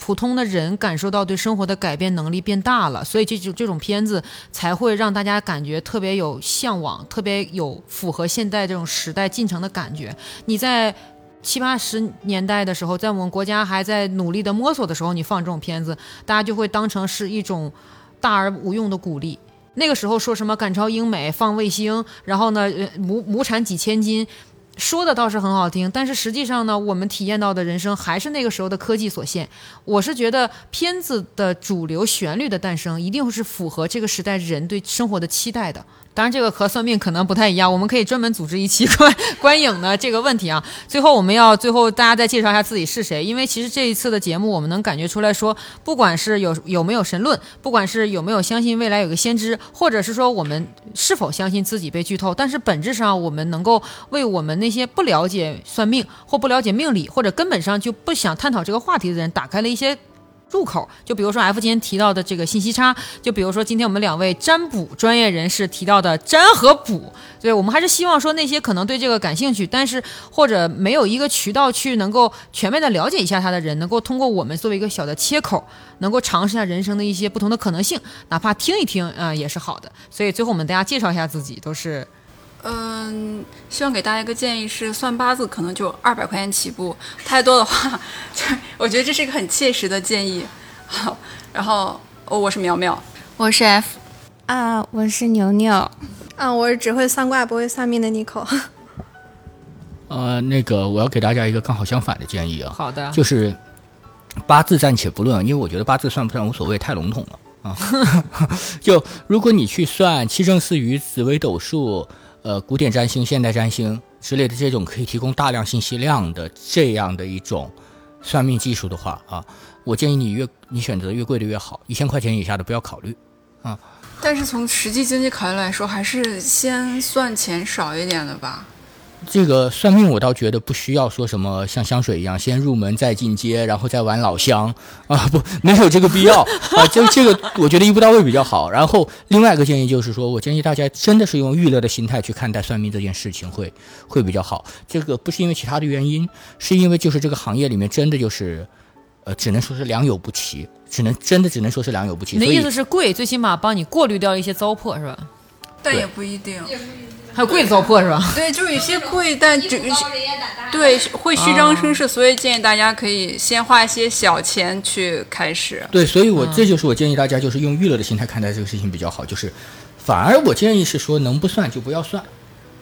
[SPEAKER 6] 普通的人感受到对生活的改变能力变大了，所以这种这种片子才会让大家感觉特别有向往，特别有符合现代这种时代进程的感觉。你在。七八十年代的时候，在我们国家还在努力的摸索的时候，你放这种片子，大家就会当成是一种大而无用的鼓励。那个时候说什么赶超英美、放卫星，然后呢，呃亩亩产几千斤，说的倒是很好听，但是实际上呢，我们体验到的人生还是那个时候的科技所限。我是觉得片子的主流旋律的诞生，一定是符合这个时代人对生活的期待的。当然，这个和算命可能不太一样，我们可以专门组织一期观观影的这个问题啊。最后，我们要最后大家再介绍一下自己是谁，因为其实这一次的节目，我们能感觉出来说，不管是有有没有神论，不管是有没有相信未来有个先知，或者是说我们是否相信自己被剧透，但是本质上我们能够为我们那些不了解算命或不了解命理，或者根本上就不想探讨这个话题的人，打开了一些入口。就比如说 F 今天提到的这个信息差，就比如说今天我们两位占卜专业人士提到的占和卜，对我们还是希望说那些可能对这个感兴趣，但是或者没有一个渠道去能够全面的了解一下他的人，能够通过我们作为一个小的切口，能够尝试一下人生的一些不同的可能性，哪怕听一听啊、呃也是好的。所以最后我们大家介绍一下自己，都是
[SPEAKER 9] 嗯，希望给大家一个建议是，算八字可能就二百块钱起步，太多的话，就是我觉得这是一个很切实的建议。好，然后、哦、我是苗苗，
[SPEAKER 5] 我是 F，
[SPEAKER 2] *laughs* 啊，我是牛牛，
[SPEAKER 8] 啊，我是只会算卦不会算命的 *laughs* Nico。
[SPEAKER 7] 呃，那个我要给大家一个刚好相反的建议啊，
[SPEAKER 6] 好的。
[SPEAKER 7] 就是八字暂且不论，啊因为我觉得八字算不算无所谓，太笼统了啊。 *laughs* 就如果你去算七正四余、紫微斗数、呃古典占星、现代占星之类的这种可以提供大量信息量的这样的一种算命技术的话啊，我建议你越你选择越贵的越好，一千块钱以下的不要考虑。
[SPEAKER 9] 但是从实际经济考虑来说，还是先算钱少一点的吧。
[SPEAKER 7] 这个算命我倒觉得不需要说什么像香水一样，先入门再进阶，然后再玩老乡啊，不，没有这个必
[SPEAKER 6] *laughs*
[SPEAKER 7] 要啊。这这个我觉得一步到位比较好。然后另外一个建议就是说，我建议大家真的是用娱乐的心态去看待算命这件事情会会比较好。这个不是因为其他的原因，是因为就是这个行业里面真的就是，呃，只能说是良莠不齐，只能真的只能说是良莠不齐。
[SPEAKER 6] 你的
[SPEAKER 7] 所
[SPEAKER 6] 意
[SPEAKER 7] 以
[SPEAKER 6] 思是贵，最起码帮你过滤掉一些糟粕，是吧？
[SPEAKER 9] 但
[SPEAKER 7] 对
[SPEAKER 9] 也不一定，
[SPEAKER 6] 还有柜子糟粕是吧？
[SPEAKER 9] 对，就是有些贵，但只对会虚张声势，所以建议大家可以先花一些小钱去开始。
[SPEAKER 7] 对，所以我
[SPEAKER 5] 嗯
[SPEAKER 7] 这就是我建议大家，就是用娱乐的心态看待这个事情比较好。就是，反而我建议是说，能不算就不要算，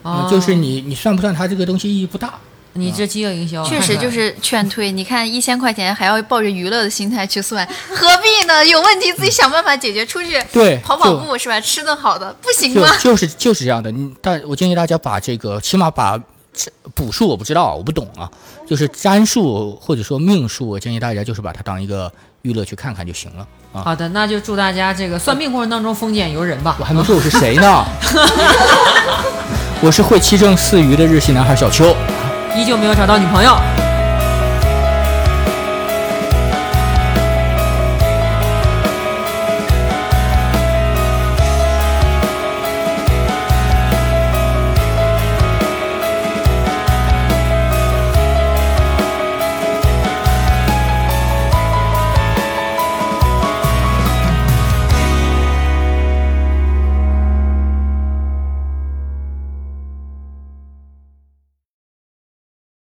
[SPEAKER 7] 嗯就是
[SPEAKER 5] 哦
[SPEAKER 7] 你你算不算它这个东西意义不大。
[SPEAKER 6] 你这饥饿营销，
[SPEAKER 5] 确实就是劝退。你看一千块钱还要抱着娱乐的心态去算，何必呢？有问题自己想办法解决，出去
[SPEAKER 7] 对
[SPEAKER 5] 跑跑
[SPEAKER 7] 就
[SPEAKER 5] 步是吧？吃顿好的，不行
[SPEAKER 7] 就
[SPEAKER 5] 吗？
[SPEAKER 7] 就是就是这样的。你但我建议大家把这个，起码把这补数我不知道，我不懂啊。就是占数或者说命数，我建议大家就是把它当一个娱乐去看看就行了啊。
[SPEAKER 6] 好的，那就祝大家这个算命过程当中丰俭由人吧
[SPEAKER 7] 我。还没说我是谁呢，
[SPEAKER 5] *laughs*
[SPEAKER 7] 我是会七正四余的日系男孩小邱。
[SPEAKER 6] 依旧没有找到女朋友，